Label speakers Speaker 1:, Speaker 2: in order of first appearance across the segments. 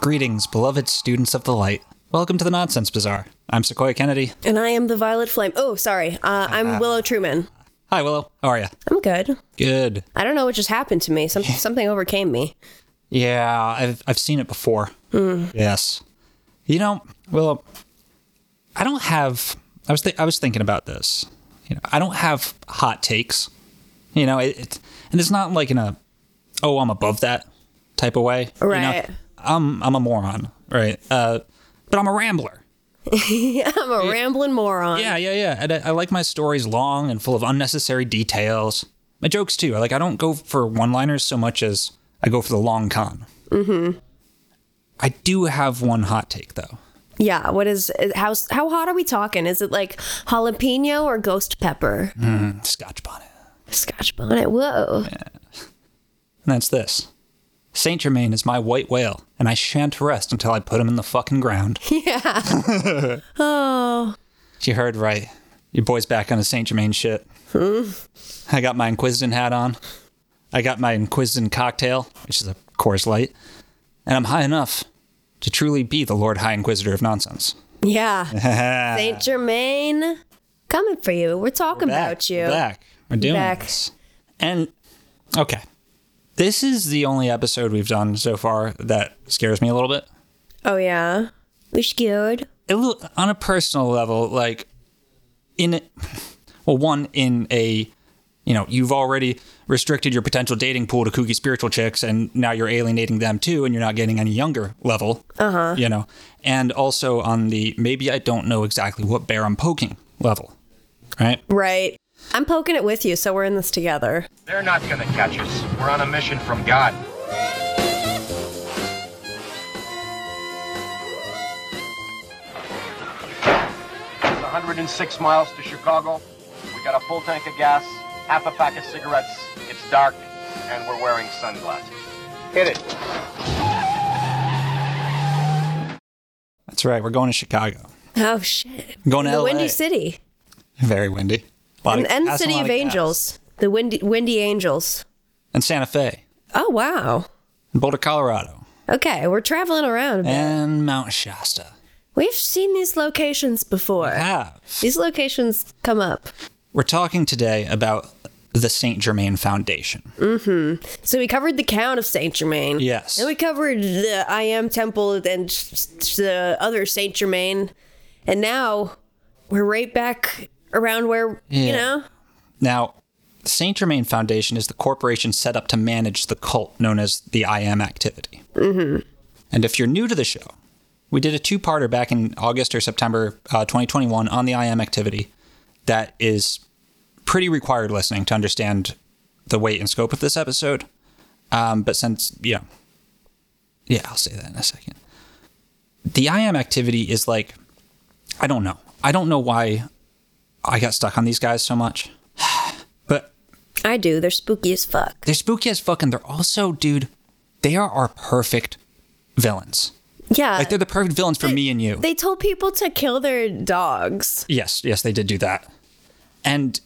Speaker 1: Greetings, beloved students of the light. Welcome to the Nonsense Bazaar. I'm Sequoia Kennedy.
Speaker 2: And I am the Violet Flame. Oh, sorry. Uh, I'm
Speaker 1: Ah.
Speaker 2: Willow Truman.
Speaker 1: Hi, Willow. How are you?
Speaker 2: I'm good.
Speaker 1: Good.
Speaker 2: I don't know what just happened to me. Some, something overcame me.
Speaker 1: Yeah, I've, I've seen it before. Yes. You know, Willow, I don't have. I was th- I was thinking about this. You know, I don't have hot takes. You know, it, it and it's not like in a oh I'm above that type of way. you know?
Speaker 2: Right.
Speaker 1: I'm I'm a moron, right? Uh, but I'm a rambler.
Speaker 2: I'm a rambling moron.
Speaker 1: Yeah, yeah, yeah. And I, I like my stories long and full of unnecessary details. My jokes too. Like I don't go for one-liners so much as I go for the long con. Mm-hmm. I do have one hot take though.
Speaker 2: Yeah, What is is- how how hot are we talking? Is it like jalapeno or ghost pepper?
Speaker 1: Scotch bonnet.
Speaker 2: Scotch bonnet. Whoa.
Speaker 1: And that's this. Saint Germain is my white whale, and I shan't rest until I put him in the fucking ground.
Speaker 2: Oh.
Speaker 1: You heard right. Your boy's back on his Saint Germain shit. I got my Inquisiton hat on. I got my Inquisiton cocktail, which is a Coors Light, and I'm high enough to truly be the Lord High Inquisitor of Nonsense.
Speaker 2: Yeah. Saint Germain coming for you. We're talking about you.
Speaker 1: Back. We're doing
Speaker 2: Back.
Speaker 1: this. And okay, this is the only episode we've done so far that scares me a little bit.
Speaker 2: Oh yeah. We scared.
Speaker 1: a little on a personal level, like in a, well, one in a you know you've already restricted your potential dating pool to kooky spiritual chicks, and now you're alienating them too, and you're not getting any younger level. Uh
Speaker 2: Uh-huh.
Speaker 1: huh. You know, and also on the maybe I don't know exactly what bear I'm poking level, right?
Speaker 2: Right. I'm poking it with you, so we're in this together.
Speaker 3: They're not gonna catch us. We're on a mission from God. It's 106 miles to Chicago. We got a full tank of gas, half a pack of cigarettes. It's dark, and we're wearing sunglasses. Hit it.
Speaker 1: That's right. We're going to Chicago.
Speaker 2: Oh shit.
Speaker 1: We're going to
Speaker 2: The
Speaker 1: LA.
Speaker 2: Windy City.
Speaker 1: Very windy. A lot of-
Speaker 2: And, and the
Speaker 1: that's a
Speaker 2: City
Speaker 1: lot
Speaker 2: of
Speaker 1: gas.
Speaker 2: Angels. The Windy Windy Angels.
Speaker 1: and Santa Fe,
Speaker 2: Oh wow.
Speaker 1: and Boulder, Colorado,
Speaker 2: Okay, we're traveling around. a bit.
Speaker 1: and Mount Shasta.
Speaker 2: We've seen these locations before.
Speaker 1: Have
Speaker 2: These locations come up.
Speaker 1: We're talking today about the St. Germain Foundation.
Speaker 2: So we covered the count of Saint Germain.
Speaker 1: Yes.
Speaker 2: And we covered the I Am Temple and s- s- the other Saint Germain. And now we're right back around where, you
Speaker 1: Yeah.
Speaker 2: know?
Speaker 1: Now, the St. Germain Foundation is the corporation set up to manage the cult known as the IM activity. Mm-hmm. And if you're new to the show, we did a two parter back in August or September uh, 2021 on the IM activity that is pretty required listening to understand the weight and scope of this episode. Um, but since, you know, yeah, I'll say that in a second. The IM activity is like, I don't know. I don't know why I got stuck on these guys so much. But
Speaker 2: I do. They're spooky as fuck.
Speaker 1: they're spooky as fuck, and they're also, dude, they are our perfect villains.
Speaker 2: Yeah.
Speaker 1: Like they're the perfect villains for me and you.
Speaker 2: Uh, they told people to kill their dogs.
Speaker 1: yes, yes, they did do that, and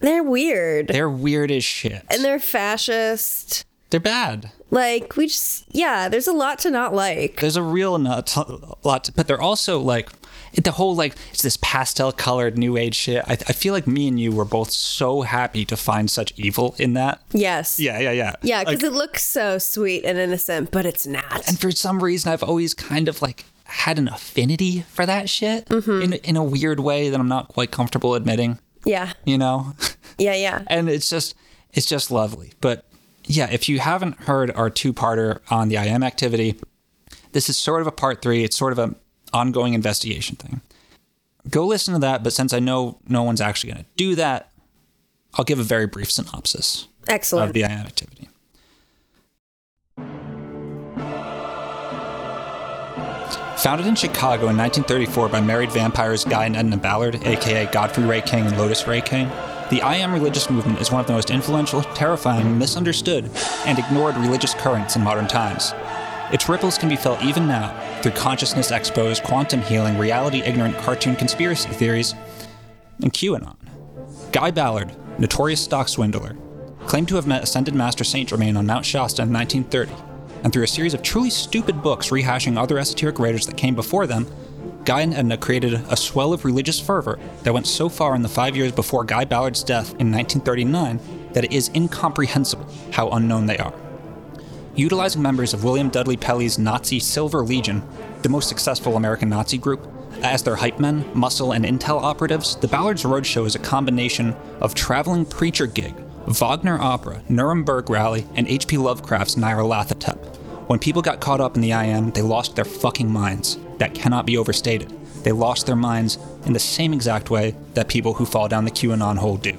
Speaker 2: They're weird.
Speaker 1: they're weird as shit.
Speaker 2: and they're fascist.
Speaker 1: they're bad.
Speaker 2: Like we just yeah, there's a lot to not like.
Speaker 1: There's a real nut, lot, to, but they're also like the whole like it's this pastel colored new age shit. I, I feel like me and you were both so happy to find such evil in that.
Speaker 2: Yes.
Speaker 1: Yeah, yeah, yeah.
Speaker 2: Yeah, because
Speaker 1: Like-
Speaker 2: it looks so sweet and innocent, but it's not.
Speaker 1: and for some reason i've always kind of like had an affinity for that shit in, in a weird way that i'm not quite comfortable admitting
Speaker 2: Yeah.
Speaker 1: you know
Speaker 2: Yeah, yeah.
Speaker 1: and it's just it's just lovely but yeah if you haven't heard our two-parter on the im activity this is sort of a part three it's sort of an ongoing investigation thing go listen to that but since i know no one's actually going to do that i'll give a very brief synopsis
Speaker 2: Excellent.
Speaker 1: of the IM activity. Founded in Chicago in 1934 by married vampires Guy and Edna Ballard, aka Godfrey Ray King and Lotus Ray King, the I Am religious movement is one of the most influential, terrifying, misunderstood, and ignored religious currents in modern times. Its ripples can be felt even now through consciousness expos, quantum healing, reality ignorant cartoon conspiracy theories, and QAnon. Guy Ballard, notorious stock swindler, claimed to have met Ascended Master Saint Germain on Mount Shasta in 1930, and through a series of truly stupid books rehashing other esoteric writers that came before them, Guy and Edna created a swell of religious fervor that went so far in the five years before Guy Ballard's death in 1939 that it is incomprehensible how unknown they are. Utilizing members of William Dudley Pelley's Nazi Silver Legion, the most successful American Nazi group, as their hype men, muscle, and intel operatives, the Ballard's Roadshow is a combination of traveling preacher gig, Wagner opera, Nuremberg rally, and H.P. Lovecraft's Nyarlathotep. When people got caught up in the IM, they lost their fucking minds. That cannot be overstated. They lost their minds in the same exact way that people who fall down the QAnon hole do.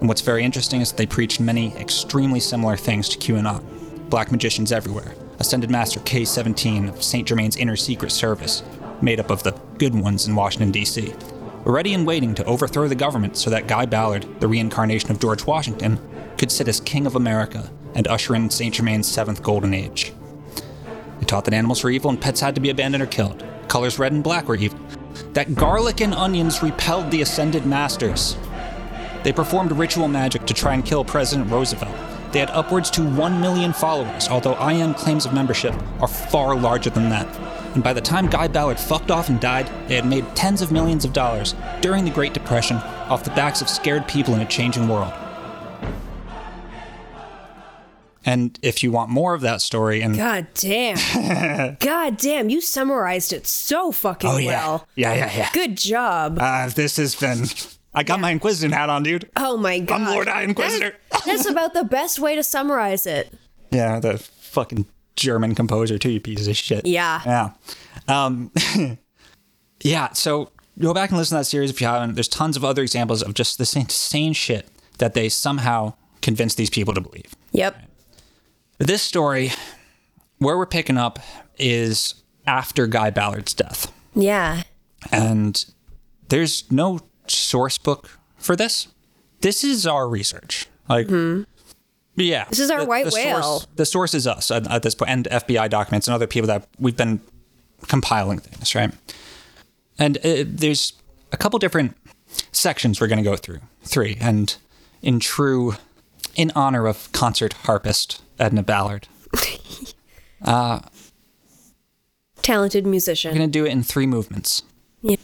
Speaker 1: And what's very interesting is that they preached many extremely similar things to QAnon. Black magicians everywhere. Ascended Master K17 of St. Germain's Inner Secret Service, made up of the good ones in Washington, D.C., ready and waiting to overthrow the government so that Guy Ballard, the reincarnation of George Washington, could sit as King of America and usher in St. Germain's seventh golden age. They taught that animals were evil and pets had to be abandoned or killed. Colors red and black were evil. That garlic and onions repelled the ascended masters. They performed ritual magic to try and kill President Roosevelt. They had upwards to 1 million followers, although IM claims of membership are far larger than that. And by the time Guy Ballard fucked off and died, they had made tens of millions of dollars during the Great Depression off the backs of scared people in a changing world. And if you want more of that story, and
Speaker 2: God damn. God damn, you summarized it so fucking
Speaker 1: Oh, yeah.
Speaker 2: well.
Speaker 1: Yeah, yeah, yeah.
Speaker 2: Good job.
Speaker 1: Uh, this has been. I got my Inquisition hat on, dude.
Speaker 2: oh my god.
Speaker 1: Lord High Inquisitor.
Speaker 2: That's, that's about the best way to summarize it.
Speaker 1: Yeah, the fucking German composer too, you pieces of shit.
Speaker 2: Yeah.
Speaker 1: Yeah. Um, yeah, so go back and listen to that series if you haven't. There's tons of other examples of just this insane shit that they somehow convince these people to believe.
Speaker 2: Yep.
Speaker 1: This story, where we're picking up, is after Guy Ballard's death.
Speaker 2: Yeah.
Speaker 1: And there's no source book for this. This is our research. Like, yeah. This
Speaker 2: Mm-hmm. is our white
Speaker 1: Source,
Speaker 2: whale.
Speaker 1: the source is us at, at this point, and FBI documents and other people that we've been compiling things, right? And uh, there's a couple different sections we're going to go through, three. And in true, in honor of concert harpist Edna Ballard,
Speaker 2: Talented
Speaker 1: we're
Speaker 2: musician.
Speaker 1: going to do it in three movements.
Speaker 2: Yeah.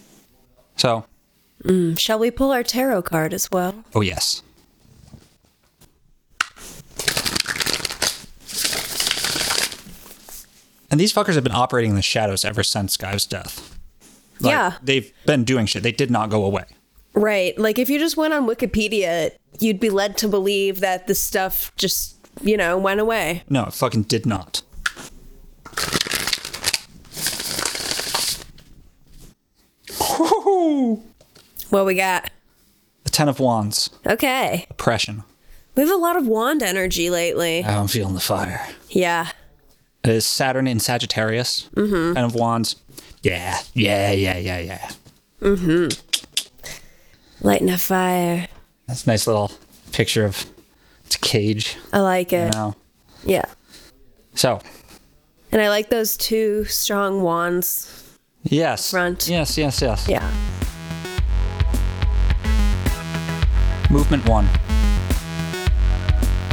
Speaker 1: So,
Speaker 2: Shall we pull our tarot card as well?
Speaker 1: oh, yes. And these fuckers have been operating in the shadows ever since Guy's death. Like,
Speaker 2: Yeah.
Speaker 1: They've been doing shit. They did not go away.
Speaker 2: Right. Like if you just went on Wikipedia, you'd be led to believe that this stuff just, you know, went away.
Speaker 1: No, it fucking did not.
Speaker 2: What we got?
Speaker 1: The Ten of Wands,
Speaker 2: Okay.
Speaker 1: oppression.
Speaker 2: We have a lot of wand energy lately.
Speaker 1: I'm feeling the fire.
Speaker 2: Yeah.
Speaker 1: It is Saturn in Sagittarius, mm-hmm. Ten of Wands. Yeah, yeah, yeah, yeah, yeah.
Speaker 2: Lighting a fire.
Speaker 1: That's a nice little picture of it's a cage
Speaker 2: I like it.
Speaker 1: now.
Speaker 2: Yeah.
Speaker 1: So,
Speaker 2: And I like those two strong wands.
Speaker 1: yes.
Speaker 2: Front.
Speaker 1: Yes, yes, yes.
Speaker 2: Yeah.
Speaker 1: Movement one.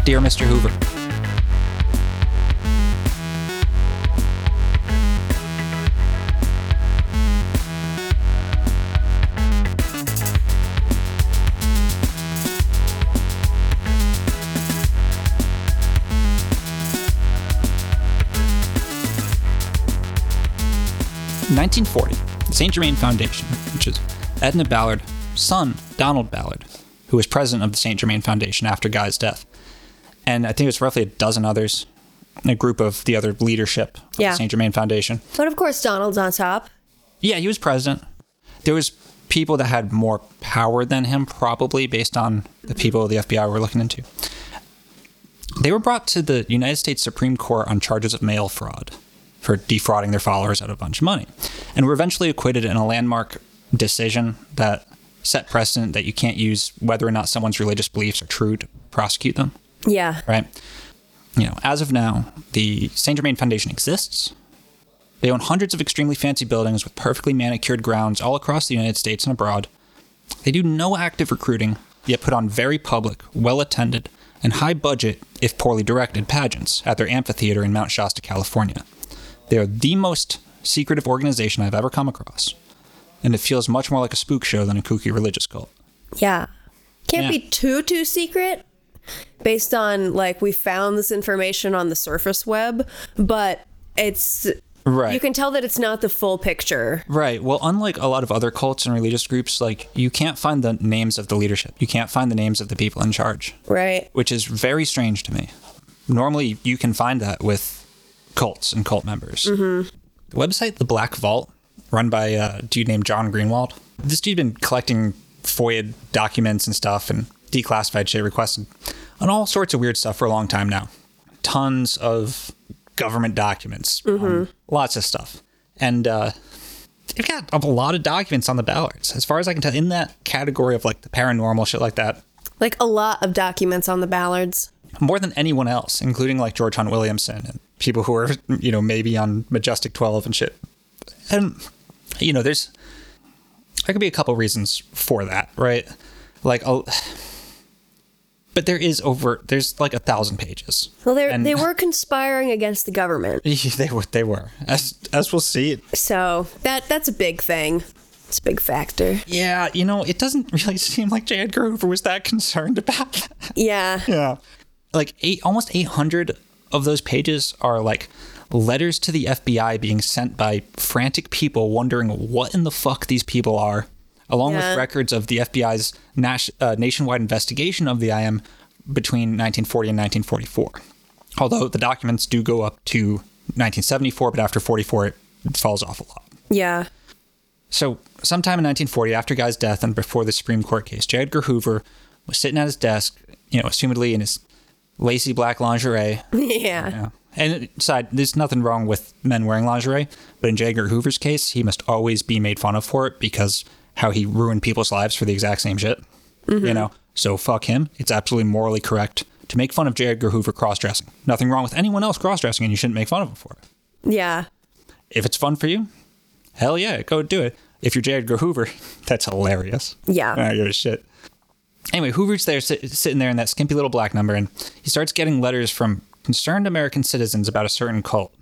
Speaker 1: Dear Mr. Hoover. In 1940, the St. Germain Foundation, which is Edna Ballard, son Donald Ballard, who was president of the St. Germain Foundation after Guy's death, and I think it was roughly a dozen others, and a group of the other leadership of
Speaker 2: Yeah.
Speaker 1: the St. Germain Foundation.
Speaker 2: But of course, Donald's on top.
Speaker 1: Yeah, he was president. There was people that had more power than him, probably based on the people the FBI were looking into. They were brought to the United States Supreme Court on charges of mail fraud for defrauding their followers out of a bunch of money. And were eventually acquitted in a landmark decision that set precedent that you can't use whether or not someone's religious beliefs are true to prosecute them,
Speaker 2: Yeah.
Speaker 1: right? You know, as of now, the Saint Germain Foundation exists. They own hundreds of extremely fancy buildings with perfectly manicured grounds all across the United States and abroad. They do no active recruiting, yet put on very public, well attended, and high budget, if poorly directed, pageants at their amphitheater in Mount Shasta, California. They are the most secretive organization I've ever come across, and it feels much more like a spook show than a kooky religious cult.
Speaker 2: Yeah. Can't
Speaker 1: Yeah.
Speaker 2: be too too secret based on like we found this information on the surface web, but it's
Speaker 1: Right.
Speaker 2: you can tell that it's not the full picture.
Speaker 1: Right. Well, unlike a lot of other cults and religious groups, like you can't find the names of the leadership. You can't find the names of the people in charge,
Speaker 2: Right.
Speaker 1: which is very strange to me. Normally, you can find that with cults and cult members. Mm-hmm. The website The Black Vault, run by a dude named John Greenwald. This dude been collecting FOIA documents and stuff and declassified shit requested and all sorts of weird stuff for a long time now. Tons of government documents, um, lots of stuff. And uh, they've got a lot of documents on the Ballards. As far as I can tell, in that category of like the paranormal shit like that,
Speaker 2: Like a lot of documents on the Ballards.
Speaker 1: more than anyone else, including like George Hunt Williamson and people who are, you know, maybe on Majestic 12 and shit. And, you know, there's, there could be a couple reasons for that, right? Like, i but there is over, there's like a thousand pages.
Speaker 2: Well, they
Speaker 1: And-
Speaker 2: they were conspiring against the government.
Speaker 1: they were, they were. As, as we'll see,
Speaker 2: So, that that's a big thing. It's a big factor.
Speaker 1: yeah, you know, it doesn't really seem like J. Edgar Hoover was that concerned about that.
Speaker 2: Yeah.
Speaker 1: yeah like eight almost 800 of those pages are like letters to the fbi being sent by frantic people wondering what in the fuck these people are along
Speaker 2: Yeah.
Speaker 1: with records of the fbi's nas- uh, nationwide investigation of the im between 1940 and 1944 although the documents do go up to 1974 but after 44 it falls off a lot
Speaker 2: Yeah.
Speaker 1: so, sometime in 1940, after Guy's death and before the Supreme Court case, J. Edgar Hoover was sitting at his desk, you know, assumedly in his lacy black lingerie.
Speaker 2: Yeah.
Speaker 1: Yeah. And side, there's nothing wrong with men wearing lingerie, but in J. Edgar Hoover's case, he must always be made fun of for it because how he ruined people's lives for the exact same shit. You know, so fuck him. It's absolutely morally correct to make fun of J. Edgar Hoover cross dressing. Nothing wrong with anyone else cross dressing, and you shouldn't make fun of him for it.
Speaker 2: Yeah.
Speaker 1: If it's fun for you, hell yeah, go do it. If you're J. Edgar Hoover, that's hilarious.
Speaker 2: Yeah.
Speaker 1: I don't give a shit. Anyway, Hoover's there sit, sitting there in that skimpy little black number, and he starts getting letters from concerned American citizens about a certain cult.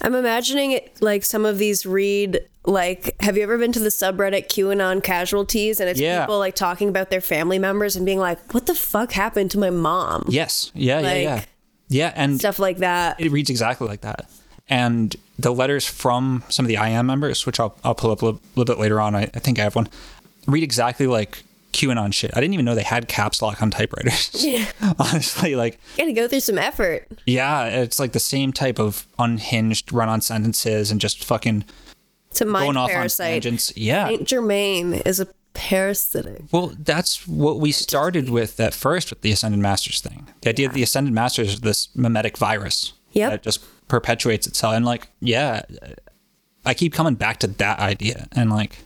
Speaker 2: I'm imagining it like some of these read like have you ever been to the subreddit QAnon casualties and it's
Speaker 1: Yeah.
Speaker 2: people like talking about their family members and being like what the fuck happened to my mom
Speaker 1: Yes. Yeah, yeah,
Speaker 2: Like-
Speaker 1: yeah. Yeah, and
Speaker 2: stuff like that
Speaker 1: it reads exactly like that. And the letters from some of the IM members, which I'll, I'll pull up a little, little bit later on, I, I think I have one, read exactly like QAnon shit. I didn't even know they had caps lock on typewriters. Yeah. Honestly, like,
Speaker 2: got to go through some effort
Speaker 1: Yeah, it's like the same type of unhinged run on sentences and just fucking
Speaker 2: to
Speaker 1: going
Speaker 2: mind
Speaker 1: off on
Speaker 2: parasite
Speaker 1: tangents. Yeah.
Speaker 2: Saint Germain is a parasitic
Speaker 1: Well, that's what we started with at first with the Ascended Masters thing. The idea that the Ascended Masters is this mimetic virus
Speaker 2: Yep.
Speaker 1: that just perpetuates itself. And like, yeah, I keep coming back to that idea. And like,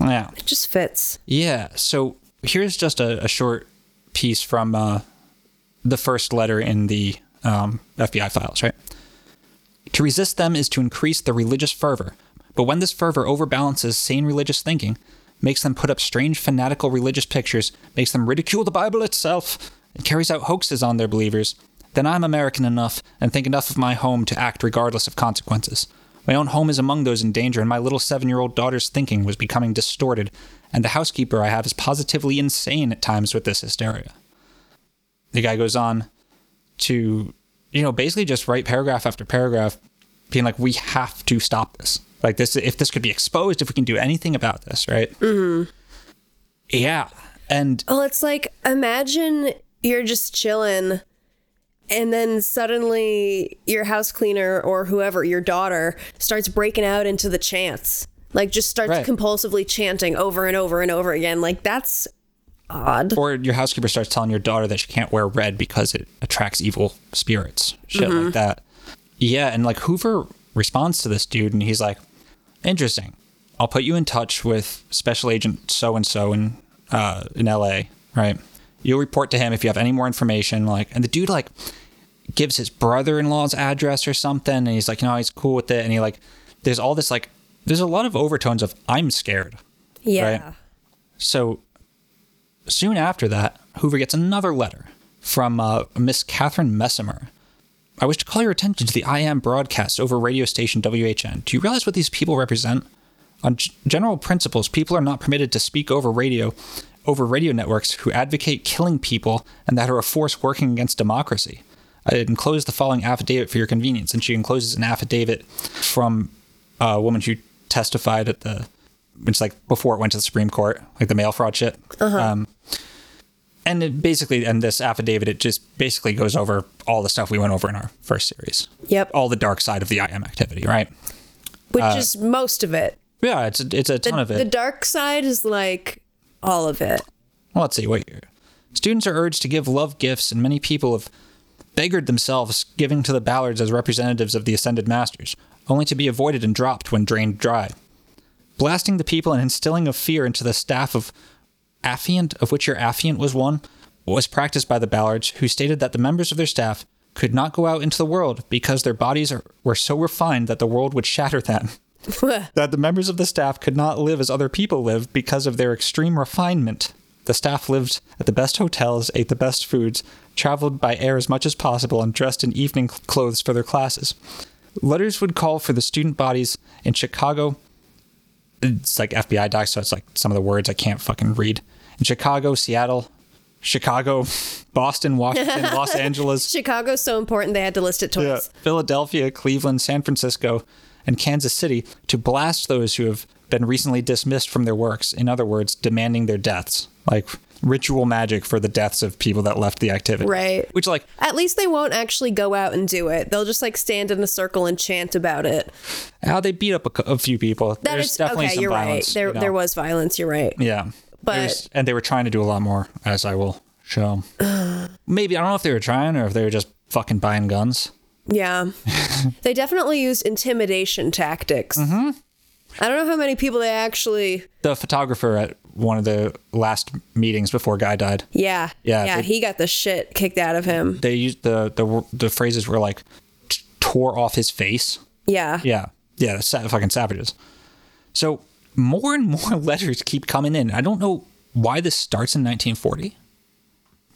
Speaker 1: yeah.
Speaker 2: it just fits
Speaker 1: Yeah. So here's just a, a short piece from uh, the first letter in the um, FBI files, right? To resist them is to increase the religious fervor. But when this fervor overbalances sane religious thinking, makes them put up strange fanatical religious pictures, makes them ridicule the Bible itself, and carries out hoaxes on their believers, then I'm American enough and think enough of my home to act regardless of consequences. My own home is among those in danger, and my little seven year old daughter's thinking was becoming distorted, and the housekeeper I have is positively insane at times with this hysteria. The guy goes on to you know basically just write paragraph after paragraph being like we have to stop this like this if this could be exposed if we can do anything about this right mm-hmm. yeah and
Speaker 2: Well, Oh, it's like imagine you're just chilling and then suddenly your house cleaner or whoever, your daughter, starts breaking out into the chants. Like just starts
Speaker 1: Right.
Speaker 2: compulsively chanting over and over and over again. Like that's odd.
Speaker 1: or your housekeeper starts telling your daughter that she can't wear red because it attracts evil spirits shit like that yeah and like hoover responds to this dude, and he's like, "Interesting. I'll put you in touch with Special Agent So and So in uh, in L.A. Right? You'll report to him if you have any more information." Like, and the dude like gives his brother-in-law's address or something, and he's like, "No, he's cool with it." And he like, there's all this like, there's a lot of overtones of "I'm scared."
Speaker 2: Yeah.
Speaker 1: Right. So soon after that, Hoover gets another letter from uh, Miss Catherine Messimer. I wish to call your attention to the IM broadcast over radio station WHN. Do you realize what these people represent? On g- general principles, people are not permitted to speak over radio over radio networks who advocate killing people and that are a force working against democracy. I enclosed the following affidavit for your convenience, and she encloses an affidavit from a woman who testified at the it's like before it went to the Supreme Court, like the mail fraud shit.
Speaker 2: Uh-huh.
Speaker 1: Um, and it basically, and this affidavit, it just basically goes over all the stuff we went over in our first series.
Speaker 2: Yep.
Speaker 1: All the dark side of the IM activity, right?
Speaker 2: Which is most of it.
Speaker 1: Yeah, it's a, it's uh, a
Speaker 2: The,
Speaker 1: ton of it.
Speaker 2: the dark side is like all of it.
Speaker 1: Well, let's see what year. Students are urged to give love gifts, and many people have beggared themselves giving to the Ballards as representatives of the ascended masters, only to be avoided and dropped when drained dry. Blasting the people and instilling of fear into the staff of Affiant, of which your Affiant was one, was practiced by the Ballards, who stated that the members of their staff could not go out into the world because their bodies are, were so refined that the world would shatter them that the members of the staff could not live as other people live because of their extreme refinement. The staff lived at the best hotels, ate the best foods, traveled by air as much as possible, and dressed in evening cl- clothes for their classes. Letters would call for the student bodies in Chicago. It's like FBI docs, so it's like some of the words I can't fucking read. In Chicago, Seattle, Chicago, Boston, Washington, Los Angeles,
Speaker 2: Chicago's so important they had to list it twice.
Speaker 1: Philadelphia, Cleveland, San Francisco, and Kansas City to blast those who have been recently dismissed from their works. In other words, demanding their deaths, like ritual magic for the deaths of people that left the activity.
Speaker 2: Right.
Speaker 1: Which, like,
Speaker 2: At least they won't actually go out and do it. They'll just like stand in a circle and chant about it.
Speaker 1: how they beat up a, cou- a few people.
Speaker 2: That
Speaker 1: There's
Speaker 2: is-
Speaker 1: definitely
Speaker 2: okay.
Speaker 1: some
Speaker 2: You're
Speaker 1: violence.
Speaker 2: right. There,
Speaker 1: you know?
Speaker 2: there was violence. You're right.
Speaker 1: Yeah.
Speaker 2: But-
Speaker 1: There's- and they were trying to do a lot more, as I will show. Maybe I don't know if they were trying or if they were just fucking buying guns.
Speaker 2: Yeah. they definitely used intimidation tactics. Mm-hmm. I don't know how many people they actually.
Speaker 1: The photographer at one of the last meetings before Guy died.
Speaker 2: Yeah.
Speaker 1: Yeah,
Speaker 2: Yeah.
Speaker 1: they-
Speaker 2: he got the shit kicked out of him.
Speaker 1: they used the the the phrases were like t- tore off his face.
Speaker 2: Yeah.
Speaker 1: Yeah, yeah, sa- fucking savages. So more and more letters keep coming in. I don't know why this starts in 1940,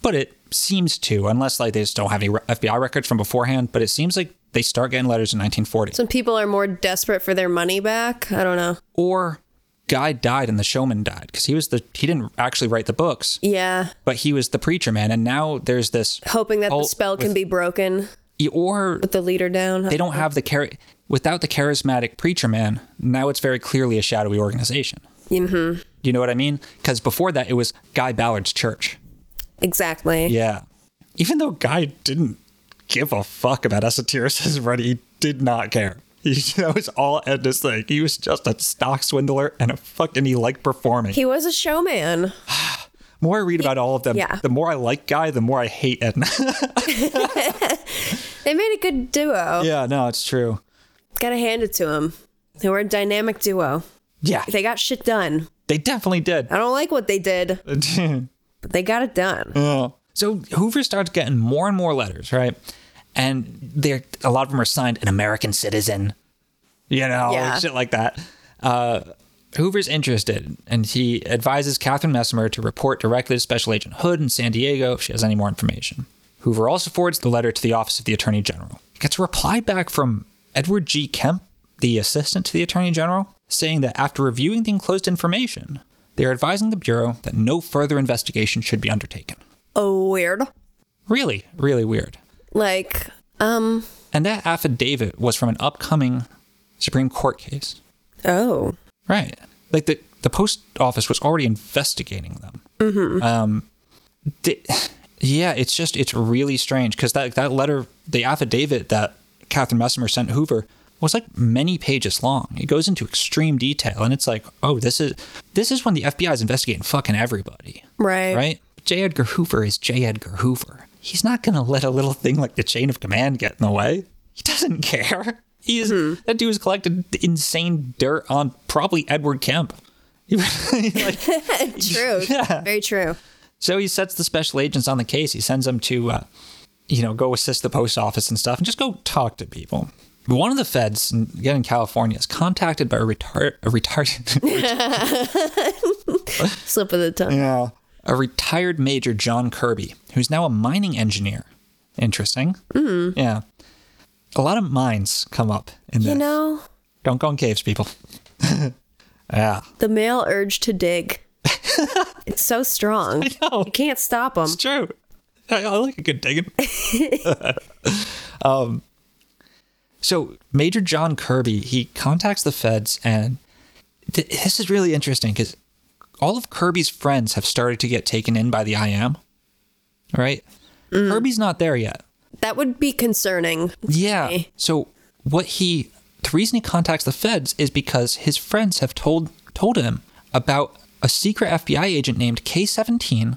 Speaker 1: but it seems to, unless like they just don't have any re- FBI records from beforehand. But it seems like they start getting letters in 1940.
Speaker 2: Some people are more desperate for their money back. I don't know.
Speaker 1: or guy died and the showman died because he was the he didn't actually write the books,
Speaker 2: Yeah.
Speaker 1: but he was the preacher man. And now there's this
Speaker 2: Hoping that
Speaker 1: Oh,
Speaker 2: the spell can
Speaker 1: with-
Speaker 2: be broken
Speaker 1: or
Speaker 2: with the leader down.
Speaker 1: they don't have the char- without the charismatic preacher man now it's very clearly a shadowy organization
Speaker 2: Mhm.
Speaker 1: you know what i mean because before that it was guy ballard's church
Speaker 2: Exactly.
Speaker 1: yeah even though guy didn't give a fuck about esotericism right he did not care he, that was all at this thing he was just a stock swindler and a fucking he liked performing
Speaker 2: He was a showman.
Speaker 1: the more i read about all of them
Speaker 2: Yeah.
Speaker 1: the more i like guy the more i hate edna
Speaker 2: They made a good duo.
Speaker 1: yeah no it's true
Speaker 2: Gotta hand it to him. They were a dynamic duo.
Speaker 1: yeah
Speaker 2: They got shit done.
Speaker 1: they definitely did
Speaker 2: I don't like what they did, but they got it done.
Speaker 1: So Hoover starts getting more and more letters, right? And they're a lot of them are signed an American citizen, you know,
Speaker 2: Yeah.
Speaker 1: shit like that. Uh, Hoover's interested, and he advises Catherine Messimer to report directly to Special Agent Hood in San Diego if she has any more information. Hoover also forwards the letter to the Office of the Attorney General. He gets a reply back from Edward G. Kemp, the assistant to the Attorney General, saying that after reviewing the enclosed information, they are advising the Bureau that no further investigation should be undertaken
Speaker 2: Oh, weird.
Speaker 1: really, really weird.
Speaker 2: Like, um,
Speaker 1: And that affidavit was from an upcoming Supreme Court case.
Speaker 2: oh,
Speaker 1: Right. Like the, the post office was already investigating them. Um, the- yeah, it's just, it's really strange because that, that letter, the affidavit that Catherine Messimer sent Hoover was like many pages long. It goes into extreme detail and it's like, oh, this is, this is when the FBI is investigating fucking everybody.
Speaker 2: right.
Speaker 1: right? J. Edgar Hoover is J. Edgar Hoover. He's not going to let a little thing like the chain of command get in the way. He doesn't care. He is that dude has collected insane dirt on probably Edward Kemp. Like,
Speaker 2: True.
Speaker 1: Yeah.
Speaker 2: Very true.
Speaker 1: so he sets the special agents on the case. He sends them to, uh, you know, go assist the post office and stuff, and just go talk to people. One of the feds, in- again in California, is contacted by a retard, a retarded,
Speaker 2: Slip of the tongue.
Speaker 1: yeah. a retired major, John Kirby, who's now a mining engineer. Interesting. Mm. Yeah, a lot of mines come up in this.
Speaker 2: Mm-hmm. You know,
Speaker 1: Don't go in caves, people. yeah.
Speaker 2: the male urge to dig. it's so strong.
Speaker 1: know.
Speaker 2: You can't stop them.
Speaker 1: It's true. I, I like a good digging. um, so Major John Kirby he contacts the feds, and th- this is really interesting because all of Kirby's friends have started to get taken in by the IM. Right?
Speaker 2: Mm.
Speaker 1: Kirby's not there yet.
Speaker 2: That would be concerning.
Speaker 1: Yeah.
Speaker 2: Okay.
Speaker 1: So what he the reason he contacts the feds is because his friends have told told him about a secret FBI agent named K17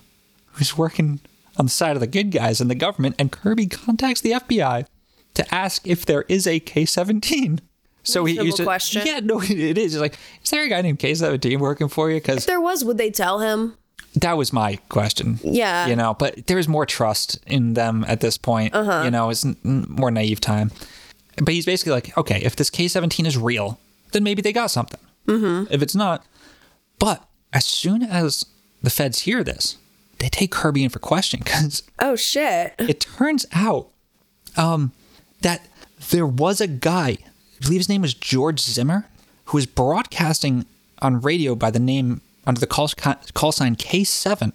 Speaker 1: who's working on the side of the good guys in the government and Kirby contacts the FBI to ask if there is a K17. So he
Speaker 2: Reasonable
Speaker 1: used to,
Speaker 2: question.
Speaker 1: Yeah, no, it is. He's like, is there a guy named K17 working for you?
Speaker 2: If
Speaker 1: Because
Speaker 2: there was, would they tell him?
Speaker 1: that was my question.
Speaker 2: Yeah.
Speaker 1: You know, but there's more trust in them at this point. Uh-huh. You know, it's n- n- more naive time. But he's basically like, okay, if this K 17 is real, then maybe they got something. Mm-hmm. If it's not. But as soon as the feds hear this, they take Kirby in for questioning because
Speaker 2: Oh shit.
Speaker 1: it turns out um, that there was a guy, I believe his name was George Zimmer, who was broadcasting on radio by the name under the call, call sign K7,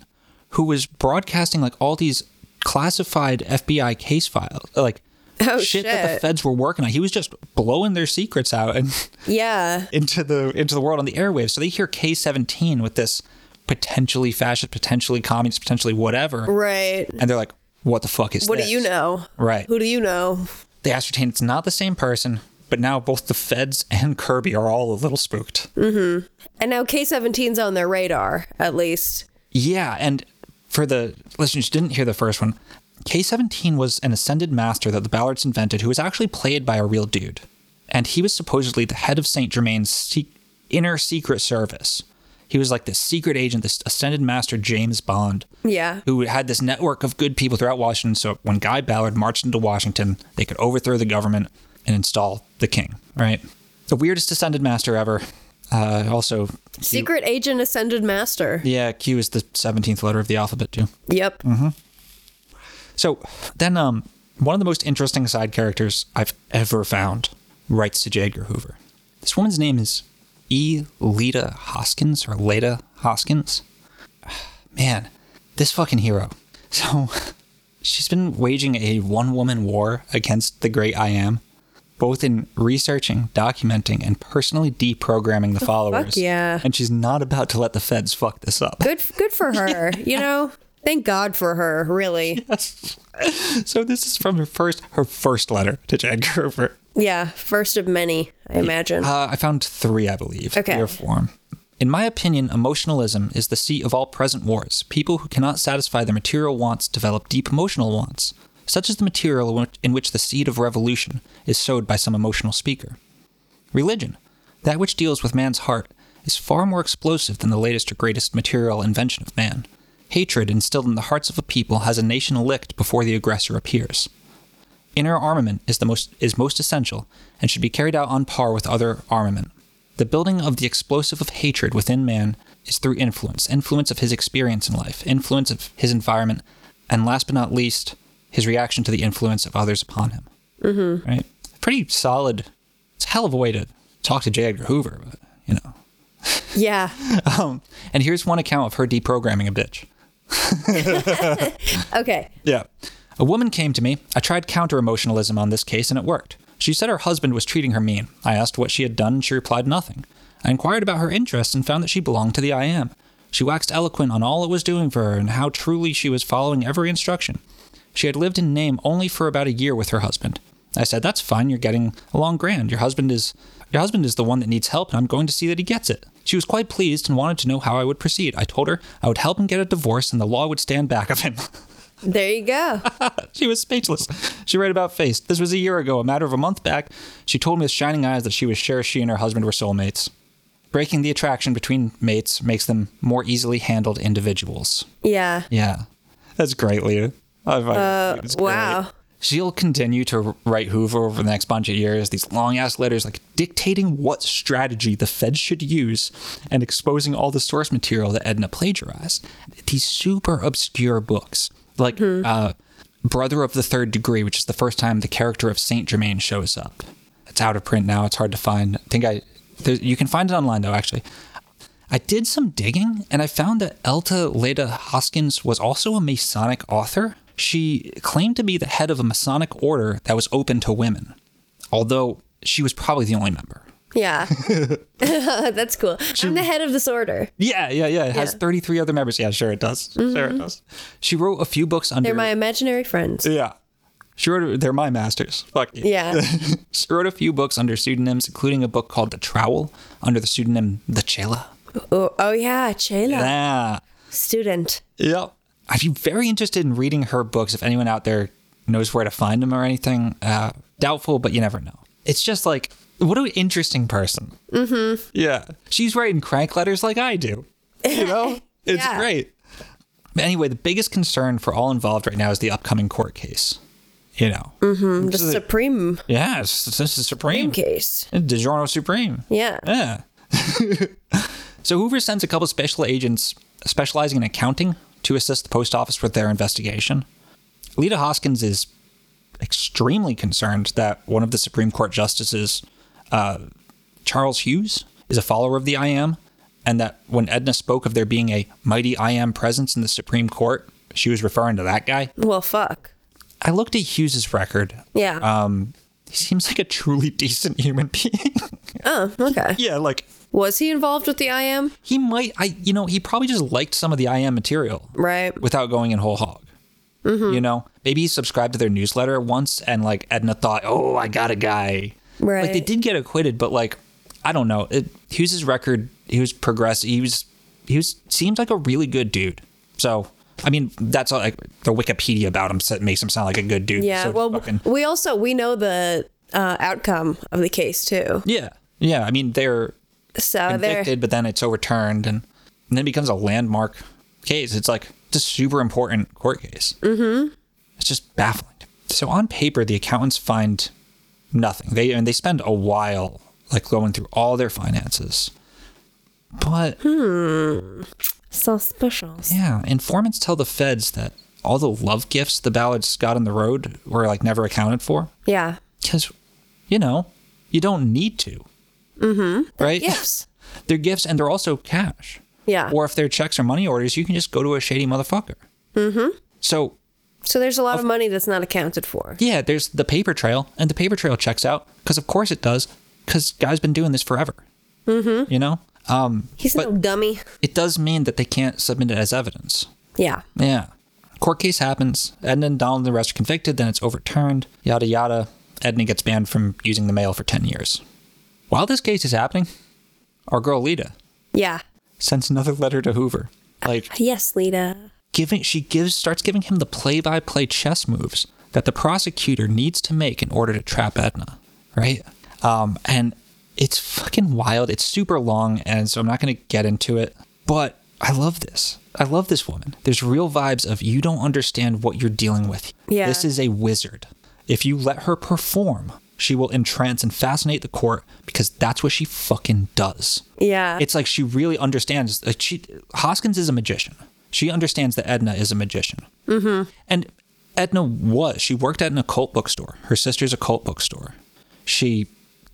Speaker 1: who was broadcasting like all these classified FBI case files, like
Speaker 2: Oh,
Speaker 1: that the
Speaker 2: shit.
Speaker 1: feds were working on. He was just blowing their secrets out and
Speaker 2: Yeah.
Speaker 1: into the into the world on the airwaves. So they hear K17 with this potentially fascist, potentially communist, potentially whatever,
Speaker 2: Right.
Speaker 1: and they're like, "What the fuck is
Speaker 2: What
Speaker 1: this?"
Speaker 2: do you know?
Speaker 1: Right.
Speaker 2: Who do you know?
Speaker 1: They ascertain it's not the same person, but now both the feds and Kirby are all a little spooked.
Speaker 2: And now K17's on their radar, at least.
Speaker 1: Yeah, and for the listeners who didn't hear the first one, K17 was an ascended master that the Ballards invented who was actually played by a real dude. And he was supposedly the head of St. Germain's se- inner secret service. He was like this secret agent, this ascended master James Bond,
Speaker 2: Yeah.
Speaker 1: who had this network of good people throughout Washington. So when Guy Ballard marched into Washington, they could overthrow the government and install the king, right? The weirdest ascended master ever. Uh, also,
Speaker 2: Secret agent ascended master.
Speaker 1: yeah, Q is the 17th letter of the alphabet, too.
Speaker 2: Yep.
Speaker 1: So then, um, one of the most interesting side characters I've ever found writes to J. Edgar Hoover. This woman's name is E. Lita Hoskins or Leda Hoskins. Man, this fucking hero. So she's been waging a one woman war against the great I am, both in researching, documenting, and personally deprogramming the followers.
Speaker 2: yeah.
Speaker 1: And she's not about to let the feds fuck this up.
Speaker 2: Good good for her. You know? Thank God for her, really.
Speaker 1: So this is from her first her first letter to J. Edgar Hoover.
Speaker 2: Yeah. First of many, I imagine.
Speaker 1: Uh, I found three, I believe.
Speaker 2: Okay.
Speaker 1: Three or four. In my opinion, emotionalism is the seat of all present wars. People who cannot satisfy their material wants develop deep emotional wants. Such is the material in which- in which the seed of revolution is sowed by some emotional speaker. Religion, that which deals with man's heart, is far more explosive than the latest or greatest material invention of man. Hatred instilled in the hearts of a people has a nation licked before the aggressor appears inner armament is the most is most essential and should be carried out on par with other armament. The building of the explosive of hatred within man is through influence, influence of his experience in life, influence of his environment, and last but not least, his reaction to the influence of others upon him. Mm-hmm. Right? Pretty solid. It's a hell of a way to talk to J. Edgar Hoover, but you know.
Speaker 2: yeah.
Speaker 1: Um, and here's one account of her deprogramming a bitch.
Speaker 2: Okay.
Speaker 1: Yeah. A woman came to me. I tried counter emotionalism on this case and it worked. She said her husband was treating her mean. I asked what she had done and she replied nothing. I inquired about her interests and found that she belonged to the IM. She waxed eloquent on all it was doing for her and how truly she was following every instruction. She had lived in name only for about a year with her husband. I said, "That's fine. You're getting along grand. Your husband is your husband is the one that needs help, and I'm going to see that he gets it." She was quite pleased and wanted to know how I would proceed. I told her I would help him get a divorce and the law would stand back of him.
Speaker 2: There you go.
Speaker 1: She was speechless. She read about face. This was a year ago, a matter of a month back. She told me with shining eyes that she was sure she and her husband were soulmates. Breaking the attraction between mates makes them more easily handled individuals.
Speaker 2: Yeah.
Speaker 1: Yeah. That's great, Leah. I find it- it's great.
Speaker 2: wow.
Speaker 1: She'll continue to write Hoover over the next bunch of years, these long ass letters, like dictating what strategy the Fed should use and exposing all the source material that Edna plagiarized. These super obscure books, like uh, Brother of the Third Degree, which is the first time the character of Saint Germain shows up. It's out of print now, it's hard to find. I think I, there, you can find it online though, actually. I did some digging and I found that Elta Leda Hoskins was also a Masonic author. She claimed to be the head of a Masonic order that was open to women, although she was probably the only member.
Speaker 2: Yeah. That's cool. I'm the head of this order.
Speaker 1: Yeah, yeah, yeah. It has
Speaker 2: Yeah. Mm-hmm.
Speaker 1: 33 other members. Yeah, sure it does. Sure it does. She wrote a few books under.
Speaker 2: They're my imaginary friends.
Speaker 1: yeah. She wrote, they're my masters. Fuck you.
Speaker 2: Yeah.
Speaker 1: She wrote a few books under pseudonyms, including a book called The Trowel under the pseudonym The Chela.
Speaker 2: oh, oh, yeah. Chela.
Speaker 1: Yeah.
Speaker 2: Student.
Speaker 1: Yep. I'd be very interested in reading her books if anyone out there knows where to find them or anything. Uh, doubtful, but you never know. It's just like, what an interesting person. Mm-hmm. Yeah. She's writing crank letters like I do. You know? It's
Speaker 2: Yeah.
Speaker 1: great. But anyway, the biggest concern for all involved right now is the upcoming court case. You know?
Speaker 2: The supreme
Speaker 1: Yeah, it's, it's, it's the Supreme.
Speaker 2: case.
Speaker 1: DiGiorno Supreme.
Speaker 2: Yeah.
Speaker 1: Yeah. so Hoover sends a couple special agents specializing in accounting to assist the post office with their investigation. Lita Hoskins is extremely concerned that one of the Supreme Court justices, uh, Charles Hughes, is a follower of the IM, and that when Edna spoke of there being a mighty IM presence in the Supreme Court, she was referring to that guy.
Speaker 2: Well, fuck.
Speaker 1: I looked at Hughes's record.
Speaker 2: Yeah.
Speaker 1: Um, he seems like a truly decent human being.
Speaker 2: Oh, okay.
Speaker 1: yeah, like
Speaker 2: Was he involved with the IM?
Speaker 1: he might i you know he probably just liked some of the im material
Speaker 2: Right.
Speaker 1: without going in whole hog
Speaker 2: Mm-hmm.
Speaker 1: you know maybe he subscribed to their newsletter once and like edna thought oh i got a guy
Speaker 2: Right.
Speaker 1: like they did get acquitted but like i don't know it, hughes's record he was progressive he was he was seems like a really good dude so i mean that's all like the wikipedia about him sa- makes him sound like a good dude
Speaker 2: Yeah.
Speaker 1: So
Speaker 2: well,
Speaker 1: fucking-
Speaker 2: we also we know the uh, outcome of the case too.
Speaker 1: yeah yeah i mean they're
Speaker 2: So there.
Speaker 1: convicted, but then it's overturned, and, and then it becomes a landmark case. It's like it's a super important court case. Mm-hmm. It's just baffling. So on paper, the accountants find nothing. They and they spend a while like going through all their finances, but
Speaker 2: Suspicious.
Speaker 1: yeah, informants tell the feds that all the love gifts the Ballards got on the road were like never accounted for
Speaker 2: Yeah.
Speaker 1: because, you know, you don't need to. Mm-hmm. Right?
Speaker 2: Gifts.
Speaker 1: they're gifts and they're also cash.
Speaker 2: Yeah.
Speaker 1: Or if they're checks or money orders, you can just go to a shady motherfucker. Mm-hmm. So
Speaker 2: So there's a lot of money that's not accounted for.
Speaker 1: yeah, there's the paper trail, and the paper trail checks out because of course it does, because guy's been doing this forever. Mm-hmm. You know, um,
Speaker 2: He's
Speaker 1: but
Speaker 2: no dummy.
Speaker 1: it does mean that they can't submit it as evidence.
Speaker 2: Yeah.
Speaker 1: Yeah. Court case happens. Edna and Donald and the rest are convicted. Then it's overturned. Yada yada. Edna gets banned from using the mail for ten years. While this case is happening, our girl Lita
Speaker 2: Yeah.
Speaker 1: sends another letter to Hoover. Like,
Speaker 2: Yes, Lita.
Speaker 1: giving she gives starts giving him the play-by-play chess moves that the prosecutor needs to make in order to trap Edna, right? Um, and it's fucking wild. It's super long, and so I'm not going to get into it. But I love this. I love this woman. There's real vibes of you don't understand what you're dealing with.
Speaker 2: Yeah.
Speaker 1: This is a wizard. If you let her perform, she will entrance and fascinate the court because that's what she fucking does
Speaker 2: Yeah.
Speaker 1: it's like she really understands. Like she, Hoskins is a magician. She understands that Edna is a magician. Mm-hmm. And Edna was. She worked at an occult bookstore. Her sister's occult bookstore. She,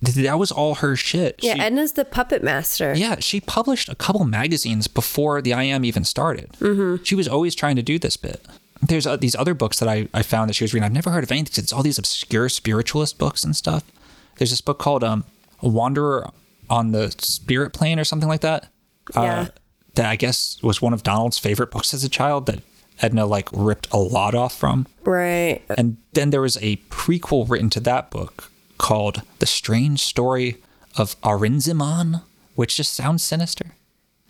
Speaker 1: th- that was all her shit.
Speaker 2: yeah.
Speaker 1: She-
Speaker 2: Edna's the puppet master.
Speaker 1: yeah, she published a couple magazines before the IM even started. Mm-hmm. She was always trying to do this bit. There's uh, these other books that I, I found that she was reading. I've never heard of anything. 'cause It's all these obscure spiritualist books and stuff. There's this book called um, A Wanderer on the Spirit Plane or something like that. Uh,
Speaker 2: Yeah.
Speaker 1: that I guess was one of Donald's favorite books as a child that Edna like ripped a lot off from.
Speaker 2: Right.
Speaker 1: And then there was a prequel written to that book called The Strange Story of Arinzimon, which just sounds sinister.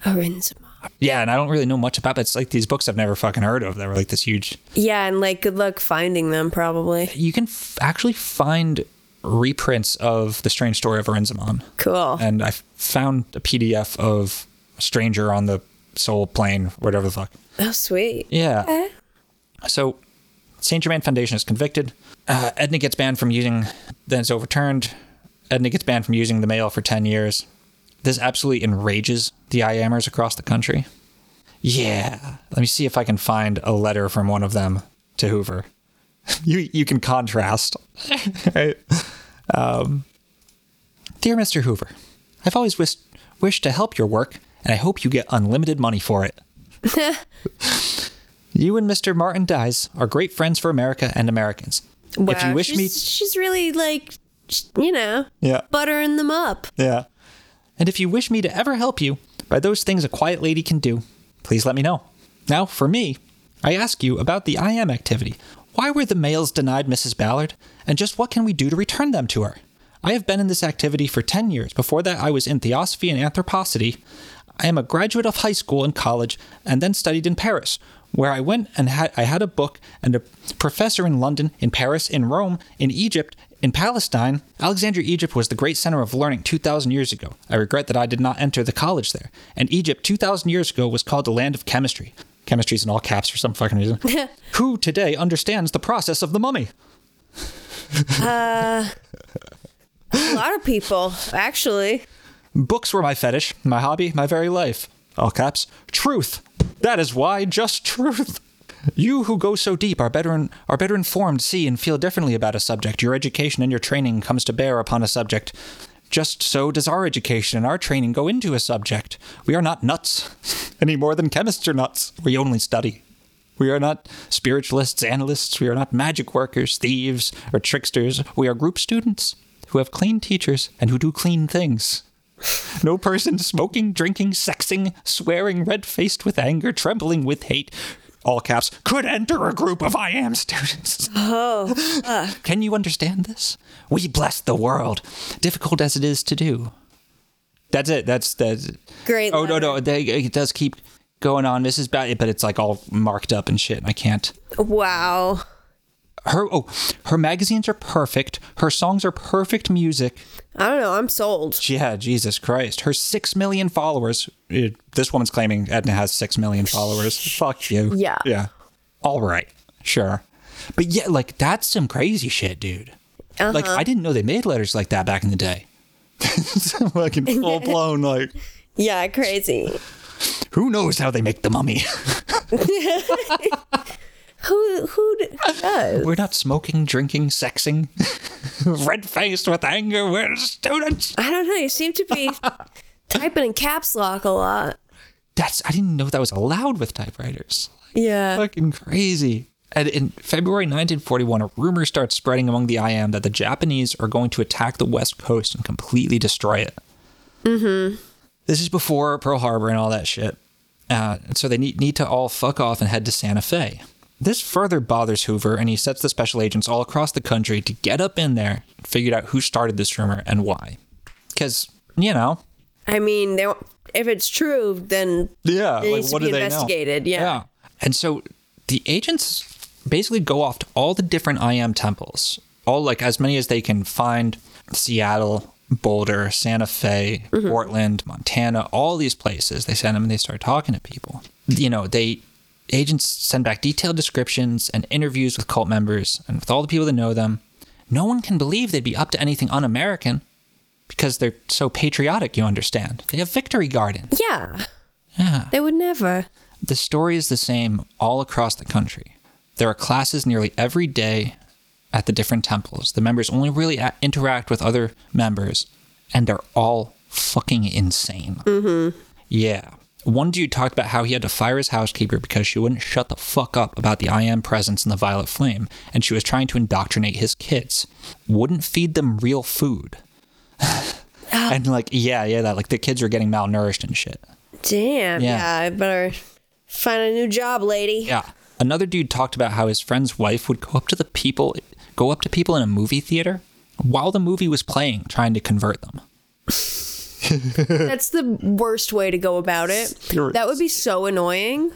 Speaker 2: Arinzima.
Speaker 1: Yeah, and I don't really know much about it. It's like these books I've never fucking heard of that were like this huge.
Speaker 2: Yeah, and like good luck finding them probably.
Speaker 1: You can f- actually find reprints of The Strange Story of Orenzamon.
Speaker 2: Cool.
Speaker 1: And I f- found a PDF of Stranger on the Soul Plane, whatever the fuck.
Speaker 2: oh, sweet.
Speaker 1: Yeah.
Speaker 2: Okay.
Speaker 1: So, Saint Germain Foundation is convicted. Uh, Edna gets banned from using. Then it's overturned. Edna gets banned from using the mail for ten years. This absolutely enrages the IAMers across the country. Yeah. Let me see if I can find a letter from one of them to Hoover. you you can contrast. um, Dear Mr. Hoover, I've always wished wished to help your work, and I hope you get unlimited money for it. You and Mr. Martin Dies are great friends for America and Americans.
Speaker 2: Wow.
Speaker 1: if you wish
Speaker 2: she's,
Speaker 1: me,
Speaker 2: she's really like, sh- you know,
Speaker 1: Yeah.
Speaker 2: buttering them up.
Speaker 1: yeah. And if you wish me to ever help you by those things a quiet lady can do, please let me know. Now, for me, I ask you about the IM activity. Why were the mails denied Mrs. Ballard? And just what can we do to return them to her? I have been in this activity for 10 years. Before that, I was in theosophy and anthroposophy. I am a graduate of high school and college, and then studied in Paris, where I went and had, I had a book and a professor in London, in Paris, in Rome, in Egypt, in Palestine. Alexandria, Egypt was the great center of learning 2,000 years ago. I regret that I did not enter the college there. And Egypt 2,000 years ago was called the land of chemistry. Chemistry's in all caps for some fucking reason. Who today understands the process of the mummy?
Speaker 2: A lot of people, actually.
Speaker 1: Books were my fetish, my hobby, my very life. All caps. Truth. That is why just truth. You who go so deep are better in, are better informed, see and feel differently about a subject. Your education and your training comes to bear upon a subject. Just so does our education and our training go into a subject. We are not nuts any more than chemists are nuts. We only study. We are not spiritualists, analysts. We are not magic workers, thieves, or tricksters. We are group students who have clean teachers and who do clean things. No person smoking, drinking, sexing, swearing, red faced with anger, trembling with hate, all caps, could enter a group of I am students. Oh. Can you understand this? We bless the world, difficult as it is to do. That's it. That's that's. it.
Speaker 2: Great
Speaker 1: Oh no no, they, it does keep going on. Mrs. Bat, but it's like all marked up and shit. and I can't
Speaker 2: Wow.
Speaker 1: her oh her magazines are perfect her songs are perfect music
Speaker 2: I don't know. I'm sold.
Speaker 1: yeah jesus christ her six million followers Eh, this woman's claiming edna has six million followers fuck you
Speaker 2: Yeah.
Speaker 1: yeah all right sure but yeah like that's some crazy shit dude
Speaker 2: Uh-huh.
Speaker 1: like i didn't know they made letters like that back in the day like in full blown like
Speaker 2: Yeah, crazy.
Speaker 1: who knows how they make the mummy
Speaker 2: Who who d- does?
Speaker 1: we're not smoking drinking sexing red faced with anger we're students
Speaker 2: I don't know. You seem to be typing in caps lock a lot.
Speaker 1: that's I didn't know that was allowed with typewriters.
Speaker 2: Yeah.
Speaker 1: Fucking crazy. And in February 1941, a rumor starts spreading among the IM that the Japanese are going to attack the West Coast and completely destroy it. Mm-hmm. This is before Pearl Harbor and all that shit. Uh, and so they need, need to all fuck off and head to Santa Fe. This further bothers Hoover, and he sets the special agents all across the country to get up in there, and figure out who started this rumor and why. Because, you know,
Speaker 2: I mean, they don't- if it's true, then
Speaker 1: yeah,
Speaker 2: It needs to be investigated, yeah.
Speaker 1: And so the agents basically go off to all the different IM temples, all like as many as they can find Seattle, Boulder, Santa Fe,
Speaker 2: Mm-hmm.
Speaker 1: Portland, Montana, all these places. They send them and they start talking to people. You know, they agents send back detailed descriptions and interviews with cult members and with all the people that know them. No one can believe they'd be up to anything un American because they're so patriotic, you understand. They have victory gardens.
Speaker 2: yeah. Yeah. They would never.
Speaker 1: The story is the same all across the country. There are classes nearly every day at the different temples. The members only really a- interact with other members, and they're all fucking insane. Mm-hmm. Yeah. One dude talked about how he had to fire his housekeeper because she wouldn't shut the fuck up about the I am presence in the violet flame, and she was trying to indoctrinate his kids. Wouldn't feed them real food. and like, yeah, yeah, that like the kids are getting malnourished and shit.
Speaker 2: Damn.
Speaker 1: Yeah.
Speaker 2: Yeah. I better find a new job, lady.
Speaker 1: Yeah. Another dude talked about how his friend's wife would go up to the people, go up to people in a movie theater while the movie was playing, trying to convert them.
Speaker 2: That's the worst way to go about it.
Speaker 1: You're-
Speaker 2: That would be so annoying.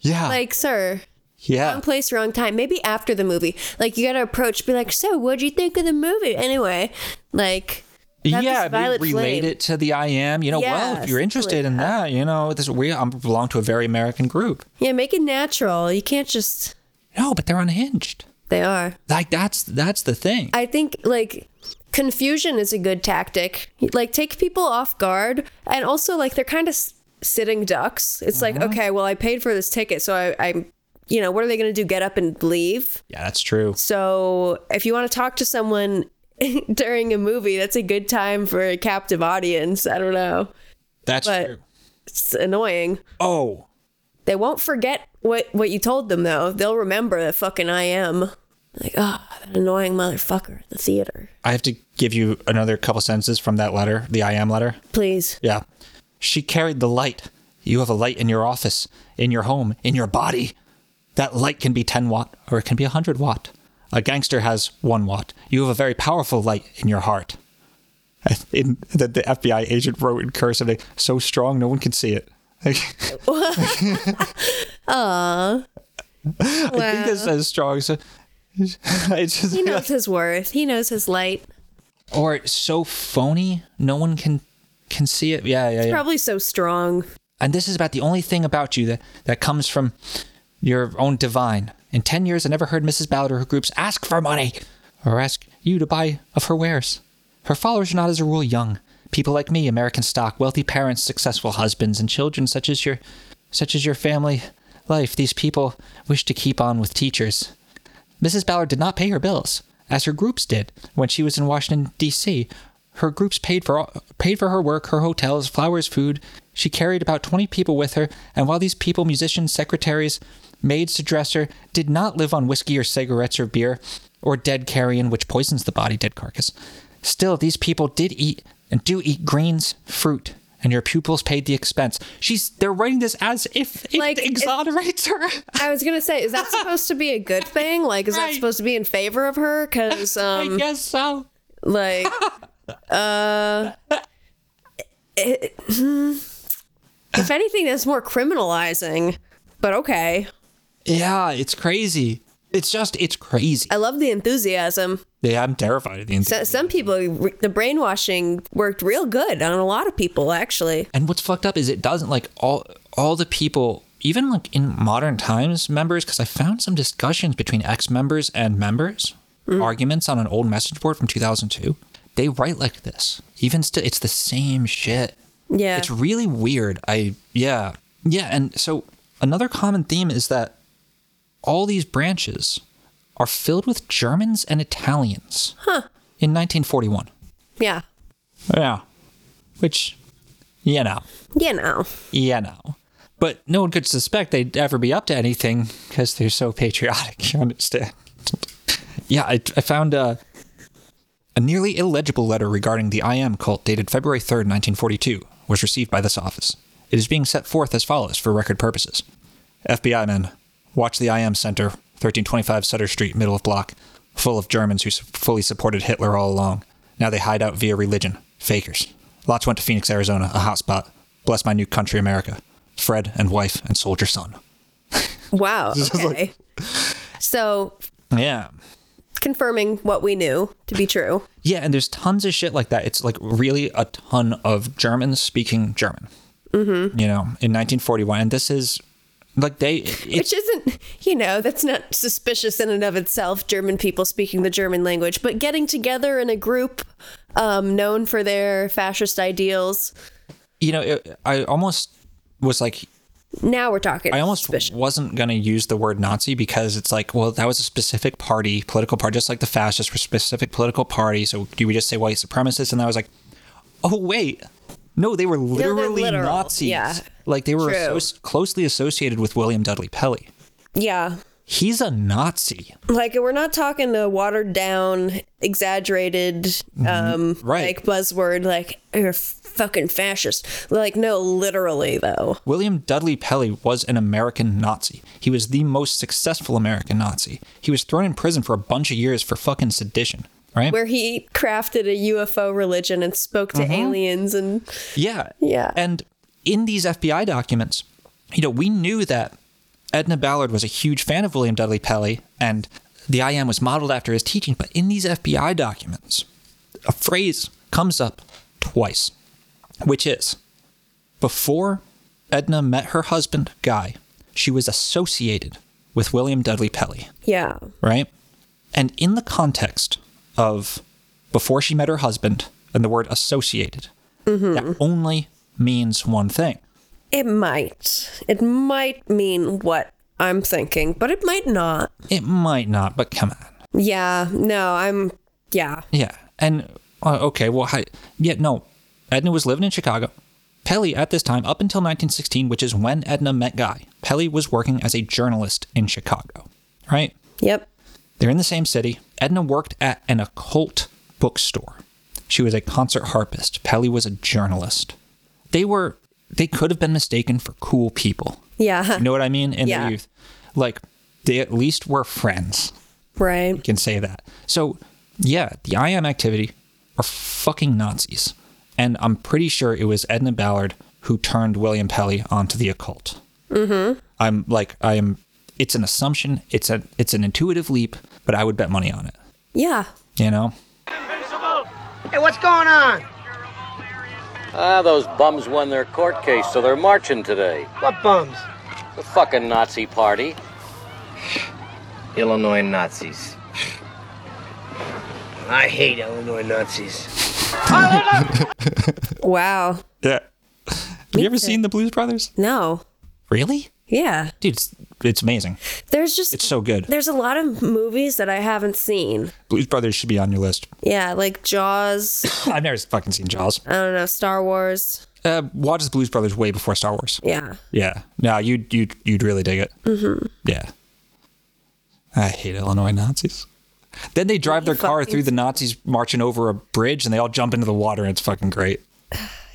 Speaker 1: Yeah.
Speaker 2: Like, sir,
Speaker 1: yeah.
Speaker 2: wrong place, wrong time. Maybe after the movie. Like, you got to approach, be like, so, what'd you think of the movie? Anyway, like, Not this
Speaker 1: yeah,
Speaker 2: violet
Speaker 1: we relate
Speaker 2: flame.
Speaker 1: it to the I am. You know, well,
Speaker 2: Yes,
Speaker 1: if you're interested in that, you know, this we I belong to a very American group.
Speaker 2: yeah, make it natural. You can't just.
Speaker 1: No, but they're unhinged.
Speaker 2: They are.
Speaker 1: Like that's that's the thing.
Speaker 2: I think like confusion is a good tactic. Like take people off guard, and also like they're kind of s- sitting ducks. It's like okay, well I paid for this ticket, so I, I'm, you know, what are they going to do? Get up and leave?
Speaker 1: yeah, that's true.
Speaker 2: So if you want to talk to someone during a movie, that's a good time for a captive audience. I don't know,
Speaker 1: That's
Speaker 2: but-
Speaker 1: true.
Speaker 2: it's annoying.
Speaker 1: Oh,
Speaker 2: They won't forget what what you told them though. They'll remember that fucking I am. Like ah, that annoying motherfucker at the theater.
Speaker 1: I have to give you another couple sentences from that letter, the I am letter.
Speaker 2: Please.
Speaker 1: Yeah. She carried the light. You have a light in your office, in your home, in your body. That light can be 10 watt or it can be 100 watt. A gangster has 1 watt. You have a very powerful light in your heart. In, that the FBI agent wrote in cursive, like, so strong no one can see it. Like, I think it's as strong as. It's just,
Speaker 2: He knows his worth. He knows his light.
Speaker 1: or it's so phony no one can can see it. Yeah, yeah, yeah.
Speaker 2: Probably so strong.
Speaker 1: and this is about the only thing about you that, that comes from your own divine. In 10 years, I never heard Mrs. Ballard or her groups ask for money or ask you to buy of her wares. Her followers are not, as a rule, young. People like me, American stock, wealthy parents, successful husbands, and children such as your, such as your family life. These people wish to keep on with teachers. Mrs. Ballard did not pay her bills, as her groups did when she was in Washington, D.C. Her groups paid for all, paid for her work, her hotels, flowers, food. She carried about 20 people with her, and while these people, musicians, secretaries, maids to dress her, did not live on whiskey or cigarettes or beer or dead carrion, which poisons the body, dead carcass, still these people did eat and do eat greens, fruit, and your pupils paid the expense. She's they're writing this as if it
Speaker 2: Like, it-
Speaker 1: exonerates her.
Speaker 2: I was gonna say, is that supposed to be a good thing? Like, is that
Speaker 1: Right.
Speaker 2: supposed to be in favor of her? Because,
Speaker 1: I
Speaker 2: um,
Speaker 1: guess so.
Speaker 2: like, uh, it- hmm. if anything, that's more criminalizing. But okay,
Speaker 1: Yeah, it's crazy. It's just, it's crazy.
Speaker 2: I love the enthusiasm.
Speaker 1: Yeah, I'm terrified of the
Speaker 2: So-
Speaker 1: internet.
Speaker 2: Some people, the brainwashing worked real good on a lot of people, actually.
Speaker 1: And what's fucked up is it doesn't like all all the people, even like in modern times, members. Because I found some discussions between ex members and members, arguments on an old message board from 2002. They write like this. Even still, it's the same shit.
Speaker 2: Yeah,
Speaker 1: It's really weird. I yeah. Yeah, and so another common theme is that all these branches are filled with Germans and Italians. Huh. In 1941.
Speaker 2: yeah,
Speaker 1: Yeah. Which you know,
Speaker 2: you know,
Speaker 1: you know. But no one could suspect they'd ever be up to anything because they're so patriotic, you understand? yeah, I, I found a, a nearly illegible letter regarding the I Am cult dated February 3rd, 1942, was received by this office. It is being set forth as follows for record purposes. FBI men, watch the I Am Center, 1325 Sutter Street, middle of block, full of Germans who su- fully supported Hitler all along. Now they hide out via religion. Fakers. Lots went to Phoenix, Arizona, a hotspot. Bless my new country, America. Fred and wife and soldier son.
Speaker 2: wow. Okay, so
Speaker 1: Yeah.
Speaker 2: confirming what we knew to be true.
Speaker 1: Yeah, and there's tons of shit like that. It's like really a ton of Germans speaking German. Mm-hmm. You know, in 1941, and this is like they. It's,
Speaker 2: Which isn't, you know, that's not suspicious in and of itself, German people speaking the German language, but getting together in a group um, known for their fascist ideals.
Speaker 1: you know, it, I almost was like
Speaker 2: Now we're talking.
Speaker 1: I almost
Speaker 2: suspicion.
Speaker 1: wasn't going to use the word Nazi because it's like, well, that was a specific party, political party, just like the fascists were a specific political party. So do we just say white supremacists? And I was like, oh, wait. No, they were
Speaker 2: they're
Speaker 1: literally
Speaker 2: literal.
Speaker 1: Nazis.
Speaker 2: Yeah.
Speaker 1: Like they were
Speaker 2: True.
Speaker 1: asso- closely associated with William Dudley Pelley.
Speaker 2: Yeah.
Speaker 1: He's a Nazi.
Speaker 2: Like, we're not talking a watered down, exaggerated,
Speaker 1: Mm-hmm.
Speaker 2: um,
Speaker 1: right.
Speaker 2: like, buzzword, like, you're a fucking fascist. Like, no, literally, though.
Speaker 1: William Dudley Pelley was an American Nazi. He was the most successful American Nazi. He was thrown in prison for a bunch of years for fucking sedition. right?
Speaker 2: where he crafted a UFO religion and spoke
Speaker 1: Mm-hmm.
Speaker 2: to aliens and
Speaker 1: Yeah.
Speaker 2: Yeah.
Speaker 1: And in these FBI documents, you know, we knew that Edna Ballard was a huge fan of William Dudley Pelley and the IM was modeled after his teaching, but in these FBI documents, a phrase comes up twice, which is before Edna met her husband, Guy, she was associated with William Dudley Pelley
Speaker 2: yeah,
Speaker 1: right? And in the context of before she met her husband and the word associated, that only means one thing.
Speaker 2: it might it might mean what I'm thinking, but it might not.
Speaker 1: It might not, but come on.
Speaker 2: Yeah, no, I'm yeah,
Speaker 1: Yeah. And uh, okay, well, hi, yeah, no. Edna was living in Chicago. Pelly, at this time, up until 1916, which is when Edna met Guy, Pelly was working as a journalist in Chicago, right?
Speaker 2: yep,
Speaker 1: They're in the same city. Edna worked at an occult bookstore. She was a concert harpist. Pelly was a journalist. They were they could have been mistaken for cool people.
Speaker 2: yeah,
Speaker 1: You know what I mean? In
Speaker 2: Yeah.
Speaker 1: their youth. Like they at least were friends.
Speaker 2: right,
Speaker 1: Can say that. So yeah, the IM activity are fucking Nazis. And I'm pretty sure it was Edna Ballard who turned William Pelly onto the occult. Mm-hmm. I'm like I am it's an assumption, it's a it's an intuitive leap, but I would bet money on it
Speaker 2: yeah,
Speaker 1: you know
Speaker 4: Hey, what's going on?
Speaker 5: Ah, those bums won their court case, so they're marching today.
Speaker 4: What bums?
Speaker 5: The fucking Nazi party.
Speaker 4: Illinois Nazis. I hate Illinois Nazis.
Speaker 2: wow,
Speaker 1: yeah have you ever
Speaker 2: too.
Speaker 1: seen the blues brothers
Speaker 2: no,
Speaker 1: really
Speaker 2: yeah,
Speaker 1: dude it's, it's amazing
Speaker 2: there's just
Speaker 1: it's so good
Speaker 2: there's a lot of movies that I haven't seen.
Speaker 1: blues brothers should be on your list
Speaker 2: Yeah, like Jaws.
Speaker 1: i've never fucking seen jaws
Speaker 2: I don't know Star Wars.
Speaker 1: uh watch the blues brothers way before star wars
Speaker 2: Yeah,
Speaker 1: yeah no you'd you'd, you'd really dig it mm-hmm. yeah i hate illinois nazis then they drive their car
Speaker 2: fucking-
Speaker 1: through the nazis marching over a bridge and they all jump into the water and it's fucking great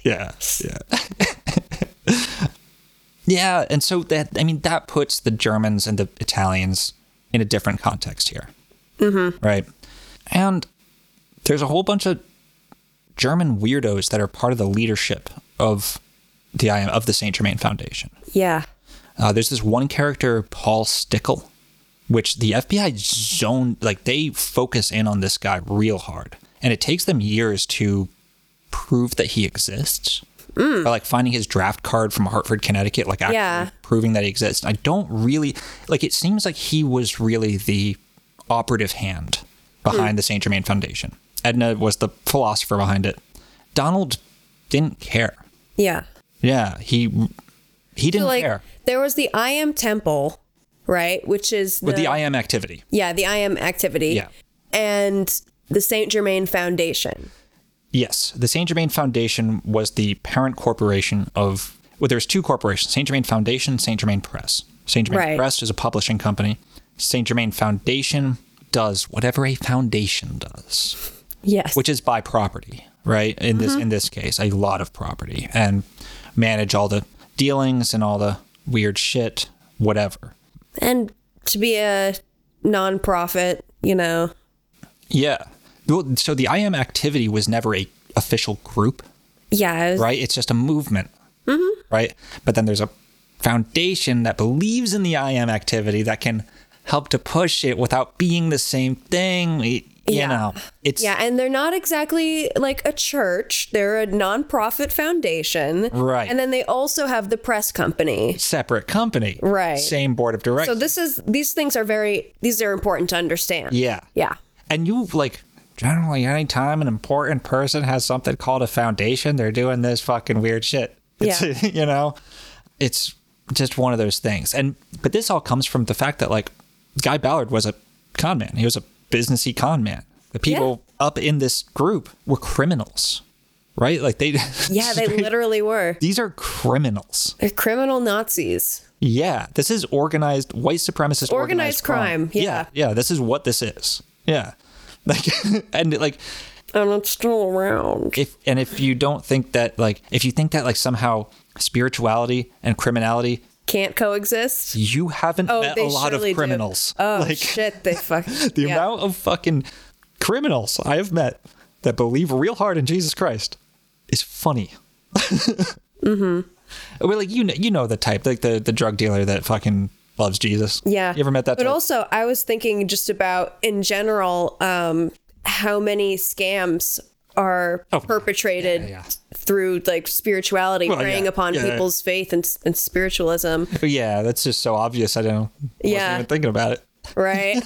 Speaker 1: yeah yeah yeah and so that i mean that puts the germans and the italians in a different context here mm-hmm. right and there's a whole bunch of german weirdos that are part of the leadership of the IM of the Saint Germain Foundation.
Speaker 2: yeah,
Speaker 1: Uh, there's this one character, Paul Stickle, which the FBI zone like they focus in on this guy real hard, and it takes them years to prove that he exists. By like finding his draft card from Hartford, Connecticut, like actually
Speaker 2: Mm. Yeah.
Speaker 1: proving that he exists. I don't really like. It seems like he was really the operative hand
Speaker 2: Mm.
Speaker 1: behind the Saint Germain Foundation. Edna was the philosopher behind it. Donald didn't care.
Speaker 2: yeah.
Speaker 1: Yeah, he he didn't
Speaker 2: So, like
Speaker 1: care.
Speaker 2: there was the I am temple, right? Which is
Speaker 1: But the I am activity.
Speaker 2: yeah the I am activity
Speaker 1: Yeah.
Speaker 2: and the Saint Germain Foundation.
Speaker 1: Yes, the Saint Germain Foundation was the parent corporation of well, there's two corporations: Saint Germain Foundation, Saint Germain Press. Saint Germain
Speaker 2: Right.
Speaker 1: Press is a publishing company. Saint Germain Foundation does whatever a foundation does.
Speaker 2: Yes,
Speaker 1: which is buy property, right? In this in this case, a lot of property and manage all the dealings and all the weird shit, whatever.
Speaker 2: and to be a nonprofit, you know,
Speaker 1: Yeah. Well, so the IM activity was never a official group,
Speaker 2: yeah, it was-
Speaker 1: right? It's just a movement, right? But then there's a foundation that believes in the IM activity that can help to push it without being the same thing. You
Speaker 2: Yeah.
Speaker 1: know, it's
Speaker 2: Yeah, and they're not exactly like a church. They're a nonprofit foundation.
Speaker 1: Right.
Speaker 2: And then they also have the press company.
Speaker 1: separate company,
Speaker 2: Right.
Speaker 1: Same board of directors.
Speaker 2: So this is these things are very these are important to understand.
Speaker 1: Yeah.
Speaker 2: Yeah.
Speaker 1: And you like generally anytime an important person has something called a foundation, they're doing this fucking weird shit. It's,
Speaker 2: Yeah.
Speaker 1: you know, it's just one of those things. And but this all comes from the fact that like Guy Ballard was a con man. He was a businessy con man. The people up in this group were criminals, right? Like they
Speaker 2: Yeah, they literally were.
Speaker 1: These are criminals.
Speaker 2: They're criminal Nazis.
Speaker 1: Yeah, this is organized white supremacist organized,
Speaker 2: organized crime, yeah.
Speaker 1: yeah, yeah, this is what this is. Yeah. Like and like
Speaker 2: And it's still around.
Speaker 1: if and if you don't think that like if you think that like somehow spirituality and criminality
Speaker 2: Can't coexist.
Speaker 1: you haven't
Speaker 2: Oh,
Speaker 1: met a
Speaker 2: they
Speaker 1: lot of
Speaker 2: surely do.
Speaker 1: criminals
Speaker 2: Oh
Speaker 1: like
Speaker 2: shit, they fuck.
Speaker 1: the
Speaker 2: yeah.
Speaker 1: amount of fucking criminals I have met that believe real hard in Jesus Christ is funny. mm-hmm. Well, like you know, you know the type, like the the drug dealer that fucking loves Jesus.
Speaker 2: Yeah.
Speaker 1: You ever met that?
Speaker 2: But
Speaker 1: type?
Speaker 2: also, I was thinking just about in general um, how many scams are perpetrated
Speaker 1: Oh, yeah.
Speaker 2: through like spirituality,
Speaker 1: Well,
Speaker 2: preying
Speaker 1: yeah.
Speaker 2: upon
Speaker 1: Yeah, yeah.
Speaker 2: people's faith and, and spiritualism,
Speaker 1: But yeah, that's just so obvious. I don't. I
Speaker 2: Yeah.
Speaker 1: Wasn't even thinking about it.
Speaker 2: right?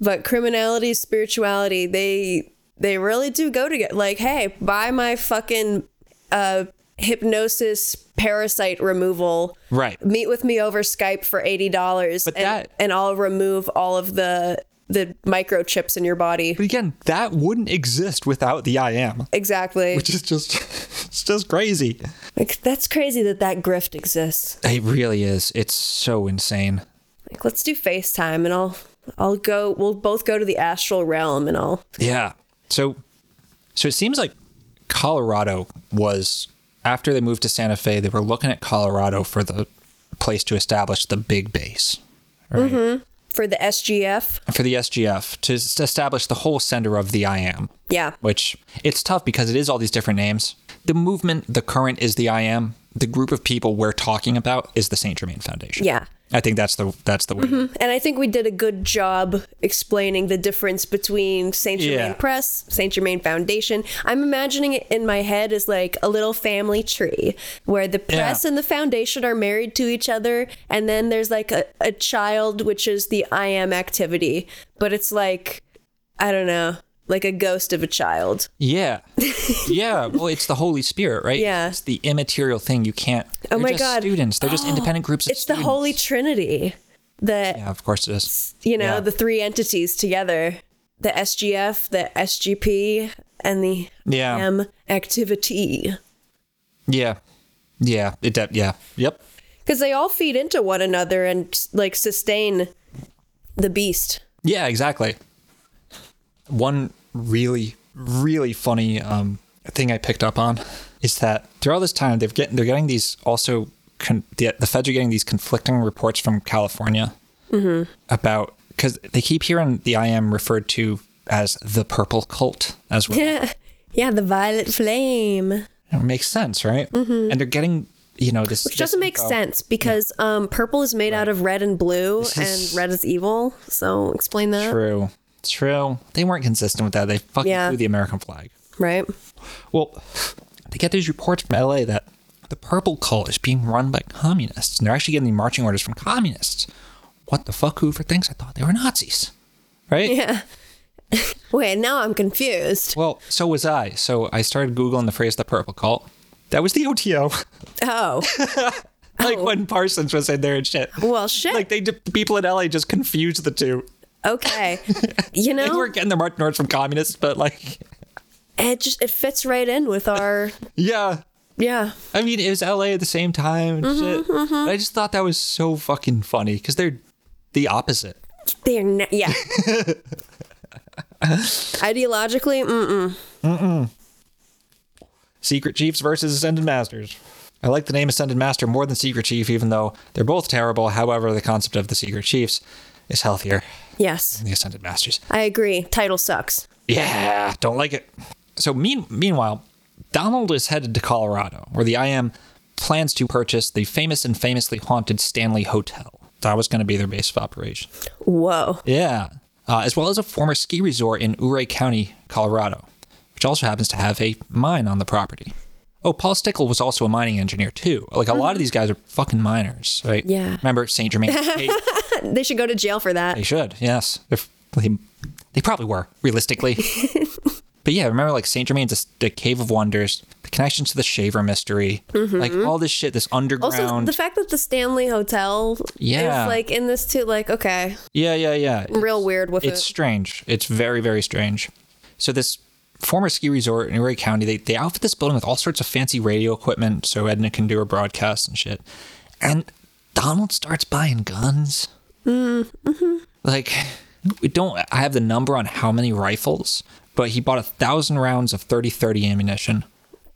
Speaker 2: but criminality, spirituality, they they really do go together. Like, hey, buy my fucking uh, hypnosis parasite removal
Speaker 1: Right.
Speaker 2: meet with me over Skype for eighty dollars, and,
Speaker 1: that-
Speaker 2: and I'll remove all of the the microchips in your body.
Speaker 1: But again, that wouldn't exist without the I am,
Speaker 2: Exactly.
Speaker 1: which is just it's just crazy.
Speaker 2: Like that's crazy that that grift exists.
Speaker 1: It really is. It's so insane.
Speaker 2: Like, let's do FaceTime, and I'll I'll go. We'll both go to the astral realm, and I'll.
Speaker 1: Yeah. So so it seems like Colorado was after they moved to Santa Fe, they were looking at Colorado for the place to establish the big base
Speaker 2: For the SGF,
Speaker 1: for the SGF to s- to establish the whole center of the I am.
Speaker 2: yeah,
Speaker 1: Which it's tough because it is all these different names. The movement, the current is the I am. The group of people we're talking about is the Saint Germain Foundation.
Speaker 2: Yeah. Mm-hmm.
Speaker 1: I think that's the that's the way.
Speaker 2: and I think we did a good job explaining the difference between Saint Germain
Speaker 1: Yeah.
Speaker 2: Press, Saint Germain Foundation. I'm imagining it in my head as like a little family tree where the press and the foundation are married to each other, and then there's like a, a child, which is the I am activity, but it's like, I don't know, like a ghost of a child.
Speaker 1: Yeah. Yeah. Well, it's the Holy Spirit, right?
Speaker 2: Yeah.
Speaker 1: It's the immaterial thing. You can't. they're
Speaker 2: Oh my
Speaker 1: just
Speaker 2: God.
Speaker 1: Students. They're just independent groups of
Speaker 2: It's the Holy
Speaker 1: students.
Speaker 2: Trinity that
Speaker 1: Yeah, of course it is.
Speaker 2: you know
Speaker 1: Yeah.
Speaker 2: the three entities together the sgf the sgp and the
Speaker 1: Yeah.
Speaker 2: m activity
Speaker 1: Yeah. Yeah. It de- yeah. Yep.
Speaker 2: because they all feed into one another and like sustain the beast
Speaker 1: Yeah, exactly. One really, really funny um, thing I picked up on is that throughout this time they've get, they're getting these also con- the, the feds are getting these conflicting reports from California
Speaker 2: Mm-hmm.
Speaker 1: about because they keep hearing the IM referred to as the purple cult as well.
Speaker 2: yeah yeah the violet flame which
Speaker 1: It makes sense, right? And they're getting you know this which
Speaker 2: Mm-hmm. doesn't make sense because um purple is made out of red and blue
Speaker 1: This is-
Speaker 2: and red is evil so explain that
Speaker 1: True, true. They weren't consistent with that. They fucking
Speaker 2: Yeah.
Speaker 1: threw the American flag.
Speaker 2: right
Speaker 1: Well, they get these reports from LA that the Purple Cult is being run by communists, and they're actually getting the marching orders from communists. What the fuck, Hoover thinks? I thought they were Nazis, right?
Speaker 2: yeah wait now i'm confused
Speaker 1: Well, so was I. So I started googling the phrase "the Purple Cult." That was the OTO,
Speaker 2: oh
Speaker 1: like when Parsons was in there and shit.
Speaker 2: well Oh. shit
Speaker 1: Like they, people in LA just confused the two.
Speaker 2: okay you know
Speaker 1: They were getting the marching orders from communists, but like,
Speaker 2: it just it fits right in with our
Speaker 1: yeah,
Speaker 2: yeah
Speaker 1: I mean, it was LA at the same time and
Speaker 2: Mm-hmm,
Speaker 1: shit. But I just thought that was so fucking funny because they're the opposite.
Speaker 2: they're not yeah ideologically mm-mm
Speaker 1: Secret Chiefs versus Ascended Masters. I like the name Ascended Master more than Secret Chief, even though they're both terrible. However, the concept of the Secret Chiefs is healthier
Speaker 2: yes
Speaker 1: than the Ascended Masters.
Speaker 2: i agree title sucks
Speaker 1: Yeah, don't like it. So mean, meanwhile, Donald is headed to Colorado, where the IM plans to purchase the famous and famously haunted Stanley Hotel. That was going to be their base of operation.
Speaker 2: whoa
Speaker 1: Yeah. Uh, as well as a former ski resort in Ouray County, Colorado, which also happens to have a mine on the property. Oh, Paul Stickle was also a mining engineer, too. Like, a lot of these guys are fucking miners, right?
Speaker 2: Mm-hmm. Yeah.
Speaker 1: Remember St. Germain? Hey,
Speaker 2: they should go to jail for that
Speaker 1: they should, yes. If they, they probably were, realistically. but yeah, remember, like, St. Germain's a, the Cave of Wonders, the connections to the Shaver mystery, like, all this shit, this underground.
Speaker 2: Mm-hmm. also the fact that the stanley hotel
Speaker 1: Yeah.
Speaker 2: is like in this too like okay
Speaker 1: yeah, yeah, yeah.
Speaker 2: real weird with
Speaker 1: it's
Speaker 2: it
Speaker 1: strange. It's very, very strange. So this former ski resort in Ouray County, they, they outfit this building with all sorts of fancy radio equipment so Edna can do her broadcasts and shit. And Donald starts buying guns. Like, we don't. I have the number on how many rifles, but he bought a thousand rounds of 30-30 ammunition.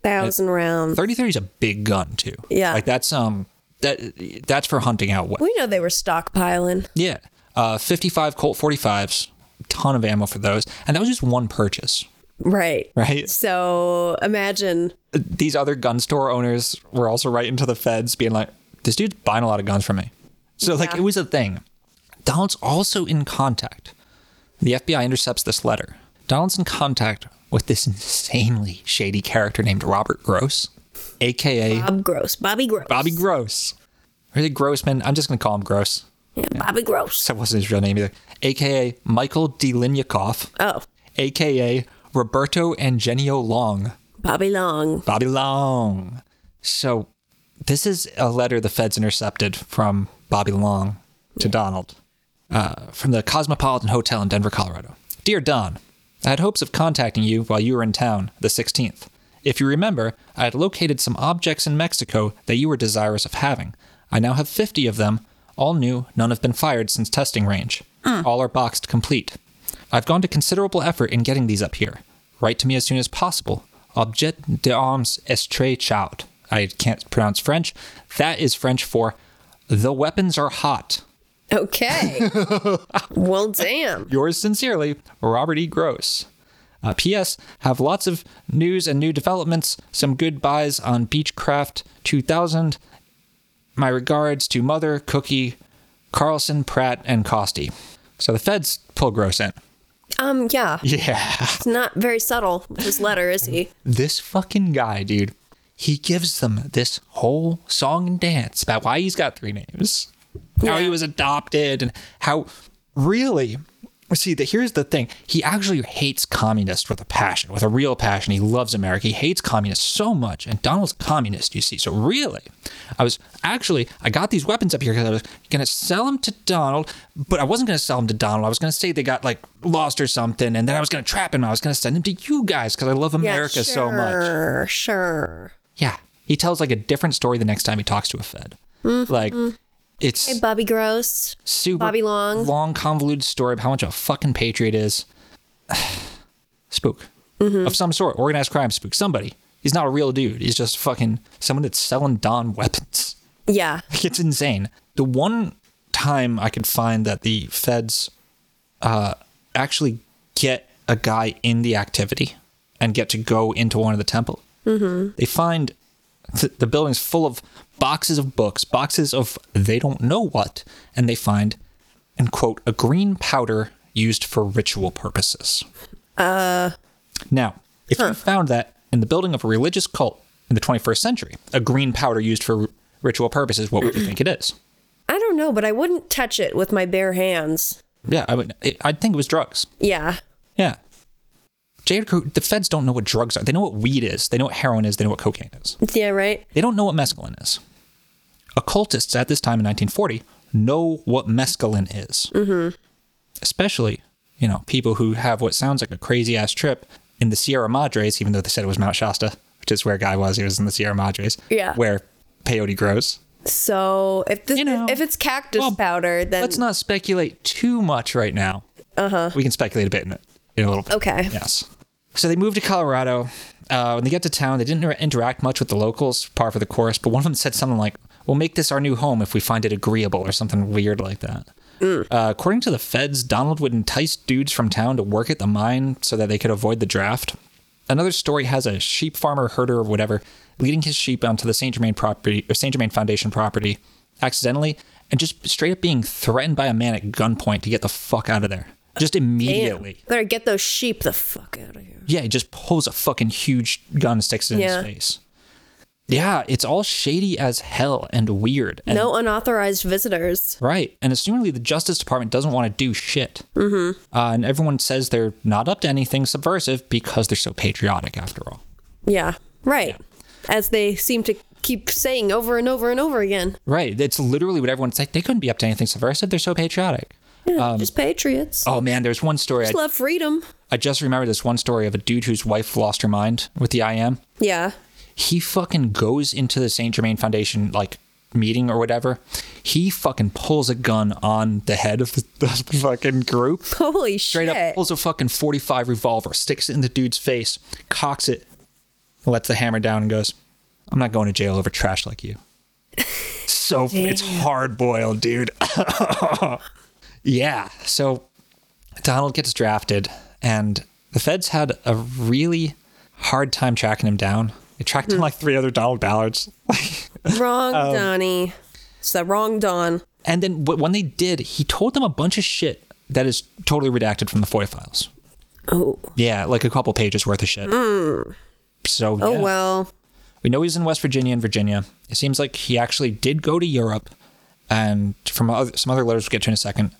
Speaker 2: thousand rounds
Speaker 1: 30-30 is a big gun too.
Speaker 2: Yeah.
Speaker 1: like that's um that that's for hunting out west.
Speaker 2: we know they were stockpiling
Speaker 1: Yeah. Uh, 55 Colt 45s, ton of ammo for those. And that was just one purchase,
Speaker 2: Right.
Speaker 1: right?
Speaker 2: So imagine
Speaker 1: These other gun store owners were also writing to the feds being like, this dude's buying a lot of guns from me. So, like,
Speaker 2: Yeah.
Speaker 1: it was a thing. Donald's also in contact. The FBI intercepts this letter. Donald's in contact with this insanely shady character named Robert Gross, aka
Speaker 2: Bob Gross. Bobby Gross.
Speaker 1: Bobby Gross. Or is it Grossman? I'm just going to call him Gross.
Speaker 2: Yeah, Bobby Gross.
Speaker 1: That wasn't his real name either. AKA Michael Delinyakov,
Speaker 2: Oh,
Speaker 1: AKA Roberto Angenio Long.
Speaker 2: Bobby Long.
Speaker 1: Bobby Long. So this is a letter the feds intercepted from Bobby Long to Donald uh, from the Cosmopolitan Hotel in Denver, Colorado. Dear Don, I had hopes of contacting you while you were in town, the 16th. If you remember, I had located some objects in Mexico that you were desirous of having. I now have 50 of them, all new, none have been fired since testing range. All are boxed complete. I've gone to considerable effort in getting these up here. Write to me as soon as possible. Objet d'armes estrechaut. I can't pronounce French. That is French for the weapons are hot.
Speaker 2: Okay. well, damn.
Speaker 1: Yours sincerely, Robert E. Gross. Uh, P.S. Have lots of news and new developments. Some good buys on Beechcraft 2000. My regards to Mother, Cookie, Carlson, Pratt, and Costi. So the feds pull Gross in.
Speaker 2: Um, yeah.
Speaker 1: Yeah.
Speaker 2: It's not very subtle. with His letter is he?
Speaker 1: this fucking guy, dude, he gives them this whole song and dance about why he's got three names, how he was adopted, and how really. See, the, here's the thing. He actually hates communists with a passion, with a real passion. He loves America. He hates communists so much. And Donald's a communist, you see. So, really, I was actually, I got these weapons up here because I was going to sell them to Donald, but I wasn't going to sell them to Donald. I was going to say they got like lost or something. And then I was going to trap him. I was going to send them to you guys because I love
Speaker 2: Yeah,
Speaker 1: America so much.
Speaker 2: Sure, sure.
Speaker 1: Yeah. He tells like a different story the next time he talks to a Fed.
Speaker 2: Mm-hmm.
Speaker 1: Like it's
Speaker 2: Hey, Bobby Gross.
Speaker 1: super
Speaker 2: Bobby Long.
Speaker 1: long convoluted story of how much of a fucking patriot is. spook
Speaker 2: Mm-hmm.
Speaker 1: of some sort, organized crime spook. Somebody. He's not a real dude. He's just fucking someone that's selling Don weapons.
Speaker 2: Yeah.
Speaker 1: Like, It's insane. The one time I could find that the feds uh, actually get a guy in the activity and get to go into one of the temple, mm-hmm. they find th- the building's full of boxes of books, boxes of they don't know what, and they find, and quote, a green powder used for ritual purposes. Now, if you found that in the building of a religious cult in the 21st century, a green powder used for r- ritual purposes, what would you think it is?
Speaker 2: I don't know, but I wouldn't touch it with my bare hands.
Speaker 1: Yeah, I would. It, I'd think it was drugs.
Speaker 2: Yeah.
Speaker 1: Yeah. J. Edgar- the feds don't know what drugs are. They know what weed is. They know what heroin is. They know what cocaine is.
Speaker 2: Yeah. Right.
Speaker 1: They don't know what mescaline is. Occultists at this time in 1940 know what mescaline is. Mm-hmm. Especially, you know, people who have what sounds like a crazy ass trip in the Sierra Madres, even though they said it was Mount Shasta, which is where Guy was. He was in the Sierra Madres.
Speaker 2: Yeah.
Speaker 1: Where peyote grows.
Speaker 2: So if this,
Speaker 1: You know,
Speaker 2: if it's cactus
Speaker 1: well,
Speaker 2: powder, then Uh-huh.
Speaker 1: Let's not speculate too much right now. Uh huh. We can speculate a bit in it in a little bit.
Speaker 2: Okay.
Speaker 1: Yes. So they moved to Colorado. Uh, when they get to town, they didn't inter- interact much with the locals, par for the course. But one of them said something like, "We'll make this our new home if we find it agreeable," or something weird like that. Uh, according to the feds, Donald would entice dudes from town to work at the mine so that they could avoid the draft. Another story has a sheep farmer, herder, or whatever, leading his sheep onto the Saint Germain property or Saint Germain Foundation property accidentally, and just straight up being threatened by a man at gunpoint to get the fuck out of there, just immediately.
Speaker 2: better get those sheep the fuck out of here.
Speaker 1: Yeah, he just pulls a fucking huge gun and sticks it in
Speaker 2: Yeah.
Speaker 1: his face. Yeah, it's all shady as hell and weird. And,
Speaker 2: No unauthorized visitors.
Speaker 1: Right. And assumingly, the Justice Department doesn't want to do shit. Mm-hmm. Uh, and everyone says they're not up to anything subversive because they're so patriotic after all.
Speaker 2: Yeah. Right. As they seem to keep saying over and over and over again.
Speaker 1: Right. It's literally what everyone's like. They couldn't be up to anything subversive. They're so patriotic. Um,
Speaker 2: just patriots.
Speaker 1: Oh, man. There's one story. I,
Speaker 2: just love freedom.
Speaker 1: I just remembered this one story of a dude whose wife lost her mind with the IM.
Speaker 2: Yeah.
Speaker 1: he fucking goes into the Saint Germain Foundation like meeting or whatever. He fucking pulls a gun on the head of the, the fucking group.
Speaker 2: Holy
Speaker 1: Straight
Speaker 2: shit.
Speaker 1: up pulls a fucking 45 revolver, sticks it in the dude's face, cocks it, lets the hammer down and goes, "I'm not going to jail over trash like you." So it's hard boiled, dude. yeah. So Donald gets drafted, and the feds had a really hard time tracking him down. They tracked him like three other Donald Ballards.
Speaker 2: Wrong
Speaker 1: Um,
Speaker 2: Donnie. It's the wrong Don.
Speaker 1: and then wh- when they did, he told them a bunch of shit that is totally redacted from the FOIA files.
Speaker 2: Oh,
Speaker 1: Yeah, like a couple pages worth of shit. So
Speaker 2: oh
Speaker 1: yeah.
Speaker 2: well.
Speaker 1: We know he's in West Virginia and Virginia. It seems like he actually did go to Europe, and from other, some other letters we'll get to in a second.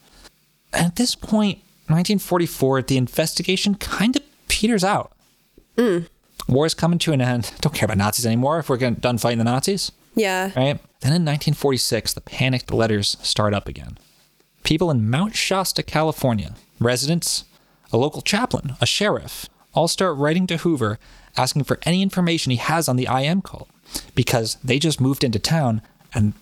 Speaker 1: And at this point, 1944, the investigation kind of peters out.
Speaker 2: Mm.
Speaker 1: War is coming to an end. Don't care about Nazis anymore if we're gonna- done fighting the Nazis,
Speaker 2: Yeah.
Speaker 1: right? Then in 1946, the panicked letters start up again. People in Mount Shasta, California, residents, a local chaplain, a sheriff, all start writing to Hoover asking for any information he has on the IM cult because they just moved into town and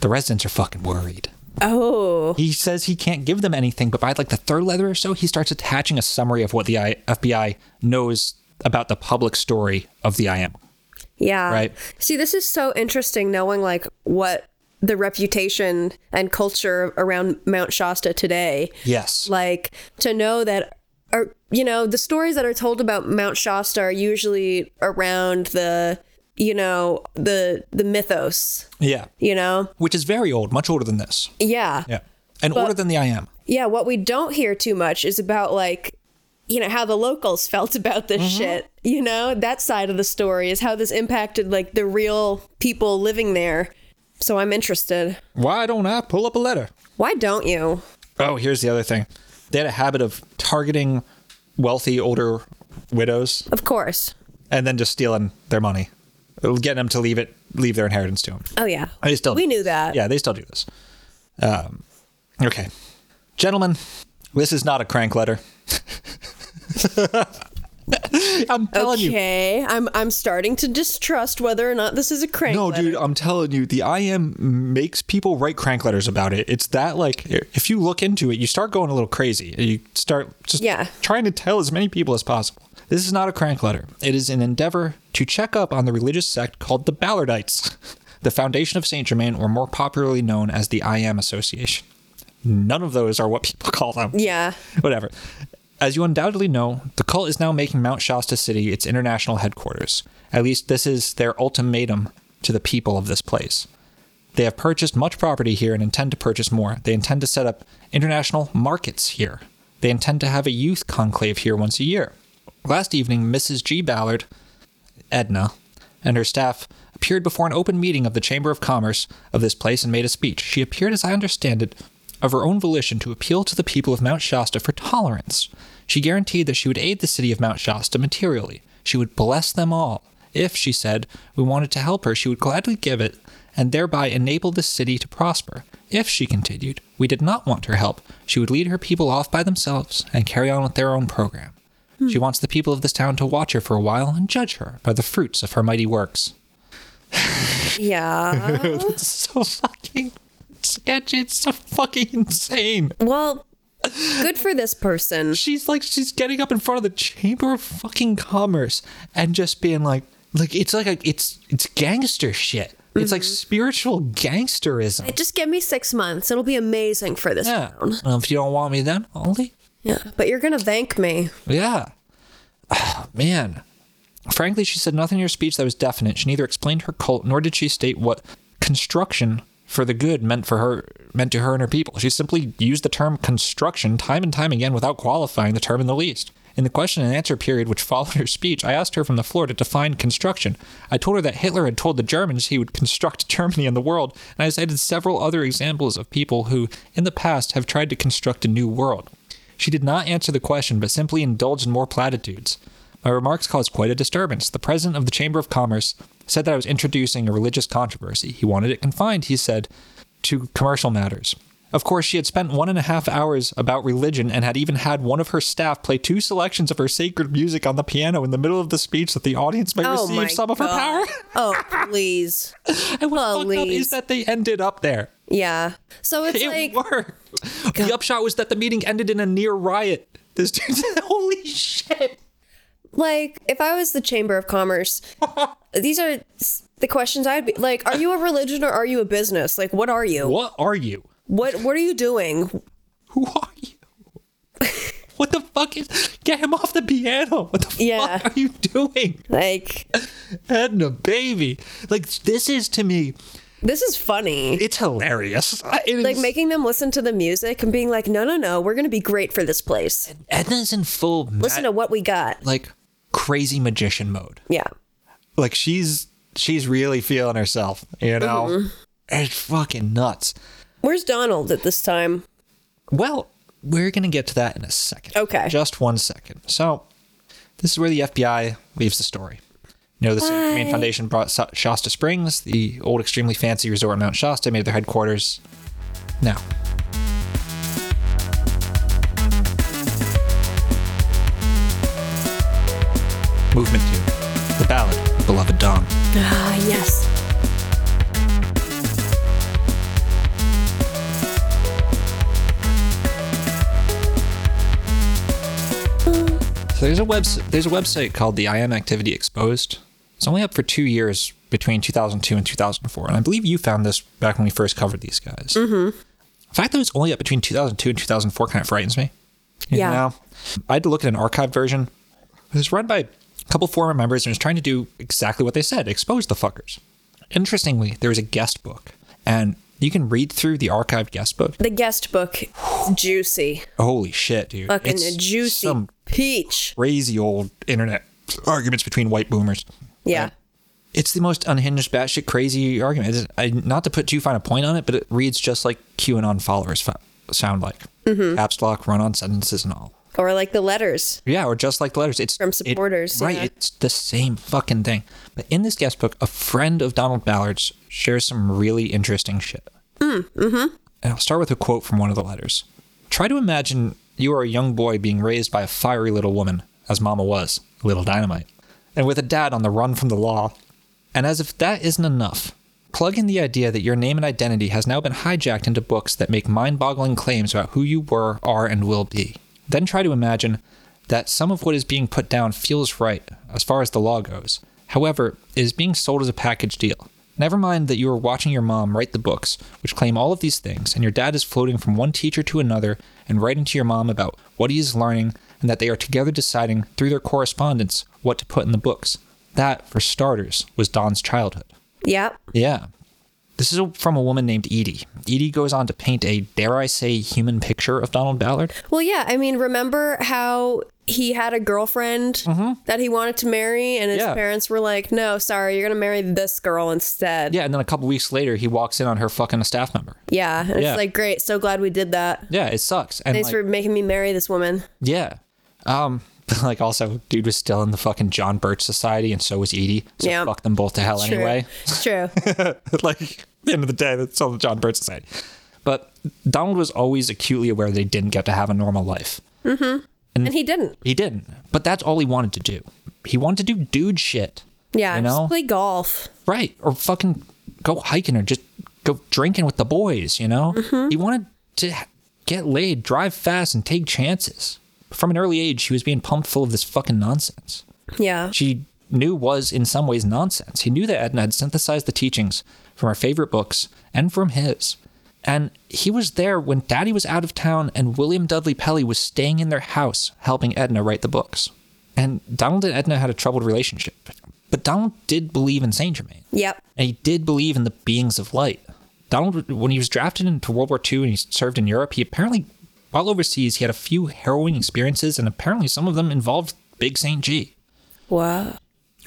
Speaker 1: the residents are fucking worried.
Speaker 2: Oh.
Speaker 1: He says he can't give them anything, but by like the third letter or so, he starts attaching a summary of what the I- FBI knows about the public story of the IM.
Speaker 2: Yeah.
Speaker 1: Right.
Speaker 2: See, this is so interesting knowing like what the reputation and culture around Mount Shasta today.
Speaker 1: Yes.
Speaker 2: Like to know that or you know, the stories that are told about Mount Shasta are usually around the you know, the the mythos,
Speaker 1: Yeah.
Speaker 2: you know?
Speaker 1: Which is very old, much older than this.
Speaker 2: Yeah.
Speaker 1: Yeah. And older than the IM.
Speaker 2: Yeah, what we don't hear too much is about like you know how the locals felt about
Speaker 1: Mm-hmm.
Speaker 2: this shit. You know, that side of the story is how this impacted like the real people living there. So I'm interested.
Speaker 1: Why don't I pull up a letter?
Speaker 2: Why don't you?
Speaker 1: Oh, here's the other thing. They had a habit of targeting wealthy older widows
Speaker 2: Of course.
Speaker 1: and then just stealing their money, getting them to leave it, leave their inheritance to them.
Speaker 2: Oh yeah.
Speaker 1: They still
Speaker 2: We
Speaker 1: do
Speaker 2: knew
Speaker 1: this.
Speaker 2: that.
Speaker 1: Yeah, they still do this. Um, okay, gentlemen, this is not a crank letter. I'm telling you.
Speaker 2: Okay. I'm I'm starting to distrust whether or not this is a crank.
Speaker 1: No,
Speaker 2: letter.
Speaker 1: dude, I'm telling you, the IM makes people write crank letters about it. It's that like if you look into it, you start going a little crazy. You start just
Speaker 2: Yeah.
Speaker 1: trying to tell as many people as possible. This is not a crank letter. It is an endeavor to check up on the religious sect called the Ballardites, the Foundation of Saint Germain, or more popularly known as the IM Association. None of those are what people call them.
Speaker 2: Yeah.
Speaker 1: Whatever. As you undoubtedly know, the cult is now making Mount Shasta City its international headquarters. At least this is their ultimatum to the people of this place. They have purchased much property here and intend to purchase more. They intend to set up international markets here. They intend to have a youth conclave here once a year. Last evening, Mrs. G. Ballard, Edna, and her staff appeared before an open meeting of the Chamber of Commerce of this place and made a speech. She appeared, as I understand it, of her own volition to appeal to the people of Mount Shasta for tolerance. She guaranteed that she would aid the city of Mount Shasta materially. She would bless them all. If, she said, we wanted to help her, she would gladly give it and thereby enable the city to prosper. If, she continued, we did not want her help, she would lead her people off by themselves and carry on with their own program. She wants the people of this town to watch her for a while and judge her by the fruits of her mighty works.
Speaker 2: Yeah.
Speaker 1: It's so fucking sketchy. It's so fucking insane.
Speaker 2: well, good for this person.
Speaker 1: She's like, she's getting up in front of the Chamber of fucking Commerce and just being like, like it's like a, it's it's gangster shit. It's like spiritual gangsterism.
Speaker 2: Just give me six months. It'll be amazing for this
Speaker 1: Yeah.
Speaker 2: town.
Speaker 1: And if you don't want me, then I'll leave.
Speaker 2: Yeah. But you're gonna thank me.
Speaker 1: Yeah. man. Frankly, she said nothing in her speech that was definite. She neither explained her cult nor did she state what construction for the good meant for her meant to her and her people. She simply used the term construction time and time again without qualifying the term in the least. In the question and answer period which followed her speech, I asked her from the floor to define construction. I told her that Hitler had told the Germans he would construct Germany and the world, and I cited several other examples of people who, in the past, have tried to construct a new world. She did not answer the question, but simply indulged in more platitudes. My remarks caused quite a disturbance. The president of the Chamber of Commerce said that I was introducing a religious controversy. He wanted it confined, he said, to commercial matters. Of course, she had spent one and a half hours about religion and had even had one of her staff play two selections of her sacred music on the piano in the middle of the speech that the audience might
Speaker 2: Oh my
Speaker 1: receive some of her power.
Speaker 2: God. Oh please.
Speaker 1: and what fucked up
Speaker 2: Please.
Speaker 1: is that they ended up there.
Speaker 2: Yeah. So it's
Speaker 1: it
Speaker 2: like
Speaker 1: worked. The upshot was that the meeting ended in a near riot. This dude said, holy shit.
Speaker 2: like if I was the Chamber of Commerce, these are s- the questions I'd be like, are you a religion or are you a business? Like what are you?
Speaker 1: What are you?
Speaker 2: What what are you doing?
Speaker 1: Who are you? what the fuck is? Get him off the piano! What the
Speaker 2: Yeah.
Speaker 1: fuck are you doing,
Speaker 2: Like
Speaker 1: Edna, baby? Like this is to me,
Speaker 2: this is funny.
Speaker 1: it's hilarious. I- it
Speaker 2: Like
Speaker 1: is-
Speaker 2: making them listen to the music and being like, no, no, no, we're gonna be great for this place.
Speaker 1: Edna's in full ma-
Speaker 2: Listen to what we got.
Speaker 1: like crazy magician mode.
Speaker 2: Yeah.
Speaker 1: Like she's she's really feeling herself, you know.
Speaker 2: Mm-hmm.
Speaker 1: It's fucking nuts.
Speaker 2: Where's Donald at this time?
Speaker 1: Well, we're going to get to that in a second.
Speaker 2: Okay.
Speaker 1: Just one second. So, this is where the FBI leaves the story. You know, the Saint Germain Foundation brought Sa- Shasta Springs, the old extremely fancy resort in Mount Shasta, made their headquarters. Now, movement two the ballad, of Beloved Dawn.
Speaker 2: Ah, yes.
Speaker 1: So there's a website. There's a website called the IM Activity Exposed. It's only up for two years between 2002 and 2004, and I believe you found this back when we first covered these guys. Mm-hmm. The fact that it was only up between 2002 and 2004 kind of frightens me. You
Speaker 2: Yeah.
Speaker 1: know? I had to look at an archived version. It was run by a couple former members and was trying to do exactly what they said: expose the fuckers. Interestingly, there was a guest book, and you can read through the archived guest book.
Speaker 2: The guest book. Juicy.
Speaker 1: Holy shit, dude!
Speaker 2: Fucking
Speaker 1: It's
Speaker 2: a juicy
Speaker 1: some
Speaker 2: peach.
Speaker 1: crazy old internet arguments between white boomers.
Speaker 2: Yeah.
Speaker 1: It's the most unhinged, batshit crazy argument. It's- I, not to put too fine a point on it, but it reads just like QAnon followers fa- sound like. Caps lock, run on sentences, and all.
Speaker 2: Or like the letters.
Speaker 1: Yeah, or just like the letters. It's
Speaker 2: From
Speaker 1: it-
Speaker 2: supporters,
Speaker 1: right?
Speaker 2: yeah.
Speaker 1: It's the same fucking thing. But in this guest book, a friend of Donald Ballard's shares some really interesting shit. Mm, mm-hmm. And I'll start with a quote from one of the letters. Try to imagine you are a young boy being raised by a fiery little woman, as Mama was, little dynamite, and with a dad on the run from the law. And as if that isn't enough, plug in the idea that your name and identity has now been hijacked into books that make mind boggling claims about who you were, are, and will be. Then try to imagine that some of what is being put down feels right as far as the law goes. However, it is being sold as a package deal. Never mind that you are watching your mom write the books, which claim all of these things, and your dad is floating from one teacher to another and writing to your mom about what he is learning, and that they are together deciding through their correspondence what to put in the books. That, for starters, was Don's childhood.
Speaker 2: Yeah.
Speaker 1: Yeah. This is from a woman named Edie. Edie goes on to paint a, dare I say, human picture of Donald Ballard.
Speaker 2: Well, yeah. I mean, remember how he had a girlfriend that he wanted to marry, and his
Speaker 1: Mm-hmm. Yeah.
Speaker 2: parents were like, no, sorry, you're going to marry this girl instead.
Speaker 1: Yeah, and then a couple weeks later, he walks in on her fucking a staff member.
Speaker 2: Yeah. And
Speaker 1: Yeah.
Speaker 2: it's like, great. So glad we did that.
Speaker 1: Yeah, it sucks. And
Speaker 2: Thanks
Speaker 1: like,
Speaker 2: for making me marry this woman.
Speaker 1: yeah, um, like also, dude was still in the fucking John Birch Society, and so was Edie. So
Speaker 2: Yeah.
Speaker 1: fuck them both to hell anyway.
Speaker 2: True. True.
Speaker 1: like at the end of the day, that's all the John Birch Society. But Donald was always acutely aware that he didn't get to have a normal life.
Speaker 2: and he didn't.
Speaker 1: He didn't, but that's all he wanted to do. He wanted to do dude shit.
Speaker 2: Yeah.
Speaker 1: You know?
Speaker 2: Just play golf.
Speaker 1: Right. Or fucking go hiking or just go drinking with the boys, you know?
Speaker 2: Mm-hmm.
Speaker 1: He wanted to ha- get laid, drive fast, and take chances. From an early age, he was being pumped full of this fucking nonsense.
Speaker 2: Yeah.
Speaker 1: She knew was in some ways nonsense. He knew that Edna had synthesized the teachings from her favorite books and from his. And he was there when Daddy was out of town and William Dudley Pelly was staying in their house helping Edna write the books. And Donald and Edna had a troubled relationship. But Donald did believe in Saint Germain
Speaker 2: Yep.
Speaker 1: and he did believe in the beings of light. Donald, when he was drafted into World War II and he served in Europe, he apparently, while overseas, he had a few harrowing experiences, and apparently some of them involved Big St. G.
Speaker 2: Wow.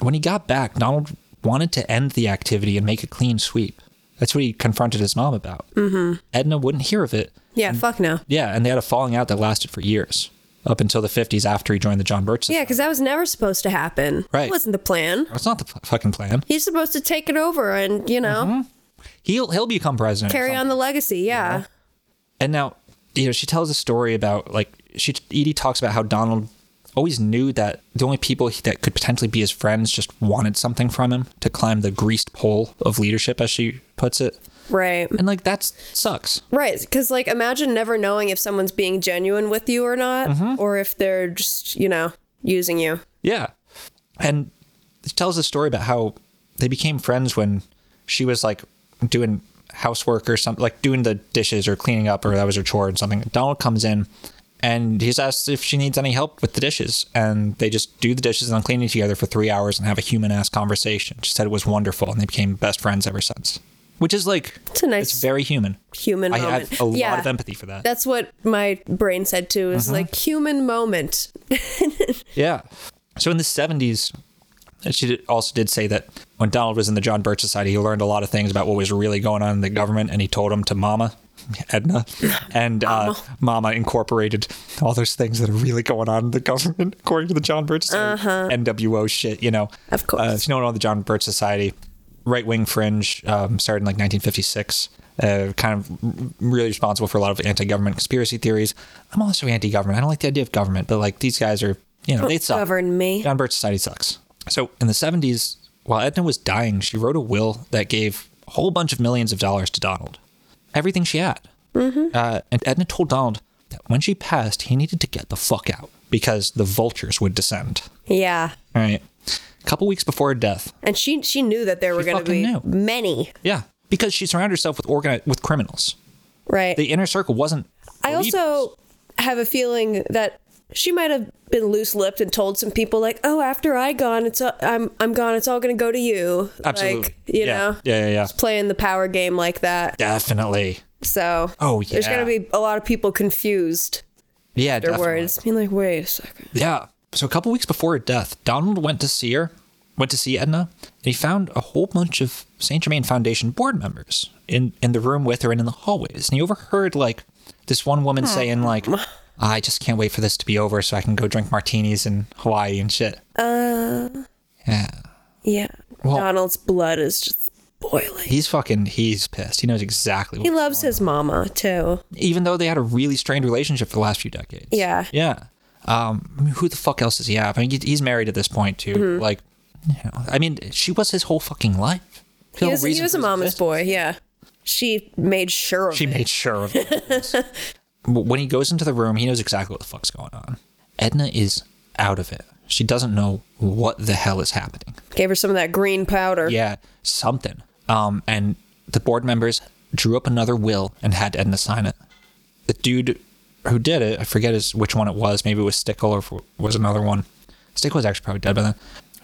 Speaker 1: When he got back, Donald wanted to end the activity and make a clean sweep. That's what he confronted his mom about. Mm-hmm. Edna wouldn't hear of it.
Speaker 2: Yeah. Fuck no.
Speaker 1: Yeah, and they had a falling out that lasted for years, up until the 50s after he joined the John Birch Society.
Speaker 2: Yeah, because that was never supposed to happen.
Speaker 1: Right.
Speaker 2: That wasn't the plan.
Speaker 1: That's not the f- fucking plan.
Speaker 2: He's supposed to take it over and, you
Speaker 1: Mm-hmm.
Speaker 2: know,
Speaker 1: He'll, he'll become president. or
Speaker 2: carry on the legacy. Yeah.
Speaker 1: And now, you know, she tells a story about like she Edie talks about how Donald always knew that the only people he- that could potentially be his friends just wanted something from him to climb the greased pole of leadership, as she puts it.
Speaker 2: Right.
Speaker 1: And like that sucks.
Speaker 2: Right. Because, like, imagine never knowing if someone's being genuine with you or not,
Speaker 1: Mm-hmm.
Speaker 2: or if they're just, you know, using you.
Speaker 1: Yeah. And she tells a story about how they became friends when she was like doing housework or something, like doing the dishes or cleaning up, or that was her chore and something. Donald comes in and he's asked if she needs any help with the dishes. And they just do the dishes and cleaning together for three hours and have a human ass conversation. She said it was wonderful, and they became best friends ever since. Which is like
Speaker 2: It's a nice
Speaker 1: it's very human.
Speaker 2: human
Speaker 1: I
Speaker 2: moment.
Speaker 1: have a lot
Speaker 2: yeah,
Speaker 1: of empathy Mm-hmm. for that.
Speaker 2: that's what my brain said too. Is like human moment.
Speaker 1: Yeah. So in the 70s, and she did, also did say that when Donald was in the John Birch Society, he learned a lot of things about what was really going on in the government, and he told them to Mama, Edna, and uh, Mama incorporated all those things that are really going on in the government, according to the John Birch Society, NWO shit, you know.
Speaker 2: Uh-huh. Of course.
Speaker 1: Uh, if you don't know the John Birch Society, right wing fringe, um, started in like 1956. Uh, kind of really responsible for a lot of anti-government conspiracy theories. I'm also anti-government. I don't like the idea of government, but like these guys are, you know, they suck.
Speaker 2: govern me.
Speaker 1: John Birch Society sucks. So in the 70s, while Edna was dying, she wrote a will that gave a whole bunch of millions of dollars to Donald. Everything she had.
Speaker 2: Mm-hmm.
Speaker 1: Uh, and Edna told Donald that when she passed, he needed to get the fuck out because the vultures would descend.
Speaker 2: Yeah,
Speaker 1: All right. A couple weeks before her death.
Speaker 2: and she she knew that there were going to
Speaker 1: fucking
Speaker 2: be
Speaker 1: knew.
Speaker 2: many.
Speaker 1: Yeah. Because she surrounded herself with organi- with criminals.
Speaker 2: Right.
Speaker 1: The inner circle wasn't.
Speaker 2: I also have a feeling that she might have been loose-lipped and told some people like, "Oh, after I gone, it's a, I'm I'm gone. It's all going to go to you."
Speaker 1: Absolutely.
Speaker 2: Like, you
Speaker 1: Yeah.
Speaker 2: know,
Speaker 1: Yeah, yeah, yeah.
Speaker 2: playing the power game like that.
Speaker 1: Definitely.
Speaker 2: So,
Speaker 1: Oh,
Speaker 2: there's
Speaker 1: yeah.
Speaker 2: going to be a lot of people confused
Speaker 1: Yeah,
Speaker 2: their
Speaker 1: definitely.
Speaker 2: words. I mean, like, wait a second.
Speaker 1: Yeah. So a couple weeks before her death, Donald went to see her, went to see Edna, and he found a whole bunch of Saint Germain Foundation board members in in the room with her and in the hallways. And he overheard like this one woman saying like, "I just can't wait for this to be over so I can go drink martinis in Hawaii and shit." Uh. Yeah.
Speaker 2: Yeah,
Speaker 1: Well-
Speaker 2: Donald's blood is just boiling.
Speaker 1: He's fucking. He's pissed. He knows exactly. What
Speaker 2: He loves his mama too.
Speaker 1: even though they had a really strained relationship for the last few decades.
Speaker 2: Yeah.
Speaker 1: Yeah. Um, I mean, who the fuck else does he have? I mean, he- he's married at this point too.
Speaker 2: Mm-hmm.
Speaker 1: Like, you know, I mean, she was his whole fucking life.
Speaker 2: He was, he was a mama's boy. Yeah, she made sure of
Speaker 1: She
Speaker 2: it.
Speaker 1: made sure of it. But when he goes into the room, he knows exactly what the fuck's going on. Edna is out of it. She doesn't know what the hell is happening.
Speaker 2: Gave her some of that green powder.
Speaker 1: Yeah, something. Um, and the board members drew up another will and had Edna sign it. The dude who did it, I forget his, which one it was. Maybe it was Stickle or if it was another one. Stickle was actually probably dead by then.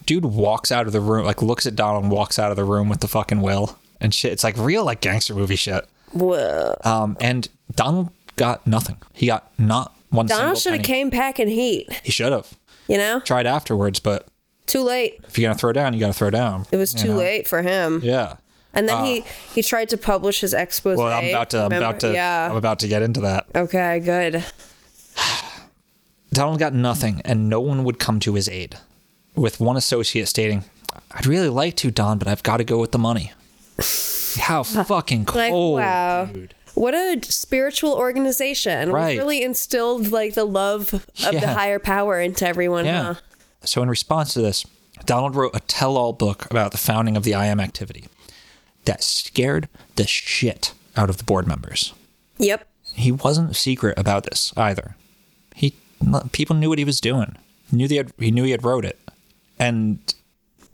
Speaker 1: Dude walks out of the room, like looks at Donald and walks out of the room with the fucking will and shit. It's like real like gangster movie shit.
Speaker 2: Whoa.
Speaker 1: Um, and Donald got nothing. He got not one.
Speaker 2: Donald should
Speaker 1: single
Speaker 2: have
Speaker 1: penny.
Speaker 2: came packing heat.
Speaker 1: He should have
Speaker 2: You know,
Speaker 1: tried afterwards, but
Speaker 2: too late.
Speaker 1: if you're gonna throw down, you gotta throw down.
Speaker 2: It was too late for him.
Speaker 1: Uh-huh. Yeah. Ah.
Speaker 2: And then he he tried to publish his expose.
Speaker 1: Well, I'm about to. I'm about to. I'm
Speaker 2: Yeah.
Speaker 1: about to get into that.
Speaker 2: Okay. Good.
Speaker 1: Donald got nothing, and no one would come to his aid. With one associate stating, "I'd really like to, Don, but I've got to go with the money." How fucking
Speaker 2: Like
Speaker 1: cold!
Speaker 2: wow. What a spiritual organization. We
Speaker 1: Right.
Speaker 2: Really instilled like the love of the
Speaker 1: Yeah.
Speaker 2: higher power into everyone.
Speaker 1: Yeah.
Speaker 2: Huh?
Speaker 1: So in response to this, Donald wrote a tell-all book about the founding of the IM activity that scared the shit out of the board members.
Speaker 2: Yep.
Speaker 1: he wasn't secret about this either. He people knew what he was doing. Knew they had, he knew he had wrote it, and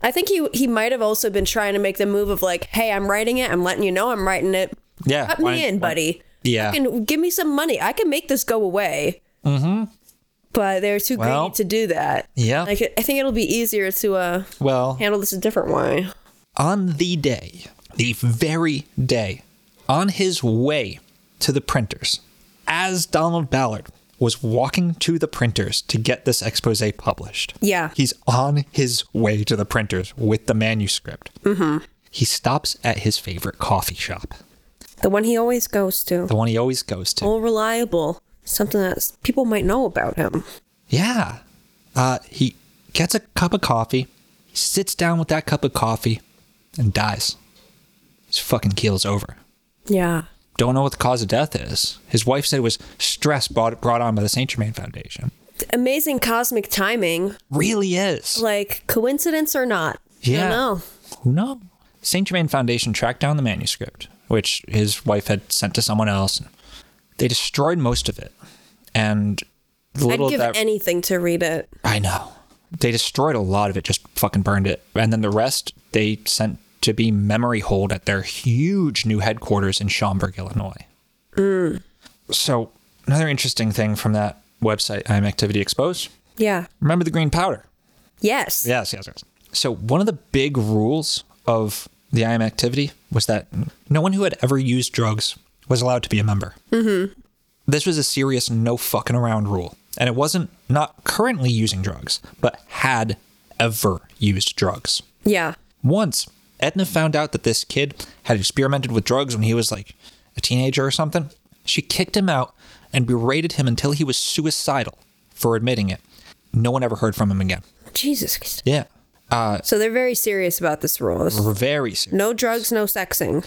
Speaker 2: I think he he might have also been trying to make the move of like, hey, I'm writing it. I'm letting you know I'm writing it.
Speaker 1: yeah,
Speaker 2: Cut
Speaker 1: why-
Speaker 2: me in,
Speaker 1: why-
Speaker 2: buddy.
Speaker 1: Yeah,
Speaker 2: Fucking give me some money. I can make this go away. Mm-hmm. But they're too
Speaker 1: Well,
Speaker 2: greedy to do that.
Speaker 1: yeah.
Speaker 2: Like I think it'll be easier to uh
Speaker 1: well,
Speaker 2: handle this a different way.
Speaker 1: on the day, the very day, on his way to the printers, as Donald Ballard was walking to the printers to get this expose published.
Speaker 2: Yeah.
Speaker 1: He's on his way to the printers with the manuscript. Mm-hmm. He stops at his favorite coffee shop,
Speaker 2: The one he always goes to.
Speaker 1: the one he always goes to.
Speaker 2: All reliable. Something that s- people might know about him.
Speaker 1: Yeah. Uh, he gets a cup of coffee, he sits down with that cup of coffee, and dies. His fucking keel's over.
Speaker 2: Yeah.
Speaker 1: Don't know what the cause of death is. His wife said it was stress brought, brought on by the St. Germain Foundation.
Speaker 2: Amazing cosmic timing.
Speaker 1: Really is.
Speaker 2: Like coincidence or not.
Speaker 1: Yeah.
Speaker 2: I don't know.
Speaker 1: Who knows? St. Germain Foundation tracked down the manuscript, which his wife had sent to someone else. They destroyed most of it. And the little
Speaker 2: I'd
Speaker 1: of
Speaker 2: give
Speaker 1: that
Speaker 2: anything to read it.
Speaker 1: I know. They destroyed a lot of it, just fucking burned it. And then the rest they sent to be memory hold at their huge new headquarters in Schaumburg, Illinois. So, another interesting thing from that website, I'm Activity Exposed.
Speaker 2: Yeah.
Speaker 1: Remember the green powder.
Speaker 2: Yes.
Speaker 1: Yes, yes, yes. So one of the big rules of the IM activity was that no one who had ever used drugs was allowed to be a member. Mm-hmm. This was a serious no fucking around rule, and it wasn't not currently using drugs, but had ever used drugs.
Speaker 2: Yeah.
Speaker 1: Once Edna found out that this kid had experimented with drugs when he was like a teenager or something, she kicked him out and berated him until he was suicidal for admitting it. No one ever heard from him again.
Speaker 2: Jesus Christ.
Speaker 1: Yeah.
Speaker 2: So they're very serious about this rule. This-
Speaker 1: We're very serious.
Speaker 2: No drugs, no sexing.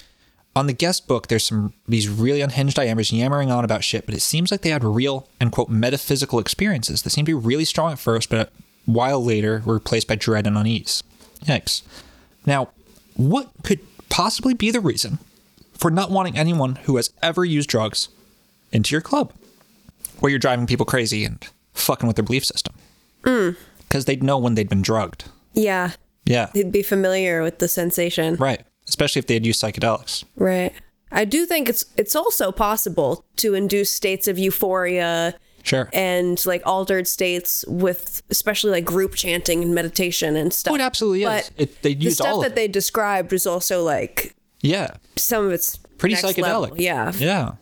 Speaker 1: On the guest book, there's some these really unhinged IMers yammering on about shit, but it seems like they had real and quote metaphysical experiences that seemed to be really strong at first, but a while later were replaced by dread and unease. Yikes. Now, what could possibly be the reason for not wanting anyone who has ever used drugs into your club? Where you're driving people crazy and fucking with their belief system. Because they'd know when they'd been drugged.
Speaker 2: Yeah.
Speaker 1: Yeah.
Speaker 2: He'd be familiar with the sensation.
Speaker 1: Right. Especially if they had used psychedelics.
Speaker 2: Right. I do think it's it's also possible to induce states of euphoria
Speaker 1: Sure.
Speaker 2: and like altered states with especially like group chanting and meditation and stuff.
Speaker 1: Oh, it absolutely is.
Speaker 2: But
Speaker 1: It- they
Speaker 2: the
Speaker 1: used
Speaker 2: stuff
Speaker 1: all of
Speaker 2: that
Speaker 1: it.
Speaker 2: they described was also like
Speaker 1: yeah.
Speaker 2: some of it's
Speaker 1: Pretty
Speaker 2: next
Speaker 1: psychedelic.
Speaker 2: level. Yeah.
Speaker 1: Yeah.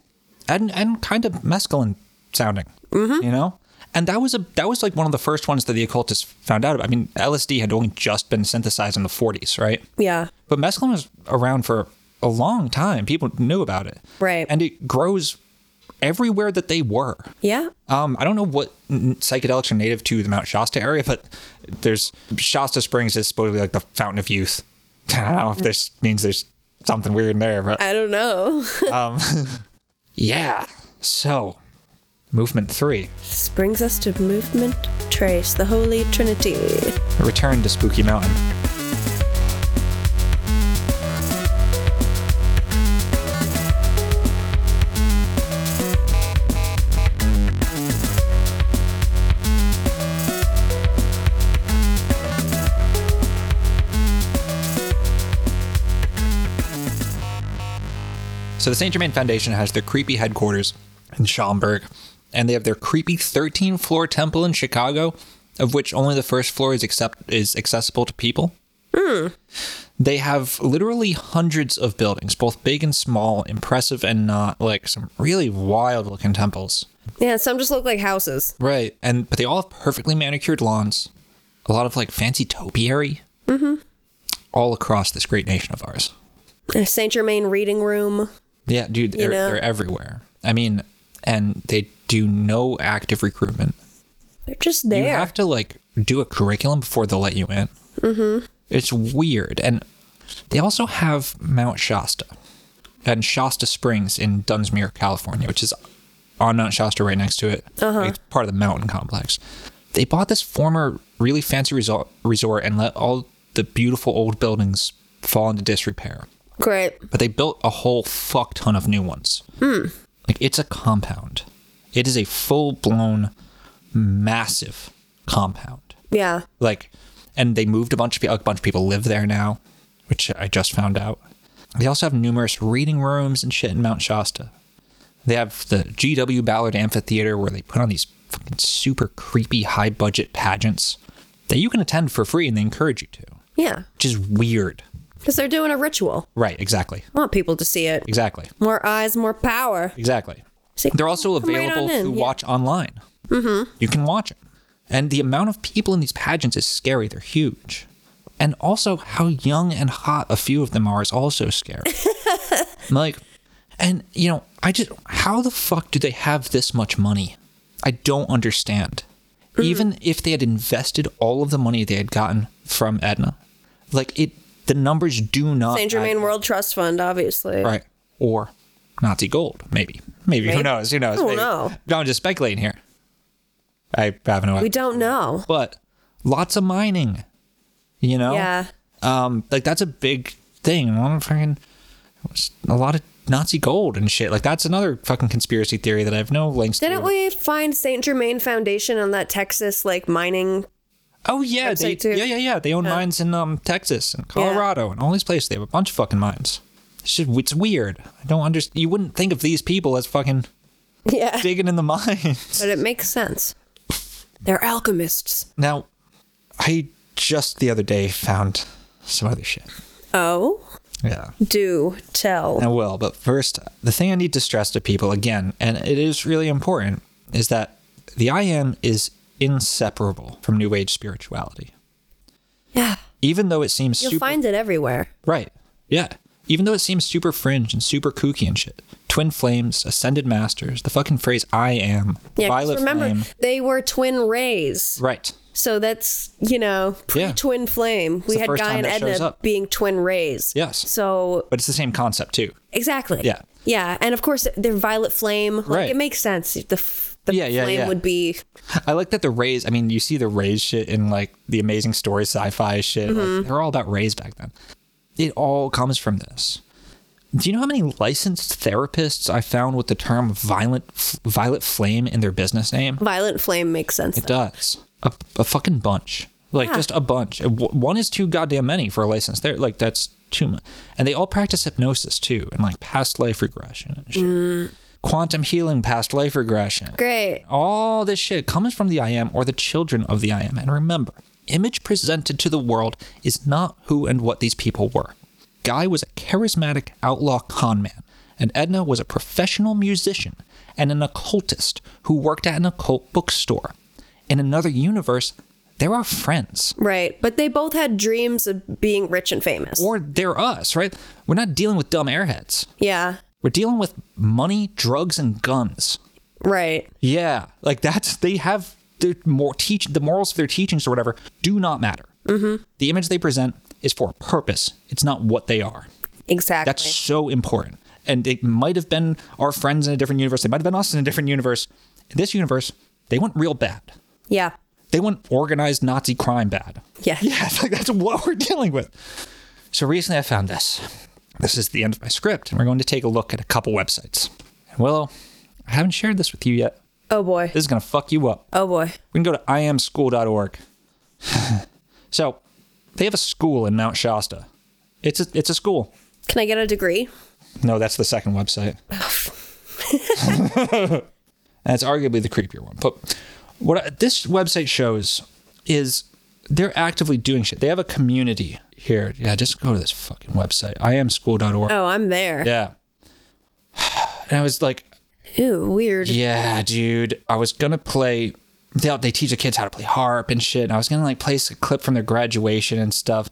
Speaker 1: And and kind of mescaline sounding. Mm-hmm. You know? And that was a that was like one of the first ones that the occultists found out about. I mean, LSD had only just been synthesized in the 40s, right?
Speaker 2: Yeah.
Speaker 1: But mescaline was around for a long time. People knew about it.
Speaker 2: Right.
Speaker 1: And it grows everywhere that they were.
Speaker 2: Yeah.
Speaker 1: Um, I don't know what n- psychedelics are native to the Mount Shasta area, but there's Shasta Springs is supposedly like the fountain of youth. I don't know if this means there's something weird in there, but um,
Speaker 2: I don't know.
Speaker 1: yeah. So, movement three,
Speaker 2: this brings us to movement trace, the holy trinity.
Speaker 1: a return to Spooky Mountain. So the Saint Germain Foundation has their creepy headquarters in Schaumburg, and they have their creepy 13-floor temple in Chicago, of which only the first floor is accept- is accessible to people. They have literally hundreds of buildings, both big and small, impressive and not, like some really wild-looking temples.
Speaker 2: Yeah, some just look like houses.
Speaker 1: Right, and but they all have perfectly manicured lawns, a lot of like fancy topiary, mm-hmm. all across this great nation of ours.
Speaker 2: A Saint Germain reading room.
Speaker 1: Yeah, dude, they're,
Speaker 2: know?
Speaker 1: they're everywhere. I mean, and they do no active recruitment.
Speaker 2: They're just there.
Speaker 1: You have to like do a curriculum before they'll let you in. Mm-hmm. It's weird, and they also have Mount Shasta and Shasta Springs in Dunsmuir, California, which is on Mount Shasta, right next to it. Uh-huh. It's part of the mountain complex. They bought this former really fancy resort resort and let all the beautiful old buildings fall into disrepair
Speaker 2: Great.
Speaker 1: but they built a whole fuck ton of new ones. Like it's a compound. It is a full blown, massive compound.
Speaker 2: Yeah.
Speaker 1: Like, and they moved a bunch of people. A bunch of people live there now, which I just found out. They also have numerous reading rooms and shit in Mount Shasta. They have the G.W. Ballard Amphitheater where they put on these fucking super creepy high budget pageants that you can attend for free and they encourage you to,
Speaker 2: Yeah.
Speaker 1: which is weird.
Speaker 2: Because they're doing a ritual.
Speaker 1: Right, exactly.
Speaker 2: I want people to see it.
Speaker 1: Exactly.
Speaker 2: More eyes, more power.
Speaker 1: Exactly.
Speaker 2: See,
Speaker 1: They're also
Speaker 2: come right
Speaker 1: available
Speaker 2: on in,
Speaker 1: to
Speaker 2: yeah.
Speaker 1: watch online. Mm-hmm. You can watch it. And the amount of people in these pageants is scary. They're huge. And also, how young and hot a few of them are is also scary. I'm like, and you know, I just, how the fuck do they have this much money? I don't understand.
Speaker 2: Mm.
Speaker 1: Even if they had invested all of the money they had gotten from Edna, like it, the numbers do not.
Speaker 2: Saint Germain
Speaker 1: add-
Speaker 2: World Trust Fund, obviously.
Speaker 1: Uh, Right. Or Nazi gold, maybe. Maybe. Who
Speaker 2: Maybe.
Speaker 1: knows? Who knows?
Speaker 2: I don't
Speaker 1: Maybe.
Speaker 2: know.
Speaker 1: No, I'm just speculating here. I have no
Speaker 2: We
Speaker 1: idea.
Speaker 2: don't know.
Speaker 1: But lots of mining, you know?
Speaker 2: Yeah.
Speaker 1: Um, like, that's a big thing. A lot of fucking, a lot of Nazi gold and shit. Like, that's another fucking conspiracy theory that I have no links to.
Speaker 2: Didn't we find Saint Germain Foundation on that Texas like mining?
Speaker 1: Oh, yeah. They,
Speaker 2: website, too?
Speaker 1: yeah, yeah, yeah. They own mines in um, Texas and Colorado and all these places. They have a bunch of fucking mines. It's, just, it's weird. I don't understand. You wouldn't think of these people as fucking
Speaker 2: Yeah.
Speaker 1: digging in the mines.
Speaker 2: But it makes sense. They're alchemists.
Speaker 1: Now, I just the other day found some other shit.
Speaker 2: Oh,
Speaker 1: Yeah.
Speaker 2: do tell.
Speaker 1: I will. But first, the thing I need to stress to people again, and it is really important, is that the I am is inseparable from New Age spirituality.
Speaker 2: Yeah.
Speaker 1: Even though it seems
Speaker 2: You'll
Speaker 1: super
Speaker 2: find it everywhere.
Speaker 1: Right. Yeah. Even though it seems super fringe and super kooky and shit. Twin flames, ascended masters, the fucking phrase I am,
Speaker 2: Yeah, 'cause
Speaker 1: violet
Speaker 2: remember
Speaker 1: flame.
Speaker 2: they were twin rays,
Speaker 1: Right.
Speaker 2: so that's you know
Speaker 1: Yeah.
Speaker 2: pre-twin flame. we
Speaker 1: the
Speaker 2: had
Speaker 1: first
Speaker 2: Guy
Speaker 1: time
Speaker 2: and
Speaker 1: that shows
Speaker 2: Edna
Speaker 1: up.
Speaker 2: being twin rays.
Speaker 1: Yes.
Speaker 2: So
Speaker 1: But it's the same concept too.
Speaker 2: exactly.
Speaker 1: Yeah.
Speaker 2: Yeah, and of course they're violet flame. Like
Speaker 1: Right.
Speaker 2: it makes sense. The f- the
Speaker 1: Yeah, yeah,
Speaker 2: flame
Speaker 1: yeah.
Speaker 2: would be
Speaker 1: I like that the rays, I mean, you see the rays shit in like the amazing story sci fi shit. like, they're all about rays back then. It all comes from this. Do you know how many licensed therapists I found with the term violent, f- violet flame in their business name?
Speaker 2: violet flame makes sense.
Speaker 1: It does. A, a fucking bunch. Like just a bunch. Uh, w- One is too goddamn many for a license. There, like that's too much. And they all practice hypnosis too, and like past life regression and shit. Quantum healing, past life regression.
Speaker 2: Great.
Speaker 1: All this shit comes from the I am or the children of the I am. And remember, image presented to the world is not who and what these people were. Guy was a charismatic outlaw con man, and Edna was a professional musician and an occultist who worked at an occult bookstore. In another universe, they're our friends.
Speaker 2: Right, but they both had dreams of being rich and famous.
Speaker 1: Or they're us, right? We're not dealing with dumb airheads.
Speaker 2: yeah.
Speaker 1: We're dealing with money, drugs, and guns.
Speaker 2: Right.
Speaker 1: Yeah, like that's they have the more teach the morals of their teachings or whatever do not matter. Mm-hmm. The image they present is for a purpose. It's not what they are.
Speaker 2: Exactly.
Speaker 1: That's so important. And it might have been our friends in a different universe. They might have been us in a different universe. In this universe, they want real bad.
Speaker 2: yeah.
Speaker 1: They want organized Nazi crime bad.
Speaker 2: Yeah.
Speaker 1: Yeah, it's like that's what we're dealing with. So recently I found this. This is the end of my script, and we're going to take a look at a couple websites. And Willow, I haven't shared this with you yet.
Speaker 2: Oh boy.
Speaker 1: This is going to fuck you up.
Speaker 2: Oh boy.
Speaker 1: We can go to iamschool.org. so, they have a school in Mount Shasta. It's a, it's a school.
Speaker 2: Can I get a degree?
Speaker 1: No, that's the second website. That's arguably the creepier one. But what I, this website shows is they're actively doing shit. They have a community here. Yeah, just go to this fucking website, iamschool.org.
Speaker 2: Oh, I'm there.
Speaker 1: Yeah. And I was like,
Speaker 2: Ooh, weird.
Speaker 1: yeah, dude. I was gonna play. They they teach the kids how to play harp and shit. And I was gonna like play a clip from their graduation and stuff,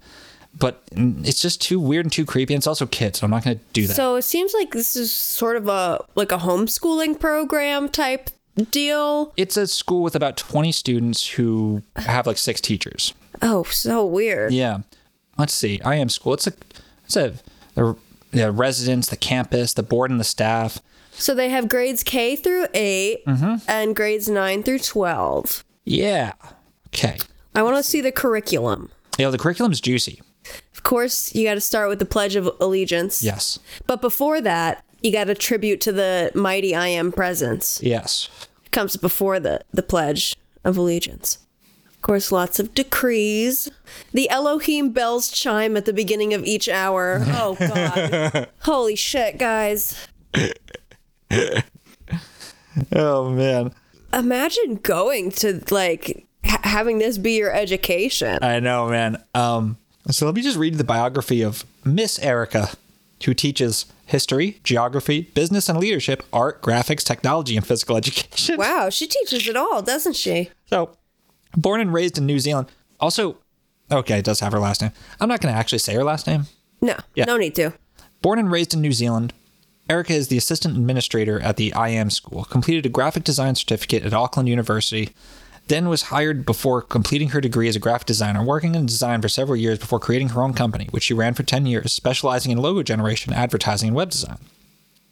Speaker 1: but it's just too weird and too creepy. And it's also kids, so I'm not gonna do that.
Speaker 2: So it seems like this is sort of a like a homeschooling program type deal.
Speaker 1: it's a school with about 20 students who have like six teachers.
Speaker 2: Oh, so weird.
Speaker 1: Yeah. Let's see. I am school. It's a it's a the, the residents, the campus, the board, and the staff.
Speaker 2: So they have grades K through 8
Speaker 1: Mm-hmm.
Speaker 2: and grades nine through twelve.
Speaker 1: Yeah. Okay.
Speaker 2: I want to see the curriculum.
Speaker 1: You know, the curriculum's juicy.
Speaker 2: Of course, you got to start with the Pledge of Allegiance.
Speaker 1: Yes.
Speaker 2: But before that, you got to tribute to the mighty I am presence.
Speaker 1: Yes.
Speaker 2: It comes before the the Pledge of Allegiance. Of course, lots of decrees. The Elohim bells chime at the beginning of each hour. Oh God! Holy shit, guys!
Speaker 1: Oh man.
Speaker 2: Imagine going to like ha- having this be your education.
Speaker 1: I know, man. Um, so let me just read the biography of Miss Erica, who teaches history, geography, business and leadership, art, graphics, technology, and physical education.
Speaker 2: Wow, she teaches it all, doesn't she?
Speaker 1: So, born and raised in New Zealand. Also, okay, it does have her last name. I'm not going to actually say her last name.
Speaker 2: No,
Speaker 1: Yeah.
Speaker 2: no need to.
Speaker 1: Born and raised in New Zealand, Erica is the assistant administrator at the IAM school, completed a graphic design certificate at Auckland University, then was hired before completing her degree as a graphic designer, working in design for several years before creating her own company, which she ran for 10 years, specializing in logo generation, advertising, and web design.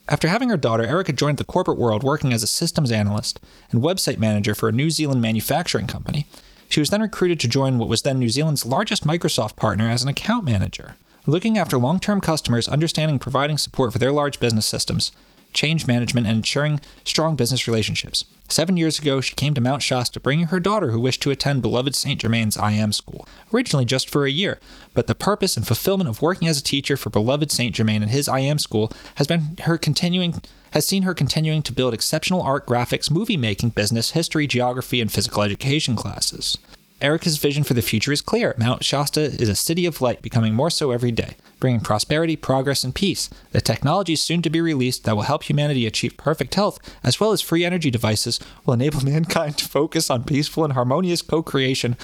Speaker 1: After having her daughter, Erica joined the corporate world working as a systems analyst and website manager for a New Zealand manufacturing company. She was then recruited to join what was then New Zealand's largest Microsoft partner as an account manager, looking after long term customers, understanding and providing support for their large business systems, change management, and ensuring strong business relationships. Seven years ago, she came to Mount Shasta bringing her daughter who wished to attend beloved St. Germain's IM school, originally just for a year, but the purpose and fulfillment of working as a teacher for beloved St. Germain and his IM school has been her continuing has seen her continuing to build exceptional art, graphics, movie making, business, history, geography, and physical education classes. Erica's vision for the future is clear. Mount Shasta is a city of light, becoming more so every day, bringing prosperity, progress, and peace. The technology soon to be released that will help humanity achieve perfect health, as well as free energy devices, will enable mankind to focus on peaceful and harmonious co creation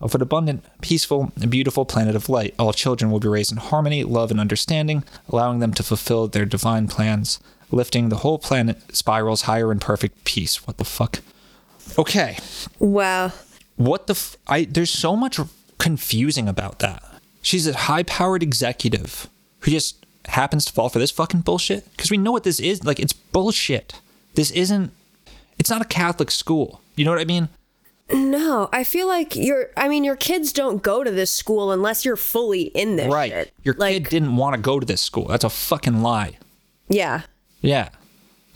Speaker 1: of an abundant, peaceful, and beautiful planet of light. All children will be raised in harmony, love, and understanding, allowing them to fulfill their divine plans, lifting the whole planet spirals higher in perfect peace. What the fuck? Okay
Speaker 2: Wow.
Speaker 1: what the f- I there's so much confusing about that. She's a high-powered executive who just happens to fall for this fucking bullshit because we know what this is. Like it's bullshit. This isn't it's not a Catholic school. You know what I mean?
Speaker 2: No, I feel like your I mean your kids don't go to this school unless you're fully in this shit.
Speaker 1: Your
Speaker 2: like,
Speaker 1: kid didn't want to go to this school. That's a fucking lie.
Speaker 2: Yeah.
Speaker 1: Yeah.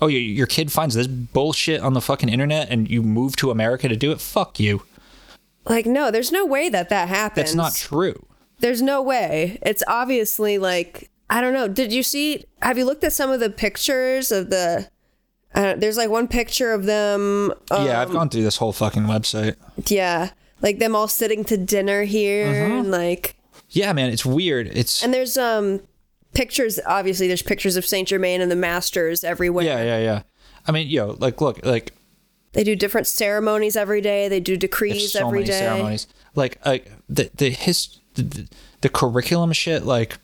Speaker 1: Oh, your, your kid finds this bullshit on the fucking internet and you move to America to do it? Fuck you.
Speaker 2: Like no, there's no way that that happens.
Speaker 1: That's not true.
Speaker 2: There's no way. It's obviously like I don't know. Did you see? Have you looked at some of the pictures of the? Uh, there's like one picture of them. Uh,
Speaker 1: yeah, I've gone through this whole fucking website.
Speaker 2: yeah, like them all sitting to dinner here,
Speaker 1: Uh-huh.
Speaker 2: and like,
Speaker 1: Yeah, man, it's weird. It's
Speaker 2: and there's um pictures. Obviously, there's pictures of Saint Germain and the Masters everywhere.
Speaker 1: Yeah, yeah, yeah. I mean, yo, like, look, like,
Speaker 2: They do different ceremonies every day. They do decrees
Speaker 1: there's so
Speaker 2: every
Speaker 1: many
Speaker 2: day.
Speaker 1: ceremonies. Like, like the the his the, the curriculum shit. Like,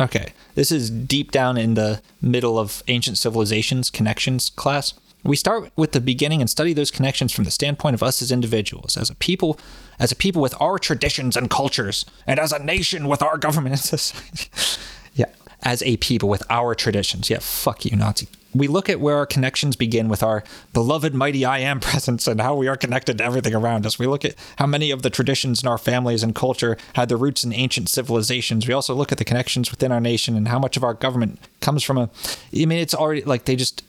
Speaker 1: okay, this is deep down in the middle of ancient civilizations connections class. We start with the beginning and study those connections from the standpoint of us as individuals, as a people, as a people with our traditions and cultures, and as a nation with our government and society. yeah, as a people with our traditions. Yeah, fuck you, Nazi. We look at where our connections begin with our beloved mighty I am presence and how we are connected to everything around us. We look at how many of the traditions in our families and culture had their roots in ancient civilizations. We also look at the connections within our nation and how much of our government comes from a. I mean, it's already like they just.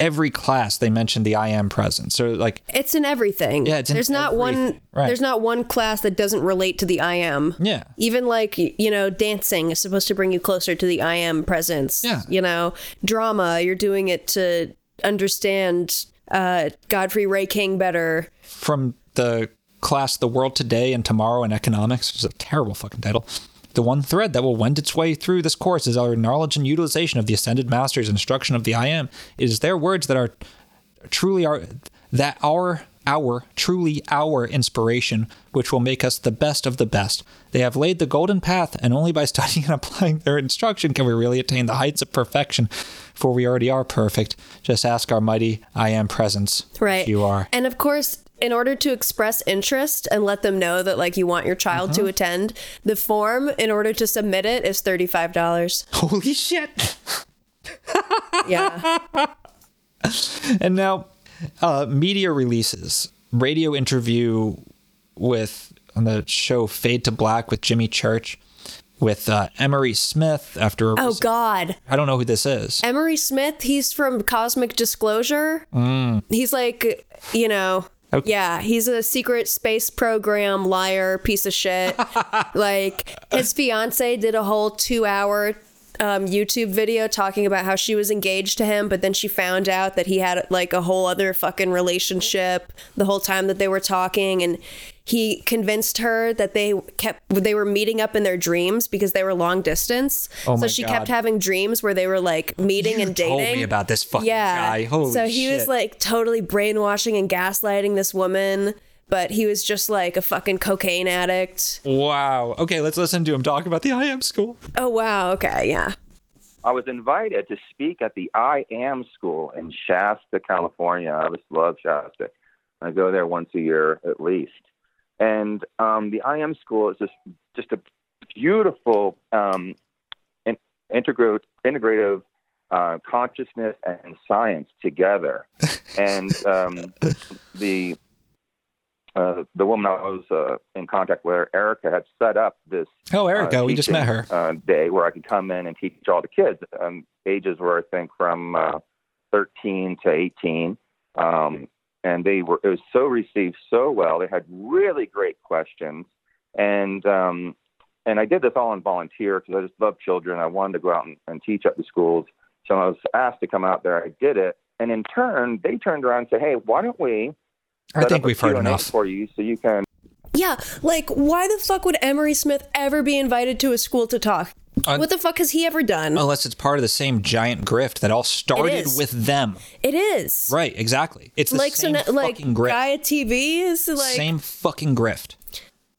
Speaker 1: Every class they mention the I am presence. So, like,
Speaker 2: It's in everything.
Speaker 1: Yeah, it's in
Speaker 2: there's not one
Speaker 1: everything. Right.
Speaker 2: there's not one class that doesn't relate to the I am.
Speaker 1: Yeah.
Speaker 2: Even like y- you know, dancing is supposed to bring you closer to the I am presence.
Speaker 1: Yeah.
Speaker 2: You know, drama, you're doing it to understand uh Godfrey Ray King better.
Speaker 1: from the class The World Today and Tomorrow in Economics, which is a terrible fucking title. The one thread that will wend its way through this course is our knowledge and utilization of the Ascended Master's instruction of the I Am. It is their words that are truly our that our our truly our inspiration which will make us the best of the best they have laid the golden path and only by studying and applying their instruction can we really attain the heights of perfection for we already are perfect just ask our mighty i am presence if
Speaker 2: Right.
Speaker 1: you are
Speaker 2: And of course, in order to express interest and let them know that like you want your child
Speaker 1: Uh-huh.
Speaker 2: to attend, the form in order to submit it is thirty five dollars.
Speaker 1: holy shit
Speaker 2: Yeah.
Speaker 1: And now, uh, media releases, radio interview with on the show Fade to Black with Jimmy Church, with uh, Emery Smith after. a
Speaker 2: oh
Speaker 1: recent-
Speaker 2: God.
Speaker 1: I don't know who this is.
Speaker 2: Emery Smith, he's from Cosmic Disclosure. He's like, you know,
Speaker 1: Mm. Okay.
Speaker 2: yeah, he's a secret space program liar, piece of shit. like, his fiance did a whole two hour um, YouTube video talking about how she was engaged to him, but then she found out that he had like a whole other fucking relationship the whole time that they were talking. And he convinced her that they kept, they were meeting up in their dreams because they were long distance.
Speaker 1: Oh my
Speaker 2: so she
Speaker 1: God.
Speaker 2: kept having dreams where they were like meeting and dating.
Speaker 1: told me about this fucking guy. Holy
Speaker 2: so he was
Speaker 1: shit.
Speaker 2: like totally brainwashing and gaslighting this woman, but he was just like a fucking cocaine addict.
Speaker 1: Wow. Okay, let's listen to him talk about the I Am School.
Speaker 2: Oh wow, okay, yeah.
Speaker 6: I was invited to speak at the I Am School in Shasta, California. I just love Shasta. I go there once a year at least. And um, the I Am School is just just a beautiful um, in, integra- integrative uh, consciousness and science together. And um, the uh, the woman I was uh, in contact with, Erica, had set up this
Speaker 1: Oh, Erica,
Speaker 6: uh,
Speaker 1: we just
Speaker 6: teaching,
Speaker 1: met her.
Speaker 6: Uh, day where I could come in and teach all the kids. Um, ages were, I think, from uh, 13 to 18. Um, and they were, it was so received so well. They had really great questions. And, um, and I did this all on volunteer because I just love children. I wanted to go out and, and teach at the schools.
Speaker 7: So I was asked to come out there. I did it, and in turn, they turned around and said, "Hey, why don't we?"
Speaker 1: I
Speaker 7: set
Speaker 1: think
Speaker 7: up a
Speaker 1: we've heard
Speaker 7: Q&A
Speaker 1: enough.
Speaker 7: for you, so you can
Speaker 2: Yeah, like why the fuck would Emery Smith ever be invited to a school to talk?
Speaker 1: Un- Oh.
Speaker 2: what the fuck has he ever done?
Speaker 1: Unless it's part of the same giant grift that all started
Speaker 2: is.
Speaker 1: with them.
Speaker 2: it is
Speaker 1: Right, exactly. It's the
Speaker 2: like
Speaker 1: same
Speaker 2: so. na- like
Speaker 1: fucking grift.
Speaker 2: Gaia TV is like
Speaker 1: same fucking grift.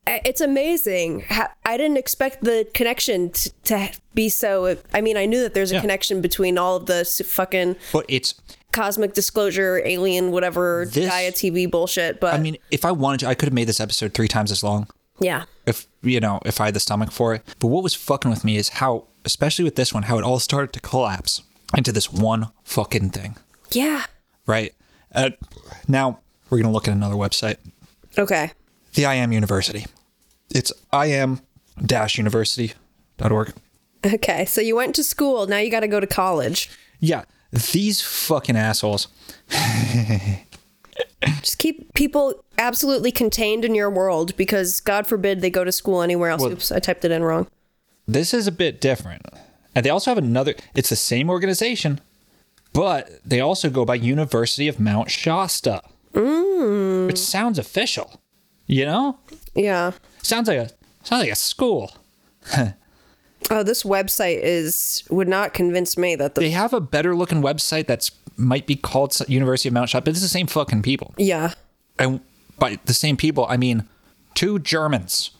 Speaker 2: I- it's amazing. how- I didn't expect the connection t- to be so. I mean, I knew that there's a
Speaker 1: Yeah.
Speaker 2: connection between all of the s- fucking
Speaker 1: But it's
Speaker 2: cosmic disclosure, alien, whatever
Speaker 1: This-
Speaker 2: Gaia TV bullshit. But
Speaker 1: I mean, if I wanted to, I could have made this episode three times as long.
Speaker 2: yeah,
Speaker 1: If you know, if I had the stomach for it. But what was fucking with me is how, especially with this one, how it all started to collapse into this one fucking thing.
Speaker 2: yeah.
Speaker 1: Right. Uh, now we're gonna look at another website.
Speaker 2: Okay.
Speaker 1: the IAM University. It's iam-university.org.
Speaker 2: Okay. So you went to school. Now you got to go to college.
Speaker 1: Yeah, these fucking assholes.
Speaker 2: Just keep people absolutely contained in your world because God forbid they go to school anywhere else. Oops, I typed it in wrong.
Speaker 1: This is a bit different. And they also have another, it's the same organization, but they also go by University of Mount Shasta. Mm. Which sounds official, you know?
Speaker 2: Yeah.
Speaker 1: Sounds like a sounds like a school.
Speaker 2: Oh, this website is would not convince me that the
Speaker 1: They have a better looking website that's might be called University of Mount Shasta, but it's the same fucking people.
Speaker 2: yeah.
Speaker 1: And by the same people, I mean two Germans.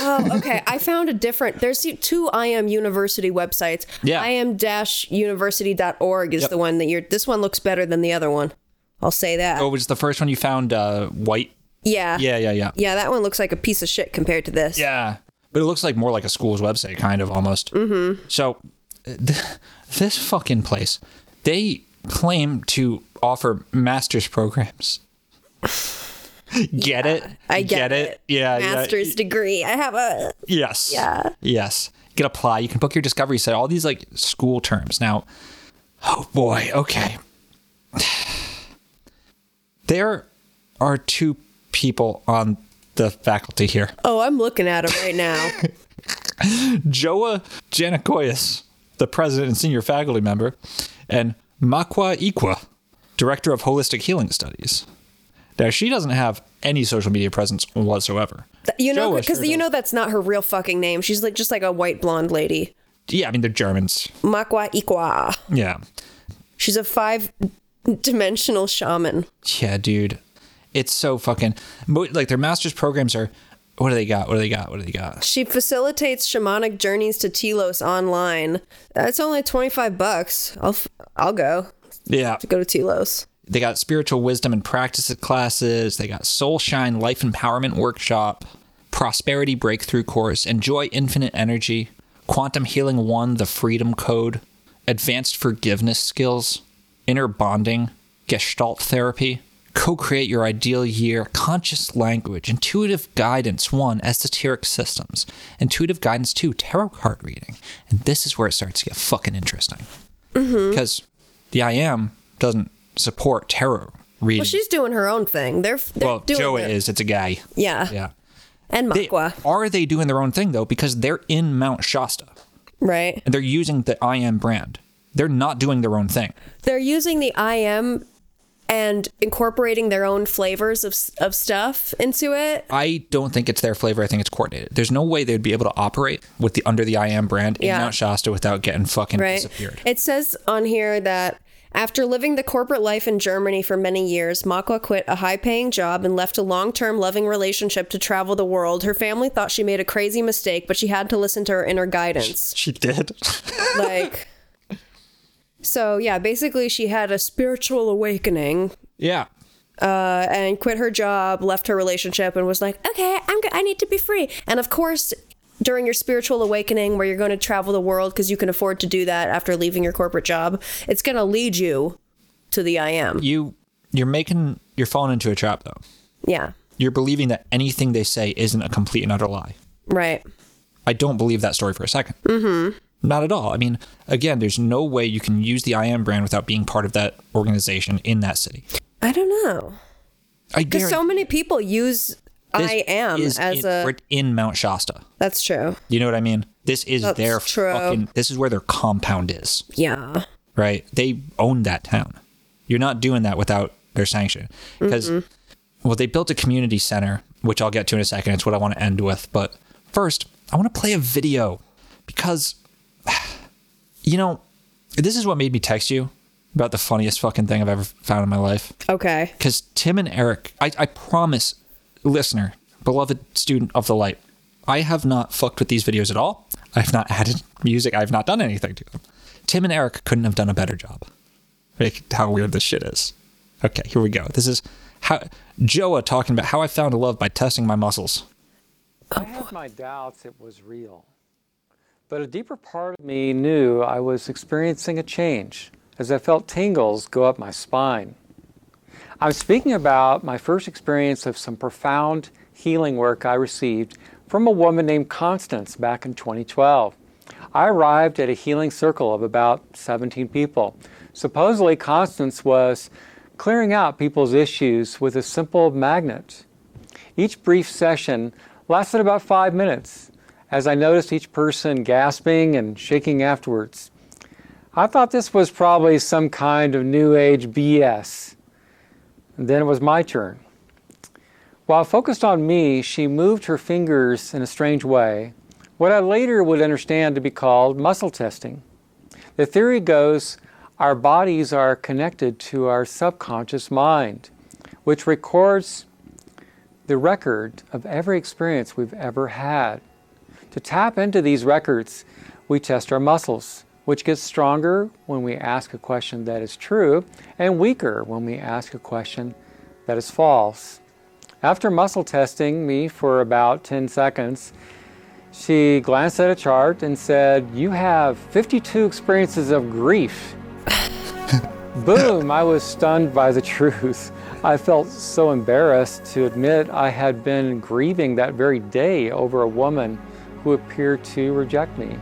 Speaker 2: Oh, okay. I found a different. There's two IM University websites.
Speaker 1: Yeah.
Speaker 2: IM-university.org is
Speaker 1: Yep.
Speaker 2: the one that you're. This one looks better than the other one. I'll say that.
Speaker 1: Oh, was the first one you found uh, white?
Speaker 2: yeah.
Speaker 1: Yeah, yeah, yeah.
Speaker 2: Yeah, that one looks like a piece of shit compared to this.
Speaker 1: Yeah. But it looks like more like a school's website, kind of almost. Mm-hmm. So, th- this fucking place, they claim to offer master's programs. get it?
Speaker 2: I get,
Speaker 1: it. Yeah, yeah.
Speaker 2: Master's degree. I have a.
Speaker 1: Yes.
Speaker 2: Yeah.
Speaker 1: Yes. You can apply. You can book your discovery set. All these like school terms. Now, oh boy. Okay. There are two people on the faculty here.
Speaker 2: Oh, I'm looking at him right now.
Speaker 1: Joa Janakoyas, the president and senior faculty member, and Makwa Ikwa, director of holistic healing studies. Now, she doesn't have any social media presence whatsoever.
Speaker 2: Th- you know,
Speaker 1: Joa
Speaker 2: because
Speaker 1: sure
Speaker 2: you
Speaker 1: does.
Speaker 2: know that's not her real fucking name. She's like just like a white blonde lady.
Speaker 1: Yeah, I mean, they're Germans.
Speaker 2: Makwa Ikwa.
Speaker 1: Yeah.
Speaker 2: She's a five dimensional shaman.
Speaker 1: Yeah, dude. It's so fucking mo- like their master's programs are what do they got? What do they got? What do they got?
Speaker 2: She facilitates shamanic journeys to Telos online. That's only 25 bucks. I'll f- I'll go.
Speaker 1: Yeah.
Speaker 2: Go to Telos.
Speaker 1: They got spiritual wisdom and practice classes. They got soul shine life empowerment workshop, prosperity breakthrough course, enjoy infinite energy, quantum healing one, the freedom code, advanced forgiveness skills, inner bonding, gestalt therapy, co-create your ideal year, conscious language, intuitive guidance one, esoteric systems, intuitive guidance two, tarot card reading. And this is where it starts to get fucking interesting
Speaker 2: Mm-hmm.
Speaker 1: because the IM doesn't support terror reading.
Speaker 2: Well, she's doing her own thing. They're, they're
Speaker 1: Well,
Speaker 2: doing Uh,
Speaker 1: Joa
Speaker 2: their-
Speaker 1: is. It's a guy.
Speaker 2: Yeah.
Speaker 1: Yeah.
Speaker 2: And
Speaker 1: They-
Speaker 2: Makwa,
Speaker 1: are they doing their own thing though? Because they're in Mount Shasta
Speaker 2: right?
Speaker 1: and they're using the IM brand. They're not doing their own thing.
Speaker 2: They're using the IM and incorporating their own flavors of s- of stuff into it.
Speaker 1: I don't think it's their flavor. I think it's coordinated. There's no way they'd be able to operate with the under the IM brand in
Speaker 2: Yeah.
Speaker 1: Mount Shasta without getting fucking
Speaker 2: right?
Speaker 1: disappeared.
Speaker 2: It says on here that after living the corporate life in Germany for many years, Makwa quit a high paying job and left a long term loving relationship to travel the world. Her family thought she made a crazy mistake, but she had to listen to her inner guidance.
Speaker 1: She did.
Speaker 2: like, so yeah, basically, she had a spiritual awakening
Speaker 1: yeah.
Speaker 2: and quit her job, left her relationship, and was like, "Okay, I'm go- I need to be free." And of course, during your spiritual awakening, where you're going to travel the world because you can afford to do that after leaving your corporate job, it's going to lead you to the I am.
Speaker 1: You you're making you're falling into a trap though.
Speaker 2: Yeah,
Speaker 1: You're believing that anything they say isn't a complete and utter lie.
Speaker 2: right.
Speaker 1: I don't believe that story for a 2nd Mm-hmm. Not at all. I mean, again, there's no way you can use the IM brand without being part of that organization in that city.
Speaker 2: I don't know
Speaker 1: I
Speaker 2: because
Speaker 1: guarantee
Speaker 2: so many people use
Speaker 1: this
Speaker 2: I am
Speaker 1: is
Speaker 2: as
Speaker 1: in,
Speaker 2: a.
Speaker 1: we're in Mount Shasta.
Speaker 2: That's true.
Speaker 1: You know what I mean? This is
Speaker 2: That's
Speaker 1: their
Speaker 2: true.
Speaker 1: fucking. This is where their compound is.
Speaker 2: Yeah.
Speaker 1: right? They own that town. You're not doing that without their sanction. Because, well, they built a community center, which I'll get to in a second. It's what I want to end with. But first, I want to play a video because, you know, this is what made me text you about the funniest fucking thing I've ever found in my life.
Speaker 2: Okay.
Speaker 1: Because Tim and Eric, I, I promise, listener, beloved student of the light, I have not fucked with these videos at all. I have not added music. I have not done anything to them. Tim and Eric couldn't have done a better job. Like how weird this shit is. Okay, here we go. This is how Joa talking about how I found love by testing my muscles.
Speaker 7: I had my doubts it was real. But a deeper part of me knew I was experiencing a change as I felt tingles go up my spine. I'm speaking about my first experience of some profound healing work I received from a woman named Constance back in 2012. I arrived at a healing circle of about 17 people. Supposedly, Constance was clearing out people's issues with a simple magnet. Each brief session lasted about five minutes as I noticed each person gasping and shaking afterwards. I thought this was probably some kind of new age BS. And then it was my turn. While focused on me, she moved her fingers in a strange way, what I later would understand to be called muscle testing. The theory goes our bodies are connected to our subconscious mind, which records the record of every experience we've ever had. To tap into these records, we test our muscles, which gets stronger when we ask a question that is true and weaker when we ask a question that is false. After muscle testing me for about 10 seconds, she glanced at a chart and said, You have 52 experiences of grief. Boom, I was stunned by the truth. I felt so embarrassed to admit I had been grieving that very day over a woman who appeared to reject me.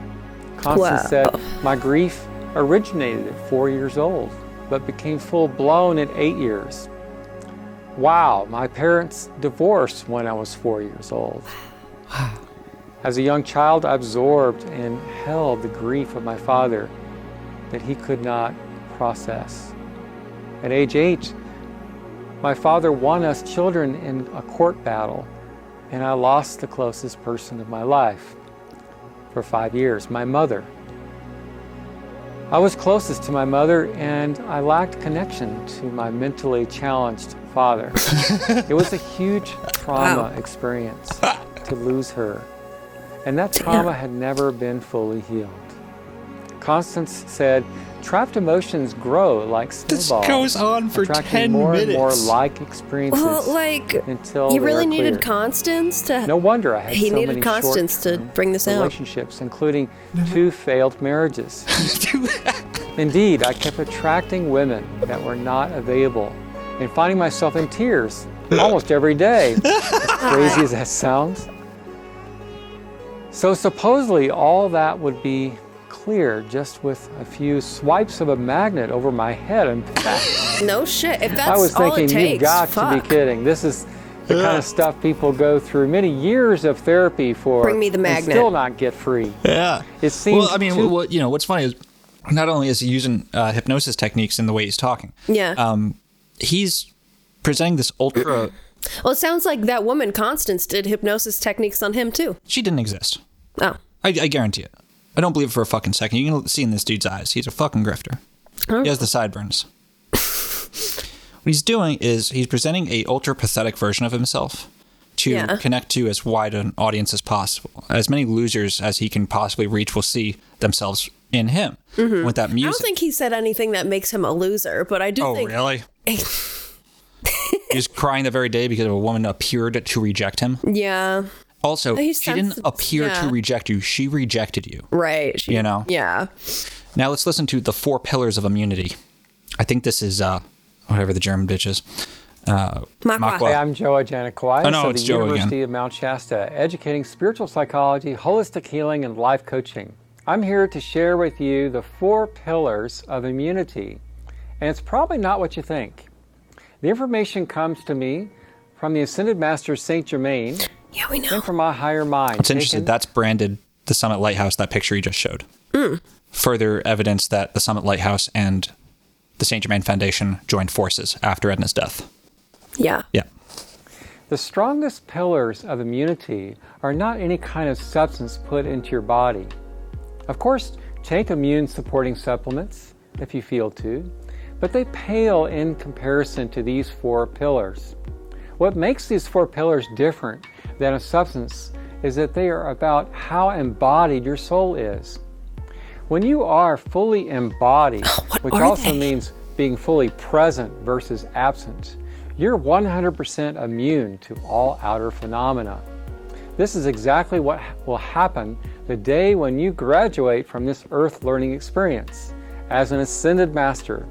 Speaker 7: Constance
Speaker 2: Wow.
Speaker 7: said, My grief originated at four years old, but became full blown at eight years. Wow, my parents divorced when I was four years old. As a young child, I absorbed and held the grief of my father that he could not process. At age eight, my father won us children in a court battle, and I lost the closest person of my life for five years my mother. I was closest to my mother, and I lacked connection to my mentally challenged father. it was a huge trauma experience to lose her, and that trauma had never been fully healed. Constance said, "Trapped emotions grow like
Speaker 1: This
Speaker 7: snowballs,
Speaker 1: goes on for
Speaker 7: attracting
Speaker 1: 10
Speaker 7: more and more
Speaker 1: minutes.
Speaker 7: like experiences
Speaker 2: Well, like,
Speaker 7: until
Speaker 2: you
Speaker 7: they
Speaker 2: really
Speaker 7: are
Speaker 2: needed
Speaker 7: cleared.
Speaker 2: Constance to.
Speaker 7: No wonder I had
Speaker 2: He
Speaker 7: so
Speaker 2: needed
Speaker 7: many
Speaker 2: Constance to
Speaker 7: short-term
Speaker 2: bring this out.
Speaker 7: Relationships, including two failed marriages. Indeed, I kept attracting women that were not available, and finding myself in tears almost every day. As crazy as that sounds. So supposedly all that would be clear just with a few swipes of a magnet over my head and back.
Speaker 2: No shit. If that's
Speaker 7: I was
Speaker 2: all
Speaker 7: thinking,
Speaker 2: it takes,
Speaker 7: you got to
Speaker 2: fuck.
Speaker 7: be kidding. This is the kind of stuff people go through many years of therapy for.
Speaker 2: Bring me the
Speaker 7: and
Speaker 2: magnet.
Speaker 7: still not get free.
Speaker 1: Yeah.
Speaker 7: It seems.
Speaker 1: well, I mean,
Speaker 7: too-
Speaker 1: what, you know, what's funny is not only is he using uh, hypnosis techniques in the way he's talking,
Speaker 2: Yeah.
Speaker 1: um, he's presenting this ultra.
Speaker 2: well, it sounds like that woman Constance did hypnosis techniques on him too.
Speaker 1: she didn't exist.
Speaker 2: Oh,
Speaker 1: I, I guarantee it. I don't believe it for a fucking second. You can see in this dude's eyes. He's a fucking grifter. He has the sideburns. what he's doing is he's presenting a ultra pathetic version of himself to
Speaker 2: Yeah.
Speaker 1: connect to as wide an audience as possible. As many losers as he can possibly reach will see themselves in him with that
Speaker 2: Mm-hmm. I
Speaker 1: music.
Speaker 2: don't think he said anything that makes him a loser, but I do
Speaker 1: oh,
Speaker 2: think
Speaker 1: really? he's crying the very day because a woman appeared to reject him.
Speaker 2: Yeah.
Speaker 1: Also,
Speaker 2: He
Speaker 1: she
Speaker 2: sounds-
Speaker 1: didn't appear
Speaker 2: yeah.
Speaker 1: to reject you. She rejected you.
Speaker 2: Right.
Speaker 1: You know?
Speaker 2: Yeah.
Speaker 1: Now let's listen to the four pillars of immunity. I think this is uh, whatever the German bitch is. Uh,
Speaker 2: Makwa.
Speaker 1: Makwa.
Speaker 7: Hey, I'm Joe Janikowicz
Speaker 1: Oh, no,
Speaker 7: of
Speaker 1: it's
Speaker 7: the
Speaker 1: Joe again.
Speaker 7: University of Mount Shasta, educating spiritual psychology, holistic healing, and life coaching. I'm here to share with you the four pillars of immunity, and it's probably not what you think. The information comes to me from the Ascended Master Saint Germain
Speaker 2: Yeah, we know.
Speaker 7: and from my higher mind.
Speaker 1: It's interesting.
Speaker 7: taken
Speaker 1: That's branded the Summit Lighthouse. That picture he just showed. further evidence that the Summit Lighthouse and the St. Germain Foundation joined forces after Edna's death.
Speaker 2: Yeah.
Speaker 1: Yeah.
Speaker 7: The strongest pillars of immunity are not any kind of substance put into your body. Of course, take immune supporting supplements if you feel to, but they pale in comparison to these four pillars. What makes these four pillars different than a substance is that they are about how embodied your soul is. When you are fully embodied, which also
Speaker 2: they?
Speaker 7: means being fully present versus absent, you're 100% immune to all outer phenomena. This is exactly what ha- will happen the day when you graduate from this earth learning experience as an ascended master.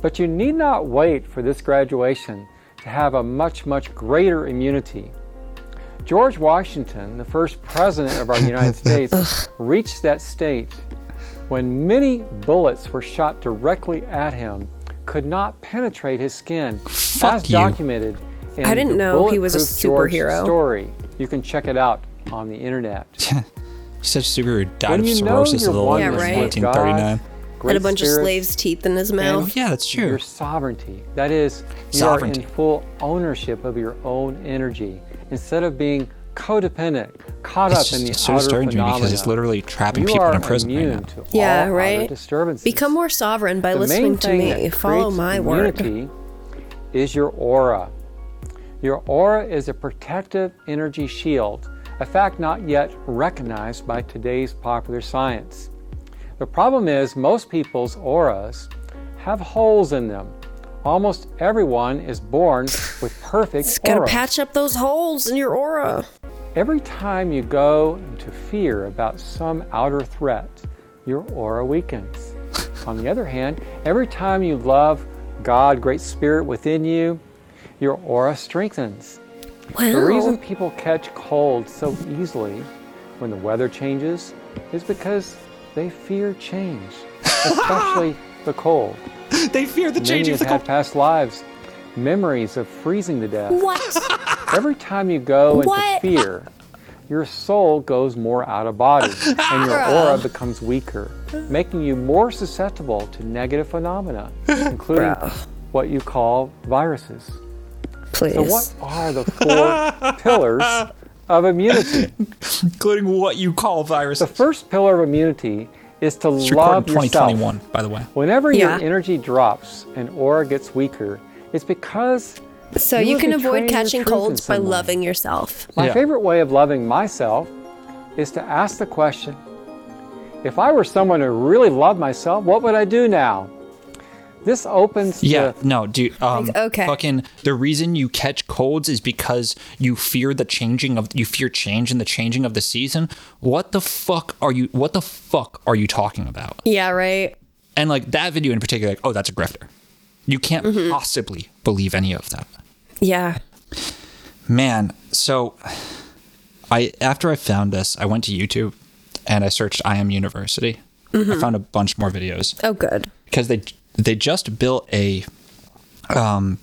Speaker 7: But you need not wait for this graduation to have a much, much greater immunity. George Washington, the first president of our United States, reached that state when many bullets were shot directly at him, could not penetrate his skin, as
Speaker 1: you.
Speaker 7: documented in
Speaker 2: I didn't
Speaker 7: the
Speaker 2: know he was a
Speaker 7: Bulletproof George
Speaker 2: superhero.
Speaker 7: Story. You can check it out on the internet.
Speaker 1: Such Subaru died
Speaker 7: When
Speaker 1: of
Speaker 7: you know
Speaker 1: cirrhosis of the
Speaker 7: you're Oh
Speaker 1: lung
Speaker 7: one
Speaker 1: in
Speaker 2: with God,
Speaker 1: 1939.
Speaker 2: Had a
Speaker 7: Great
Speaker 2: bunch of
Speaker 7: spirits
Speaker 2: slaves' teeth in his
Speaker 7: and
Speaker 2: mouth.
Speaker 1: Yeah, that's true.
Speaker 7: Your sovereignty. That is, you
Speaker 1: Sovereignty.
Speaker 7: are in full ownership of your own energy instead of being codependent, caught
Speaker 1: It's
Speaker 7: up in
Speaker 1: just-
Speaker 7: the
Speaker 1: it's so
Speaker 7: outer
Speaker 1: disturbing because
Speaker 7: phenomena.
Speaker 1: it's literally trapping
Speaker 7: You
Speaker 1: people
Speaker 7: are
Speaker 1: in a prison right
Speaker 7: immune
Speaker 1: now.
Speaker 7: to all
Speaker 2: Yeah,
Speaker 7: outer
Speaker 2: right?
Speaker 7: disturbances.
Speaker 2: Become more sovereign by
Speaker 7: the
Speaker 2: listening
Speaker 7: main
Speaker 2: to
Speaker 7: thing
Speaker 2: me.
Speaker 7: that
Speaker 2: Follow
Speaker 7: creates
Speaker 2: my word.
Speaker 7: immunity Is your aura. Your aura is a protective energy shield, a fact not yet recognized by today's popular science. The problem is, most people's auras have holes in them. Almost everyone is born with perfect
Speaker 2: It's gotta
Speaker 7: auras.
Speaker 2: patch up those holes in your aura.
Speaker 7: Every time you go into fear about some outer threat, your aura weakens. On the other hand, every time you love God, Great Spirit within you, your aura strengthens. The reason
Speaker 2: Wow.
Speaker 7: people catch cold so easily when the weather changes is because they fear change, especially the cold.
Speaker 1: They fear the
Speaker 7: Many
Speaker 1: change of
Speaker 7: have
Speaker 1: the
Speaker 7: had
Speaker 1: cult.
Speaker 7: past lives, memories of freezing to death.
Speaker 2: What?
Speaker 7: Every time you go into
Speaker 2: What?
Speaker 7: fear, your soul goes more out of body and your aura becomes weaker, making you more susceptible to negative phenomena, including what you call viruses. So, what
Speaker 2: Please.
Speaker 7: are the four pillars of immunity?
Speaker 1: Including what you call
Speaker 7: The
Speaker 1: viruses.
Speaker 7: first pillar of immunity is to
Speaker 1: It's
Speaker 7: love
Speaker 1: recorded in
Speaker 7: yourself.
Speaker 1: 2021, by the way.
Speaker 7: Whenever
Speaker 2: Yeah.
Speaker 7: your energy drops and aura gets weaker, it's because
Speaker 2: So
Speaker 7: you
Speaker 2: you
Speaker 7: were
Speaker 2: can avoid
Speaker 7: betraying your
Speaker 2: catching
Speaker 7: truth in
Speaker 2: colds by
Speaker 7: some way.
Speaker 2: loving yourself.
Speaker 7: My
Speaker 1: Yeah.
Speaker 7: favorite way of loving myself is to ask the question if I were someone who really loved myself, what would I do now? This opens
Speaker 1: Yeah,
Speaker 7: to
Speaker 1: no, dude. Um,
Speaker 2: Like, okay.
Speaker 1: Fucking the reason you catch colds is because you fear the changing of you fear change and the changing of the season. What the fuck are you? What the fuck are you talking about?
Speaker 2: Yeah, right.
Speaker 1: And like that video in particular, like, oh, that's a grifter. You can't
Speaker 2: Mm-hmm.
Speaker 1: possibly believe any of that,
Speaker 2: Yeah.
Speaker 1: man. So, I after I found this, I went to YouTube and I searched I am University.
Speaker 2: Mm-hmm.
Speaker 1: I found a bunch more videos.
Speaker 2: Oh, good.
Speaker 1: because they they just built a um,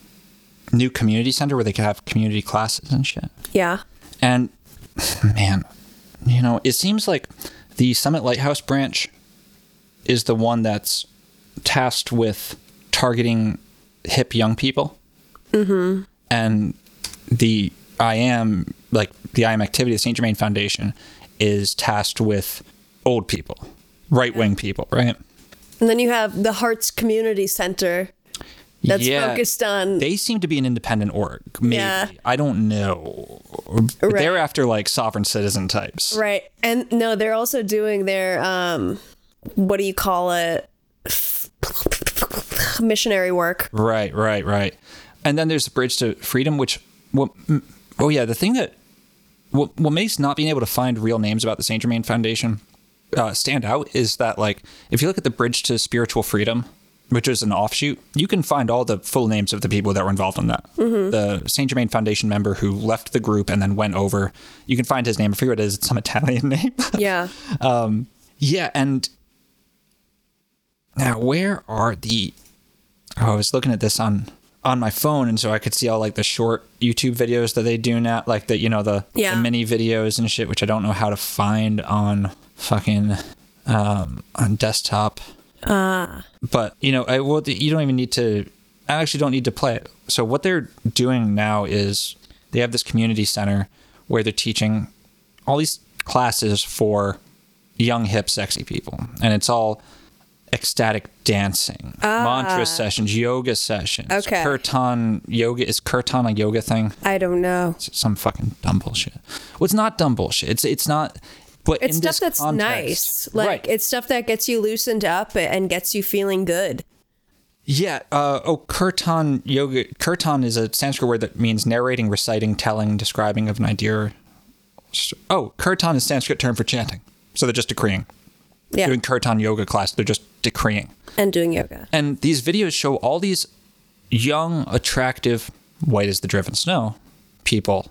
Speaker 1: new community center where they could have community classes and shit.
Speaker 2: Yeah.
Speaker 1: And man, you know, it seems like the Summit Lighthouse branch is the one that's tasked with targeting hip young people. Mm-hmm. And the I am like the I am activity, the Saint Germain Foundation is tasked with old people, right wing people, right?
Speaker 2: And then you have the Hearts Community Center that's focused on.
Speaker 1: They seem to be an independent org. Maybe
Speaker 2: Yeah.
Speaker 1: I don't know. But
Speaker 2: Right.
Speaker 1: They're after like sovereign citizen types.
Speaker 2: right. And no, they're also doing their, um, what do you call it? Missionary work.
Speaker 1: Right, right, right. And then there's the bridge to freedom, which, what, mm, oh yeah, the thing that, what, what makes not being able to find real names about the Saint Germain Foundation uh, stand out is that, like, if you look at the bridge to spiritual freedom, which is an offshoot, you can find all the full names of the people that were involved in that.
Speaker 2: Mm-hmm.
Speaker 1: The Saint Germain Foundation member who left the group and then went over, you can find his name. I forget what it is. It's some Italian name.
Speaker 2: Yeah.
Speaker 1: Yeah, and now where are the? Oh, I was looking at this on on my phone, and so I could see all like the short YouTube videos that they do now, like the you know the,
Speaker 2: Yeah.
Speaker 1: the mini videos and shit, which I don't know how to find on fucking um, on desktop.
Speaker 2: Ah. Uh.
Speaker 1: But you know, I well, you don't even need to. I actually don't need to play it. So what they're doing now is they have this community center where they're teaching all these classes for young, hip, sexy people, and it's all ecstatic dancing,
Speaker 2: Ah.
Speaker 1: mantra sessions, yoga sessions.
Speaker 2: Okay.
Speaker 1: Kirtan yoga is kirtan a yoga thing?
Speaker 2: I don't know.
Speaker 1: It's some fucking dumb bullshit. Well, it's not dumb bullshit. It's it's not. But
Speaker 2: It's
Speaker 1: in
Speaker 2: stuff
Speaker 1: this
Speaker 2: that's
Speaker 1: context-
Speaker 2: nice. Like
Speaker 1: Right.
Speaker 2: it's stuff that gets you loosened up and gets you feeling good.
Speaker 1: Yeah. Uh, oh, kirtan yoga. Kirtan is a Sanskrit word that means narrating, reciting, telling, describing of an idea. or- Oh, kirtan is Sanskrit term for chanting. So they're just decreeing.
Speaker 2: Yeah.
Speaker 1: Doing kirtan yoga class, they're just decreeing.
Speaker 2: And doing yoga.
Speaker 1: And these videos show all these young, attractive, white as the driven snow people,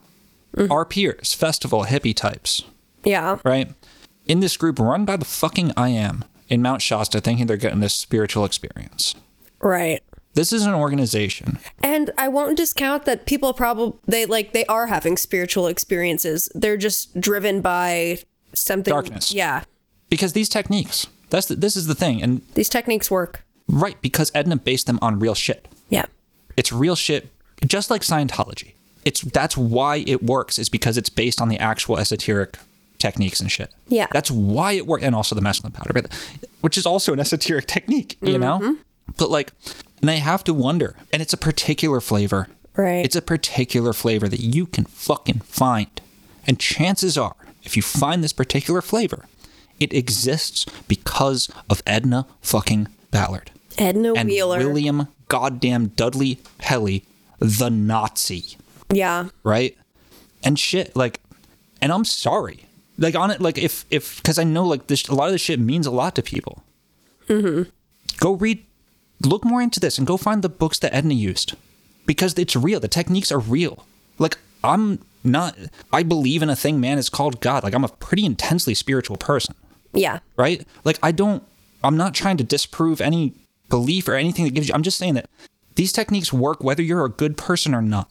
Speaker 1: our peers, festival hippie types,
Speaker 2: Yeah.
Speaker 1: right? In this group run by the fucking I am in Mount Shasta, thinking they're getting this spiritual experience.
Speaker 2: Right.
Speaker 1: This is an organization
Speaker 2: And I won't discount that people probably they like they are having spiritual experiences. They're just driven by something
Speaker 1: Darkness.
Speaker 2: Yeah.
Speaker 1: because these techniques, that's the, this is the thing, and
Speaker 2: These techniques work.
Speaker 1: right because Edna based them on real shit.
Speaker 2: Yeah.
Speaker 1: It's real shit, just like Scientology. It's that's why it works is because it's based on the actual esoteric techniques and shit.
Speaker 2: Yeah.
Speaker 1: that's why it worked, and also the mescaline powder, but which is also an esoteric technique, you know. But like, and I have to wonder, and it's a particular flavor.
Speaker 2: Right.
Speaker 1: It's a particular flavor that you can fucking find, and chances are, if you find this particular flavor, it exists because of Edna fucking Ballard
Speaker 2: Edna
Speaker 1: and
Speaker 2: Wheeler.
Speaker 1: William goddamn Dudley Helly, the Nazi,
Speaker 2: yeah.
Speaker 1: right? And shit, like, and I'm sorry, like on it, like if if because I know like this, a lot of this shit means a lot to people.
Speaker 2: Mhm.
Speaker 1: Go read, look more into this, and go find the books that Edna used, because it's real. The techniques are real. Like I'm not, I believe in a thing man is called God. Like I'm a pretty intensely spiritual person
Speaker 2: Yeah.
Speaker 1: right? Like I don't I'm not trying to disprove any belief or anything that gives you I'm just saying that these techniques work whether you're a good person or not.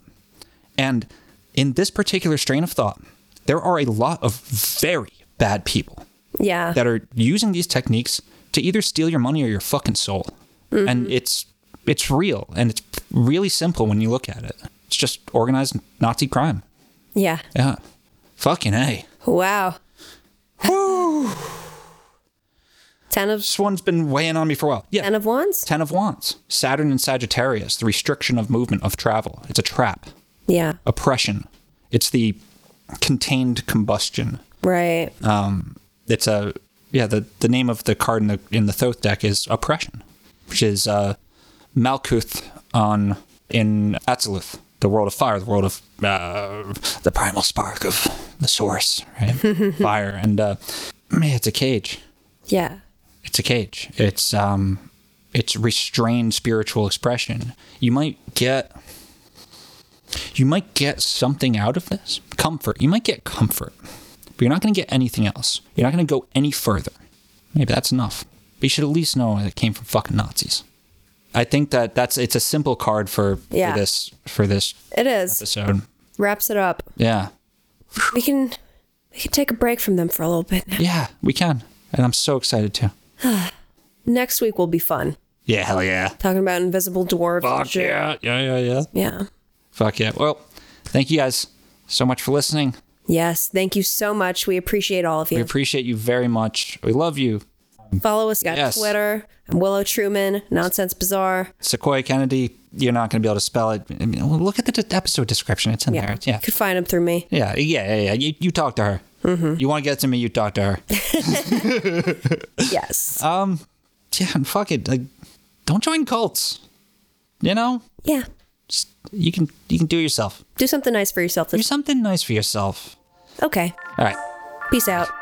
Speaker 1: And in this particular strain of thought, there are a lot of very bad people
Speaker 2: Yeah.
Speaker 1: that are using these techniques to either steal your money or your fucking soul. And it's it's real and it's really simple when you look at it. It's just organized Nazi crime.
Speaker 2: Yeah.
Speaker 1: Yeah. Fucking A.
Speaker 2: Wow.
Speaker 1: Woo.
Speaker 2: Ten of
Speaker 1: This one's been weighing on me for a while. Yeah.
Speaker 2: ten of wands?
Speaker 1: Ten of Wands, Saturn and Sagittarius, the restriction of movement of travel. It's a trap,
Speaker 2: Yeah.
Speaker 1: oppression. It's the contained combustion.
Speaker 2: Right.
Speaker 1: Um, it's a yeah. The, the name of the card in the in the Thoth deck is oppression, which is uh, Malkuth on in Atzeluth, the world of fire, the world of uh, the primal spark of the source, right? fire, and uh, man, it's a cage
Speaker 2: Yeah.
Speaker 1: it's a cage. It's um it's restrained spiritual expression. You might get you might get something out of this. Comfort. You might get comfort. But you're not going to get anything else. You're not going to go any further. Maybe that's enough. But you should at least know that it came from fucking Nazis. I think that that's it's a simple card for,
Speaker 2: Yeah.
Speaker 1: for this for this
Speaker 2: It is.
Speaker 1: episode.
Speaker 2: Wraps it up.
Speaker 1: Yeah.
Speaker 2: We can we can take a break from them for a little bit now.
Speaker 1: Yeah, we can. And I'm so excited too.
Speaker 2: Next week will be fun.
Speaker 1: Yeah, hell yeah.
Speaker 2: Talking about invisible dwarves. and
Speaker 1: Fuck
Speaker 2: shit.
Speaker 1: yeah. Yeah, yeah, yeah.
Speaker 2: Yeah.
Speaker 1: Fuck yeah. Well, thank you guys so much for listening.
Speaker 2: Yes. Thank you so much. We appreciate all of you.
Speaker 1: We appreciate you very much. We love you.
Speaker 2: Follow us on
Speaker 1: Yes.
Speaker 2: Twitter. I'm Willow Truman, Nonsense Bazaar.
Speaker 1: Sequoia Kennedy, you're not going to be able to spell it. I mean, well, look at the d- episode description. It's in
Speaker 2: Yeah.
Speaker 1: there. Yeah.
Speaker 2: You could find them through me.
Speaker 1: Yeah. Yeah. Yeah. yeah. You, you talk to her.
Speaker 2: Mm-hmm.
Speaker 1: You want to get to me, you talk to her.
Speaker 2: Yes.
Speaker 1: Um, yeah. And fuck it. Like, don't join cults. You know,
Speaker 2: yeah.
Speaker 1: Just- you can you can do it yourself.
Speaker 2: Do something nice for yourself.
Speaker 1: Do something nice for yourself.
Speaker 2: Okay.
Speaker 1: All right.
Speaker 2: Peace out.